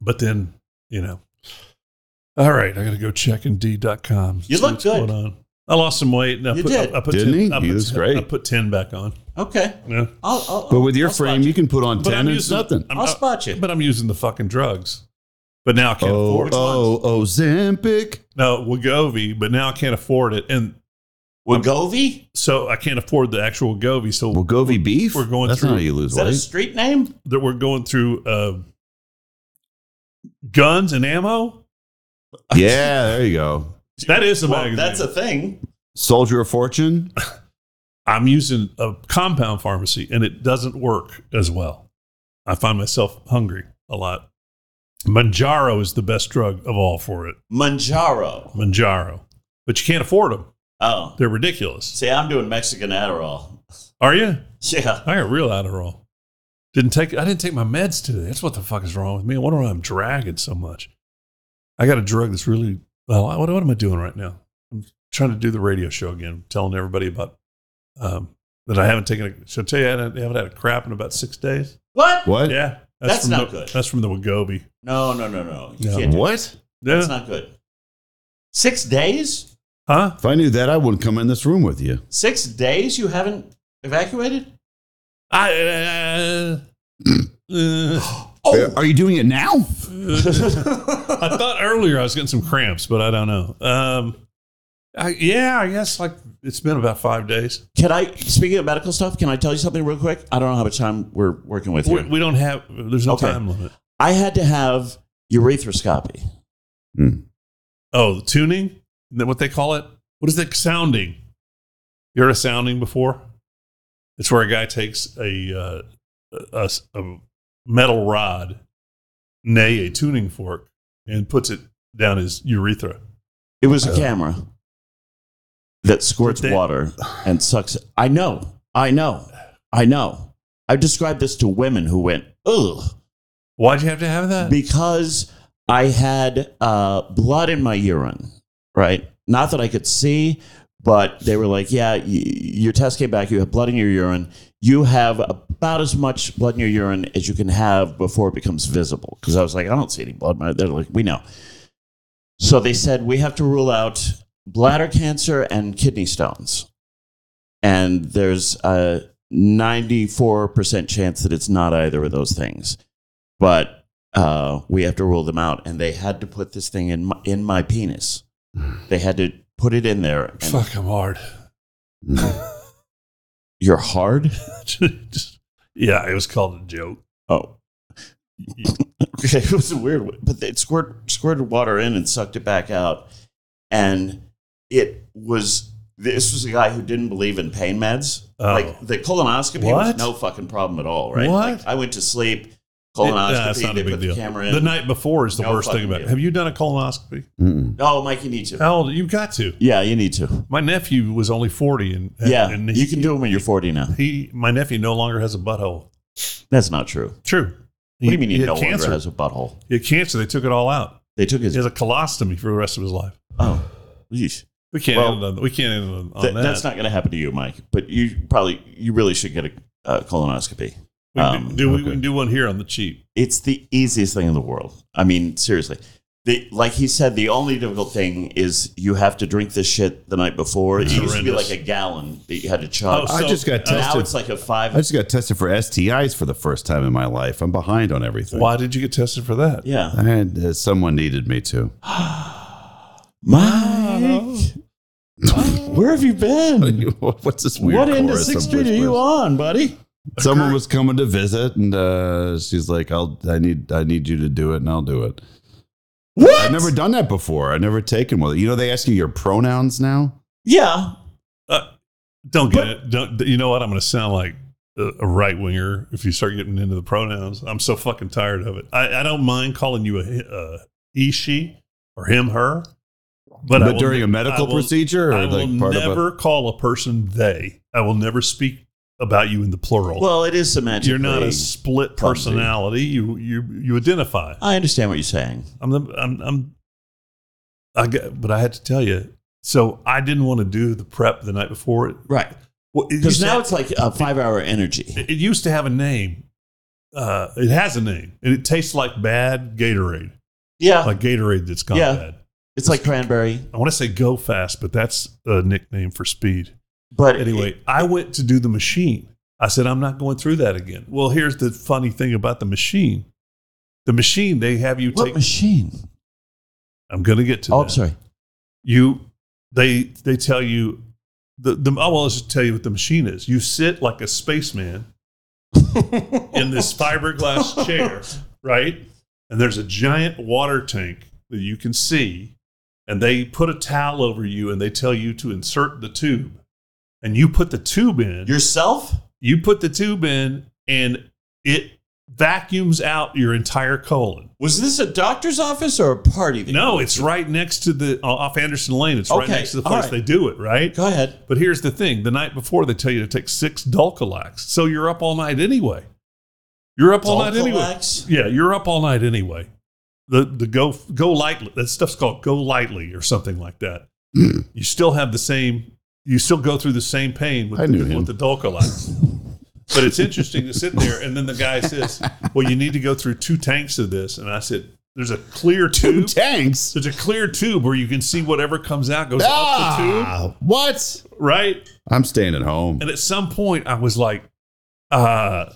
Speaker 1: But then, you know. All right. I got to go check Indeed.com.
Speaker 2: You
Speaker 1: see
Speaker 2: look
Speaker 1: what's
Speaker 2: good.
Speaker 1: Going on. I lost some weight. And I
Speaker 2: You
Speaker 1: put,
Speaker 2: did.
Speaker 1: I, I put
Speaker 3: Didn't
Speaker 1: 10,
Speaker 3: he?
Speaker 1: I
Speaker 3: He
Speaker 1: put,
Speaker 3: was great.
Speaker 1: I put 10 back on.
Speaker 2: Okay.
Speaker 1: Yeah.
Speaker 2: I'll, I'll,
Speaker 3: but with your
Speaker 2: I'll spot
Speaker 3: frame, you can put on
Speaker 1: But
Speaker 3: 10
Speaker 1: I'm
Speaker 3: it's
Speaker 1: using,
Speaker 3: nothing.
Speaker 1: I'm,
Speaker 2: I'll spot you.
Speaker 1: but I'm using the fucking drugs. But now I can't afford
Speaker 3: Oh,
Speaker 1: it.
Speaker 3: oh, Ozempic.
Speaker 1: No, Wegovy, but now I can't afford it. And
Speaker 2: Wagovi?
Speaker 1: so I can't afford the actual Wegovy. So
Speaker 3: Well, Govy beef.
Speaker 1: We're going
Speaker 3: That's
Speaker 1: through-
Speaker 3: not how you lose
Speaker 2: Is that a
Speaker 3: weight.
Speaker 2: street name?
Speaker 1: that we're going through uh, guns and ammo.
Speaker 3: yeah, there you go.
Speaker 1: That is a
Speaker 2: Well,
Speaker 1: magazine.
Speaker 2: that's a thing.
Speaker 3: Soldier of
Speaker 1: [LAUGHS]
Speaker 3: Fortune.
Speaker 1: I'm using a compound pharmacy, and it doesn't work as well. I find myself hungry a lot. Manjaro is the best drug of all for it.
Speaker 2: Manjaro.
Speaker 1: Manjaro, but you can't afford them.
Speaker 2: Oh.
Speaker 1: They're ridiculous.
Speaker 2: See, I'm doing Mexican Adderall. [LAUGHS]
Speaker 1: Are you?
Speaker 2: Yeah.
Speaker 1: I got real Adderall. Didn't take I didn't take my meds today. That's what the fuck is wrong with me. I wonder why I'm dragging so much. I got a drug that's really well. I- What, what am I doing right now? I'm trying to do the radio show again, telling everybody about um, that I haven't taken. A, should I tell you I haven't, haven't had a crap in about six days?
Speaker 2: What?
Speaker 3: What?
Speaker 1: Yeah,
Speaker 2: That's
Speaker 1: from
Speaker 2: not
Speaker 1: the,
Speaker 2: good.
Speaker 1: That's from the Wagobi.
Speaker 2: No, no, no, no. You
Speaker 1: Yeah.
Speaker 2: can't do
Speaker 3: What?
Speaker 1: Yeah,
Speaker 2: That's not good. Six days?
Speaker 1: huh?
Speaker 3: If I knew that, I wouldn't come in this room with you.
Speaker 2: Six days you haven't evacuated? [LAUGHS]
Speaker 1: I. Uh,
Speaker 2: [CLEARS THROAT]
Speaker 1: uh,
Speaker 2: Oh,
Speaker 3: Are- Are you doing it now?
Speaker 1: I thought earlier I was getting some cramps, but I don't know. Um, I, yeah, I guess like it's been about five days.
Speaker 2: Can I, speaking of medical stuff, can I tell you something real quick? I don't know how much time we're working with
Speaker 1: We,
Speaker 2: here.
Speaker 1: we don't have. There's no
Speaker 2: Okay.
Speaker 1: time limit.
Speaker 2: I had to have urethroscopy.
Speaker 1: Oh, the tuning. Is that what they call it? What is that sounding? You heard a sounding before? It's where a guy takes a uh, a- a, s- a metal rod, nay, a tuning fork, and puts it down his urethra.
Speaker 2: It was a
Speaker 1: Uh,
Speaker 2: camera that squirts
Speaker 1: Did they-
Speaker 2: water and sucks. I know. I know. I know. I've described this to women who went, ugh,
Speaker 1: Why'd you have to have that?
Speaker 2: because I had uh, blood in my urine, right? Not that I could see, but they were like, yeah, y- your test came back. You have blood in your urine. You have about as much blood in your urine as you can have before it becomes visible. Because I was like, I don't see any blood. They're like, we know. So they said, we have to rule out bladder cancer and kidney stones. And there's a 94% chance that it's not either of those things. But uh, we have to rule them out. And they had to put this thing in my, in my penis. They had to put it in there. And
Speaker 1: Fuck, I'm hard. [LAUGHS]
Speaker 2: You're hard?
Speaker 1: Just- yeah, it was called a joke.
Speaker 2: Oh. okay, [LAUGHS] it was a weird one. But it squirt, squirted water in and sucked it back out. And it was, this was a guy who didn't believe in pain meds.
Speaker 1: Oh.
Speaker 2: Like the colonoscopy
Speaker 1: What?
Speaker 2: was no fucking problem at all, right?
Speaker 1: What?
Speaker 2: Like, I went to sleep,
Speaker 1: It- nah,
Speaker 2: colonoscopy,
Speaker 1: it's not a
Speaker 2: they
Speaker 1: big
Speaker 2: put
Speaker 1: deal.
Speaker 2: the camera in.
Speaker 1: The night before is the
Speaker 2: No
Speaker 1: worst thing
Speaker 2: fucking
Speaker 1: about it.
Speaker 2: deal.
Speaker 1: Have you done a colonoscopy? [LAUGHS]
Speaker 3: Mm-mm.
Speaker 2: oh, Mike, you need to.
Speaker 1: How old? You've got to.
Speaker 2: Yeah, you need to.
Speaker 1: My nephew was only 40, and, and-
Speaker 2: Yeah,
Speaker 1: and he,
Speaker 2: you can do them when you're 40 now.
Speaker 1: he, my nephew, no longer has a butthole.
Speaker 2: That's not true.
Speaker 1: True.
Speaker 2: What do you mean
Speaker 1: he
Speaker 2: he
Speaker 1: had
Speaker 2: no
Speaker 1: cancer?
Speaker 2: longer has a butthole?
Speaker 1: He had cancer. They took it all out.
Speaker 2: They took
Speaker 1: He
Speaker 2: his.
Speaker 1: has a colostomy for the rest of his life.
Speaker 2: Oh, yeesh.
Speaker 1: We can't
Speaker 2: Well,
Speaker 1: end on, we can't end on, on
Speaker 2: Th-
Speaker 1: that.
Speaker 2: That's not going to happen to you, Mike. But you probably, you really should get a uh, colonoscopy.
Speaker 1: we, can
Speaker 2: um,
Speaker 1: do, we
Speaker 3: okay.
Speaker 1: can do one here on the cheap.
Speaker 2: It's the easiest thing in the world. I mean, seriously. the, like he said, the only difficult thing is you have to drink this shit the night before. It used to be
Speaker 1: horrendous.
Speaker 2: like a gallon that you had to chug.
Speaker 1: Oh,
Speaker 3: I
Speaker 1: So,
Speaker 3: just got
Speaker 1: uh,
Speaker 3: tested.
Speaker 2: now it's like a five.
Speaker 3: I just got tested for STIs for the first time in my life. I'm behind on everything.
Speaker 1: Why did you get tested for that?
Speaker 2: yeah.
Speaker 3: And uh, someone needed me to. [LAUGHS]
Speaker 1: [LAUGHS]
Speaker 2: Mike, where have you
Speaker 1: Hmm.
Speaker 2: been?
Speaker 3: What's this weird?
Speaker 2: What end of
Speaker 3: chorus
Speaker 2: Sixth
Speaker 3: I'm
Speaker 2: Street are you
Speaker 3: whispering?
Speaker 2: on, buddy?
Speaker 3: Someone was coming to visit, and uh, she's like, "I'll, I need, I need you to do it, and I'll do it."
Speaker 2: What?
Speaker 3: I've never done that before. I've never taken one. You know, they ask you your pronouns now.
Speaker 2: Yeah.
Speaker 1: Uh, don't get it. Don't, you know what? I'm going to sound like a, a right winger if you start getting into the pronouns. I'm so fucking tired of it. I, I don't mind calling you a, he- uh he, she, or him, her. But,
Speaker 3: But,
Speaker 1: I will
Speaker 3: during
Speaker 1: ne-
Speaker 3: a medical
Speaker 1: I will-
Speaker 3: procedure, or
Speaker 1: I will
Speaker 3: like part of a, [LAUGHS]
Speaker 1: never call a person they. I will never speak about you in the plural.
Speaker 2: Well, it is semantic.
Speaker 1: You're not a split
Speaker 2: clumsy.
Speaker 1: personality. You you you identify.
Speaker 2: I understand what you're saying.
Speaker 1: I'm the, I'm I'm I got, but I had to tell you. So I didn't want to do the prep the night before. It,
Speaker 2: Right.
Speaker 1: well, it
Speaker 2: Because
Speaker 1: used to
Speaker 2: now
Speaker 1: have-
Speaker 2: it's like a five hour energy.
Speaker 1: it used to have a name. Uh, it has a name, and it tastes like bad Gatorade,
Speaker 2: Yeah.
Speaker 1: like Gatorade that's gone
Speaker 2: Yeah.
Speaker 1: bad.
Speaker 2: it's like cranberry.
Speaker 1: I want to say Go Fast, but that's a nickname for speed.
Speaker 2: But
Speaker 1: Anyway, I went to do the machine. I said, I'm not going through that again. Well, here's the funny thing about the machine. The machine, they have you
Speaker 2: what
Speaker 1: take.
Speaker 2: machine?
Speaker 1: I'm going to get to
Speaker 2: Oh,
Speaker 1: that.
Speaker 2: I'm sorry.
Speaker 1: you they they tell you the, the I will just tell you what the machine is. You sit like a spaceman [LAUGHS] in
Speaker 2: [LAUGHS]
Speaker 1: this fiberglass chair, right? And there's a giant water tank that you can see, and they put a towel over you and they tell you to insert the tube. And you put the tube in.
Speaker 2: Yourself?
Speaker 1: you put the tube in and it vacuums out your entire colon.
Speaker 2: Was this a doctor's office or a party? that you
Speaker 1: No,
Speaker 2: went
Speaker 1: it's
Speaker 2: to?
Speaker 1: right next to the uh, off Anderson Lane. It's right
Speaker 2: Okay,
Speaker 1: next to the
Speaker 2: all
Speaker 1: place
Speaker 2: right.
Speaker 1: they do it, right?
Speaker 2: Go ahead.
Speaker 1: But here's the thing: the night before, they tell you to take six Dulcolax, so you're up all night anyway. You're up all night anyway.
Speaker 2: Dulcolax?
Speaker 1: Yeah, you're up all night anyway. The the go go lightly that stuff's called go lightly or something like that.
Speaker 3: Hmm.
Speaker 1: you still have the same. You still go through the same pain with
Speaker 3: I knew
Speaker 1: the,
Speaker 3: him.
Speaker 1: with the Dulcolax. but it's interesting to sit there, and then the guy says, "Well, you need to go through two tanks of this," and I said. There's a clear
Speaker 3: two
Speaker 1: tube.
Speaker 3: tanks.
Speaker 1: There's a clear tube where you can see whatever comes out goes up
Speaker 3: Ah, what?
Speaker 1: the tube, right?
Speaker 3: I'm staying at home.
Speaker 1: And at some point, I was like, uh,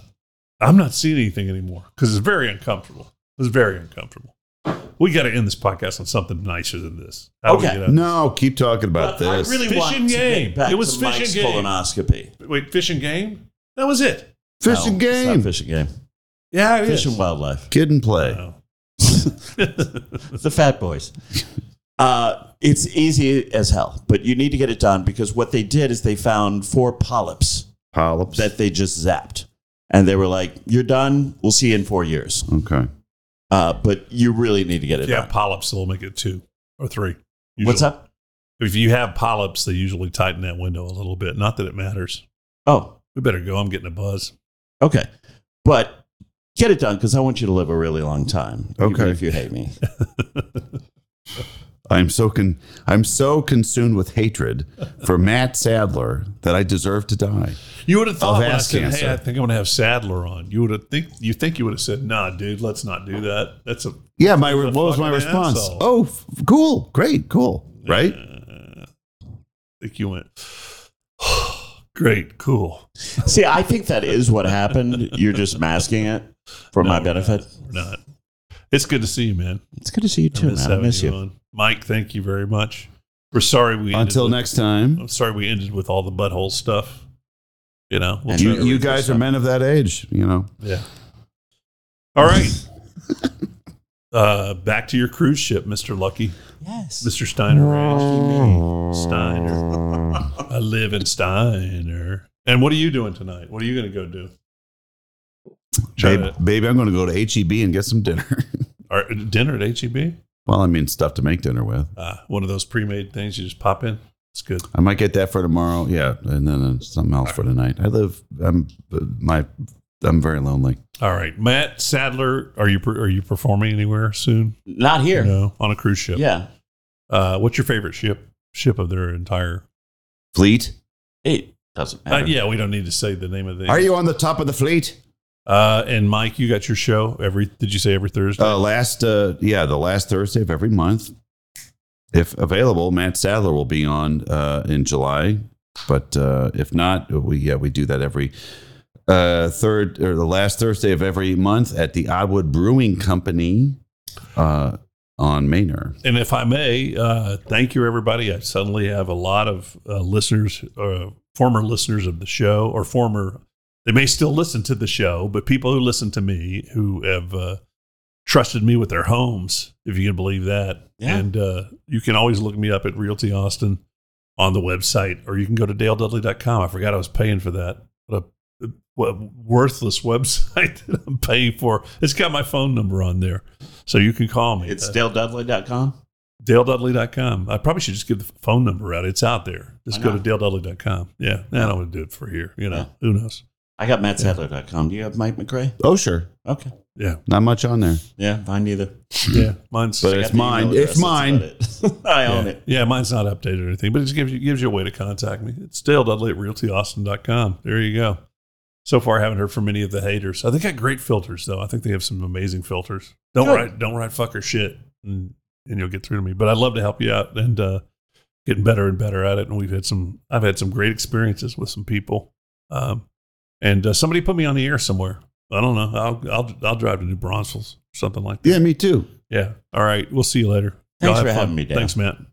Speaker 1: I'm not seeing anything anymore because it's very uncomfortable. It's very uncomfortable. We got to end this podcast on something nicer than this. How do we
Speaker 2: Okay.
Speaker 1: get out?
Speaker 3: No, keep talking about
Speaker 2: But
Speaker 3: this.
Speaker 2: I really
Speaker 1: Fish
Speaker 2: want
Speaker 1: and
Speaker 2: to
Speaker 1: game.
Speaker 2: get back
Speaker 1: It was
Speaker 2: to
Speaker 1: fish
Speaker 2: Mike's
Speaker 1: and game.
Speaker 2: colonoscopy.
Speaker 1: Wait, fish and game? That was it.
Speaker 3: Fish
Speaker 2: No,
Speaker 3: and
Speaker 2: it's not
Speaker 3: game.
Speaker 2: Fish and game.
Speaker 1: Yeah, it
Speaker 2: Fish
Speaker 1: is.
Speaker 2: and wildlife.
Speaker 3: Kid and play.
Speaker 1: No.
Speaker 2: the fat boys. [LAUGHS] Uh, it's easy as hell, but you need to get it done because what they did is they found four polyps
Speaker 3: Polyps.
Speaker 2: that they just zapped. And they were like, you're done. We'll see you in four years.
Speaker 3: okay.
Speaker 2: Uh, but you really need to get it
Speaker 1: yeah,
Speaker 2: done.
Speaker 1: polyps will make it two or three.
Speaker 2: What's
Speaker 1: usually.
Speaker 2: up?
Speaker 1: If you have polyps, they usually tighten that window a little bit. Not that it matters.
Speaker 2: Oh,
Speaker 1: We better go. I'm getting a buzz.
Speaker 2: okay. But get it done because I want you to live a really long time. even
Speaker 3: Okay.
Speaker 2: if you hate me.
Speaker 3: I'm so con- I'm so consumed with hatred for Matt Sadler that I deserve to die.
Speaker 1: You would have thought
Speaker 3: Of
Speaker 1: when I
Speaker 3: ass
Speaker 1: said,
Speaker 3: cancer.
Speaker 1: "Hey, I think I'm going to have Sadler on." You would have think you think you would have said, "Nah, dude, let's not do that." That's a
Speaker 3: Yeah, my what was my
Speaker 1: Fucking
Speaker 3: response?
Speaker 1: asshole.
Speaker 3: Oh, f- cool, great, cool, right?
Speaker 1: Uh, I think you went. [SIGHS] Great, cool.
Speaker 2: see, I think that is what happened. You're just masking it for
Speaker 1: No,
Speaker 2: my
Speaker 1: we're
Speaker 2: benefit.
Speaker 1: We're not. It's good to see you, man.
Speaker 2: It's good to see you
Speaker 1: I
Speaker 2: too,
Speaker 1: miss
Speaker 2: man. I
Speaker 1: having
Speaker 2: miss you.
Speaker 1: on. Mike. Thank you very much. We're sorry we ended
Speaker 3: Until
Speaker 1: with-
Speaker 3: next time,
Speaker 1: I'm sorry we ended with all the butthole stuff. You know, we'll
Speaker 2: And
Speaker 1: try
Speaker 3: you,
Speaker 1: to-
Speaker 3: you guys are men of that age, you know.
Speaker 1: yeah. All right. [LAUGHS] uh, back to your cruise ship, Mister Lucky,
Speaker 2: Yes.
Speaker 1: Mister Steiner. Ranch. Steiner.
Speaker 3: I'm
Speaker 1: I live in Steiner. And what are you doing tonight? What are you going to go do? Uh, Try
Speaker 3: Babe,
Speaker 1: to,
Speaker 3: baby, I'm going to go to HEB and get some dinner. [LAUGHS]
Speaker 1: or dinner at HEB?
Speaker 3: well, I mean, stuff to make dinner with.
Speaker 1: Uh, one of those pre made things you just pop in. It's good.
Speaker 3: I might get that for tomorrow. Yeah, and then uh, something else for tonight. I live. I'm uh, my. I'm very lonely.
Speaker 1: All right. Matt Sadler, are you, per- are you performing anywhere soon?
Speaker 2: Not here.
Speaker 1: No, on a cruise ship.
Speaker 2: Yeah.
Speaker 1: Uh, what's your favorite ship? Ship of their entire.
Speaker 3: Fleet.
Speaker 2: It doesn't
Speaker 1: Uh,
Speaker 2: matter.
Speaker 1: yeah, we don't need to say the name of the.
Speaker 3: Are you on the top of the fleet?
Speaker 1: Uh, and Mike, you got your show every. Did you say every Thursday?
Speaker 3: Uh, last, uh, yeah, the last Thursday of every month, if available, Matt Sadler will be on uh, in July. But uh, if not, we yeah we do that every uh, third or the last Thursday of every month at the Oddwood Brewing Company uh, on Manor.
Speaker 1: and if I may, uh, thank you, everybody. I suddenly have a lot of uh, listeners, uh, former listeners of the show, or former, they may still listen to the show, but people who listen to me who have uh, trusted me with their homes, if you can believe that.
Speaker 2: Yeah.
Speaker 1: And uh, you can always look me up at Realty Austin on the website, or you can go to daledudley.com. I forgot I was paying for that. What a what a worthless [LAUGHS] website that I'm paying for. It's got my phone number on there. So you can call me.
Speaker 2: It's
Speaker 1: Uh,
Speaker 2: DaleDudley.com.
Speaker 1: DaleDudley.com. I probably should just give the phone number out. It's out there. Just
Speaker 2: Why
Speaker 1: go to
Speaker 2: not?
Speaker 1: DaleDudley.com. Yeah. I don't want to do it for here. You know,
Speaker 2: Yeah.
Speaker 1: who knows?
Speaker 2: I got MattSadler.com. Do you have Mike McRae?
Speaker 3: Oh sure,
Speaker 2: Okay.
Speaker 1: Yeah.
Speaker 3: not much on there.
Speaker 2: Yeah, mine neither.
Speaker 1: Yeah. Mine's.
Speaker 3: But
Speaker 2: I
Speaker 3: it's
Speaker 2: got the email
Speaker 3: mine.
Speaker 2: address.
Speaker 3: It's
Speaker 2: That's
Speaker 3: mine.
Speaker 2: about it. [LAUGHS] I
Speaker 1: yeah.
Speaker 2: own it.
Speaker 1: Yeah, mine's not updated or anything, but it just gives you gives you a way to contact me. It's Dale Dudley at realtyaustin.com. There you go. So far, I haven't heard from any of the haters. I think I got great filters though. I think they have some amazing filters. Don't
Speaker 2: Good.
Speaker 1: write don't write fucker shit, and, and you'll get through to me. But I'd love to help you out and uh, getting better and better at it. And we've had some I've had some great experiences with some people. Um, and uh, somebody put me on the air somewhere. I don't know. I'll I'll I'll drive to New Braunfels, something like that.
Speaker 3: Yeah, me too.
Speaker 1: Yeah. All right. We'll see you later.
Speaker 2: Thanks
Speaker 1: Y'all have
Speaker 2: for
Speaker 1: fun.
Speaker 2: having me, Dan.
Speaker 1: Thanks, Matt.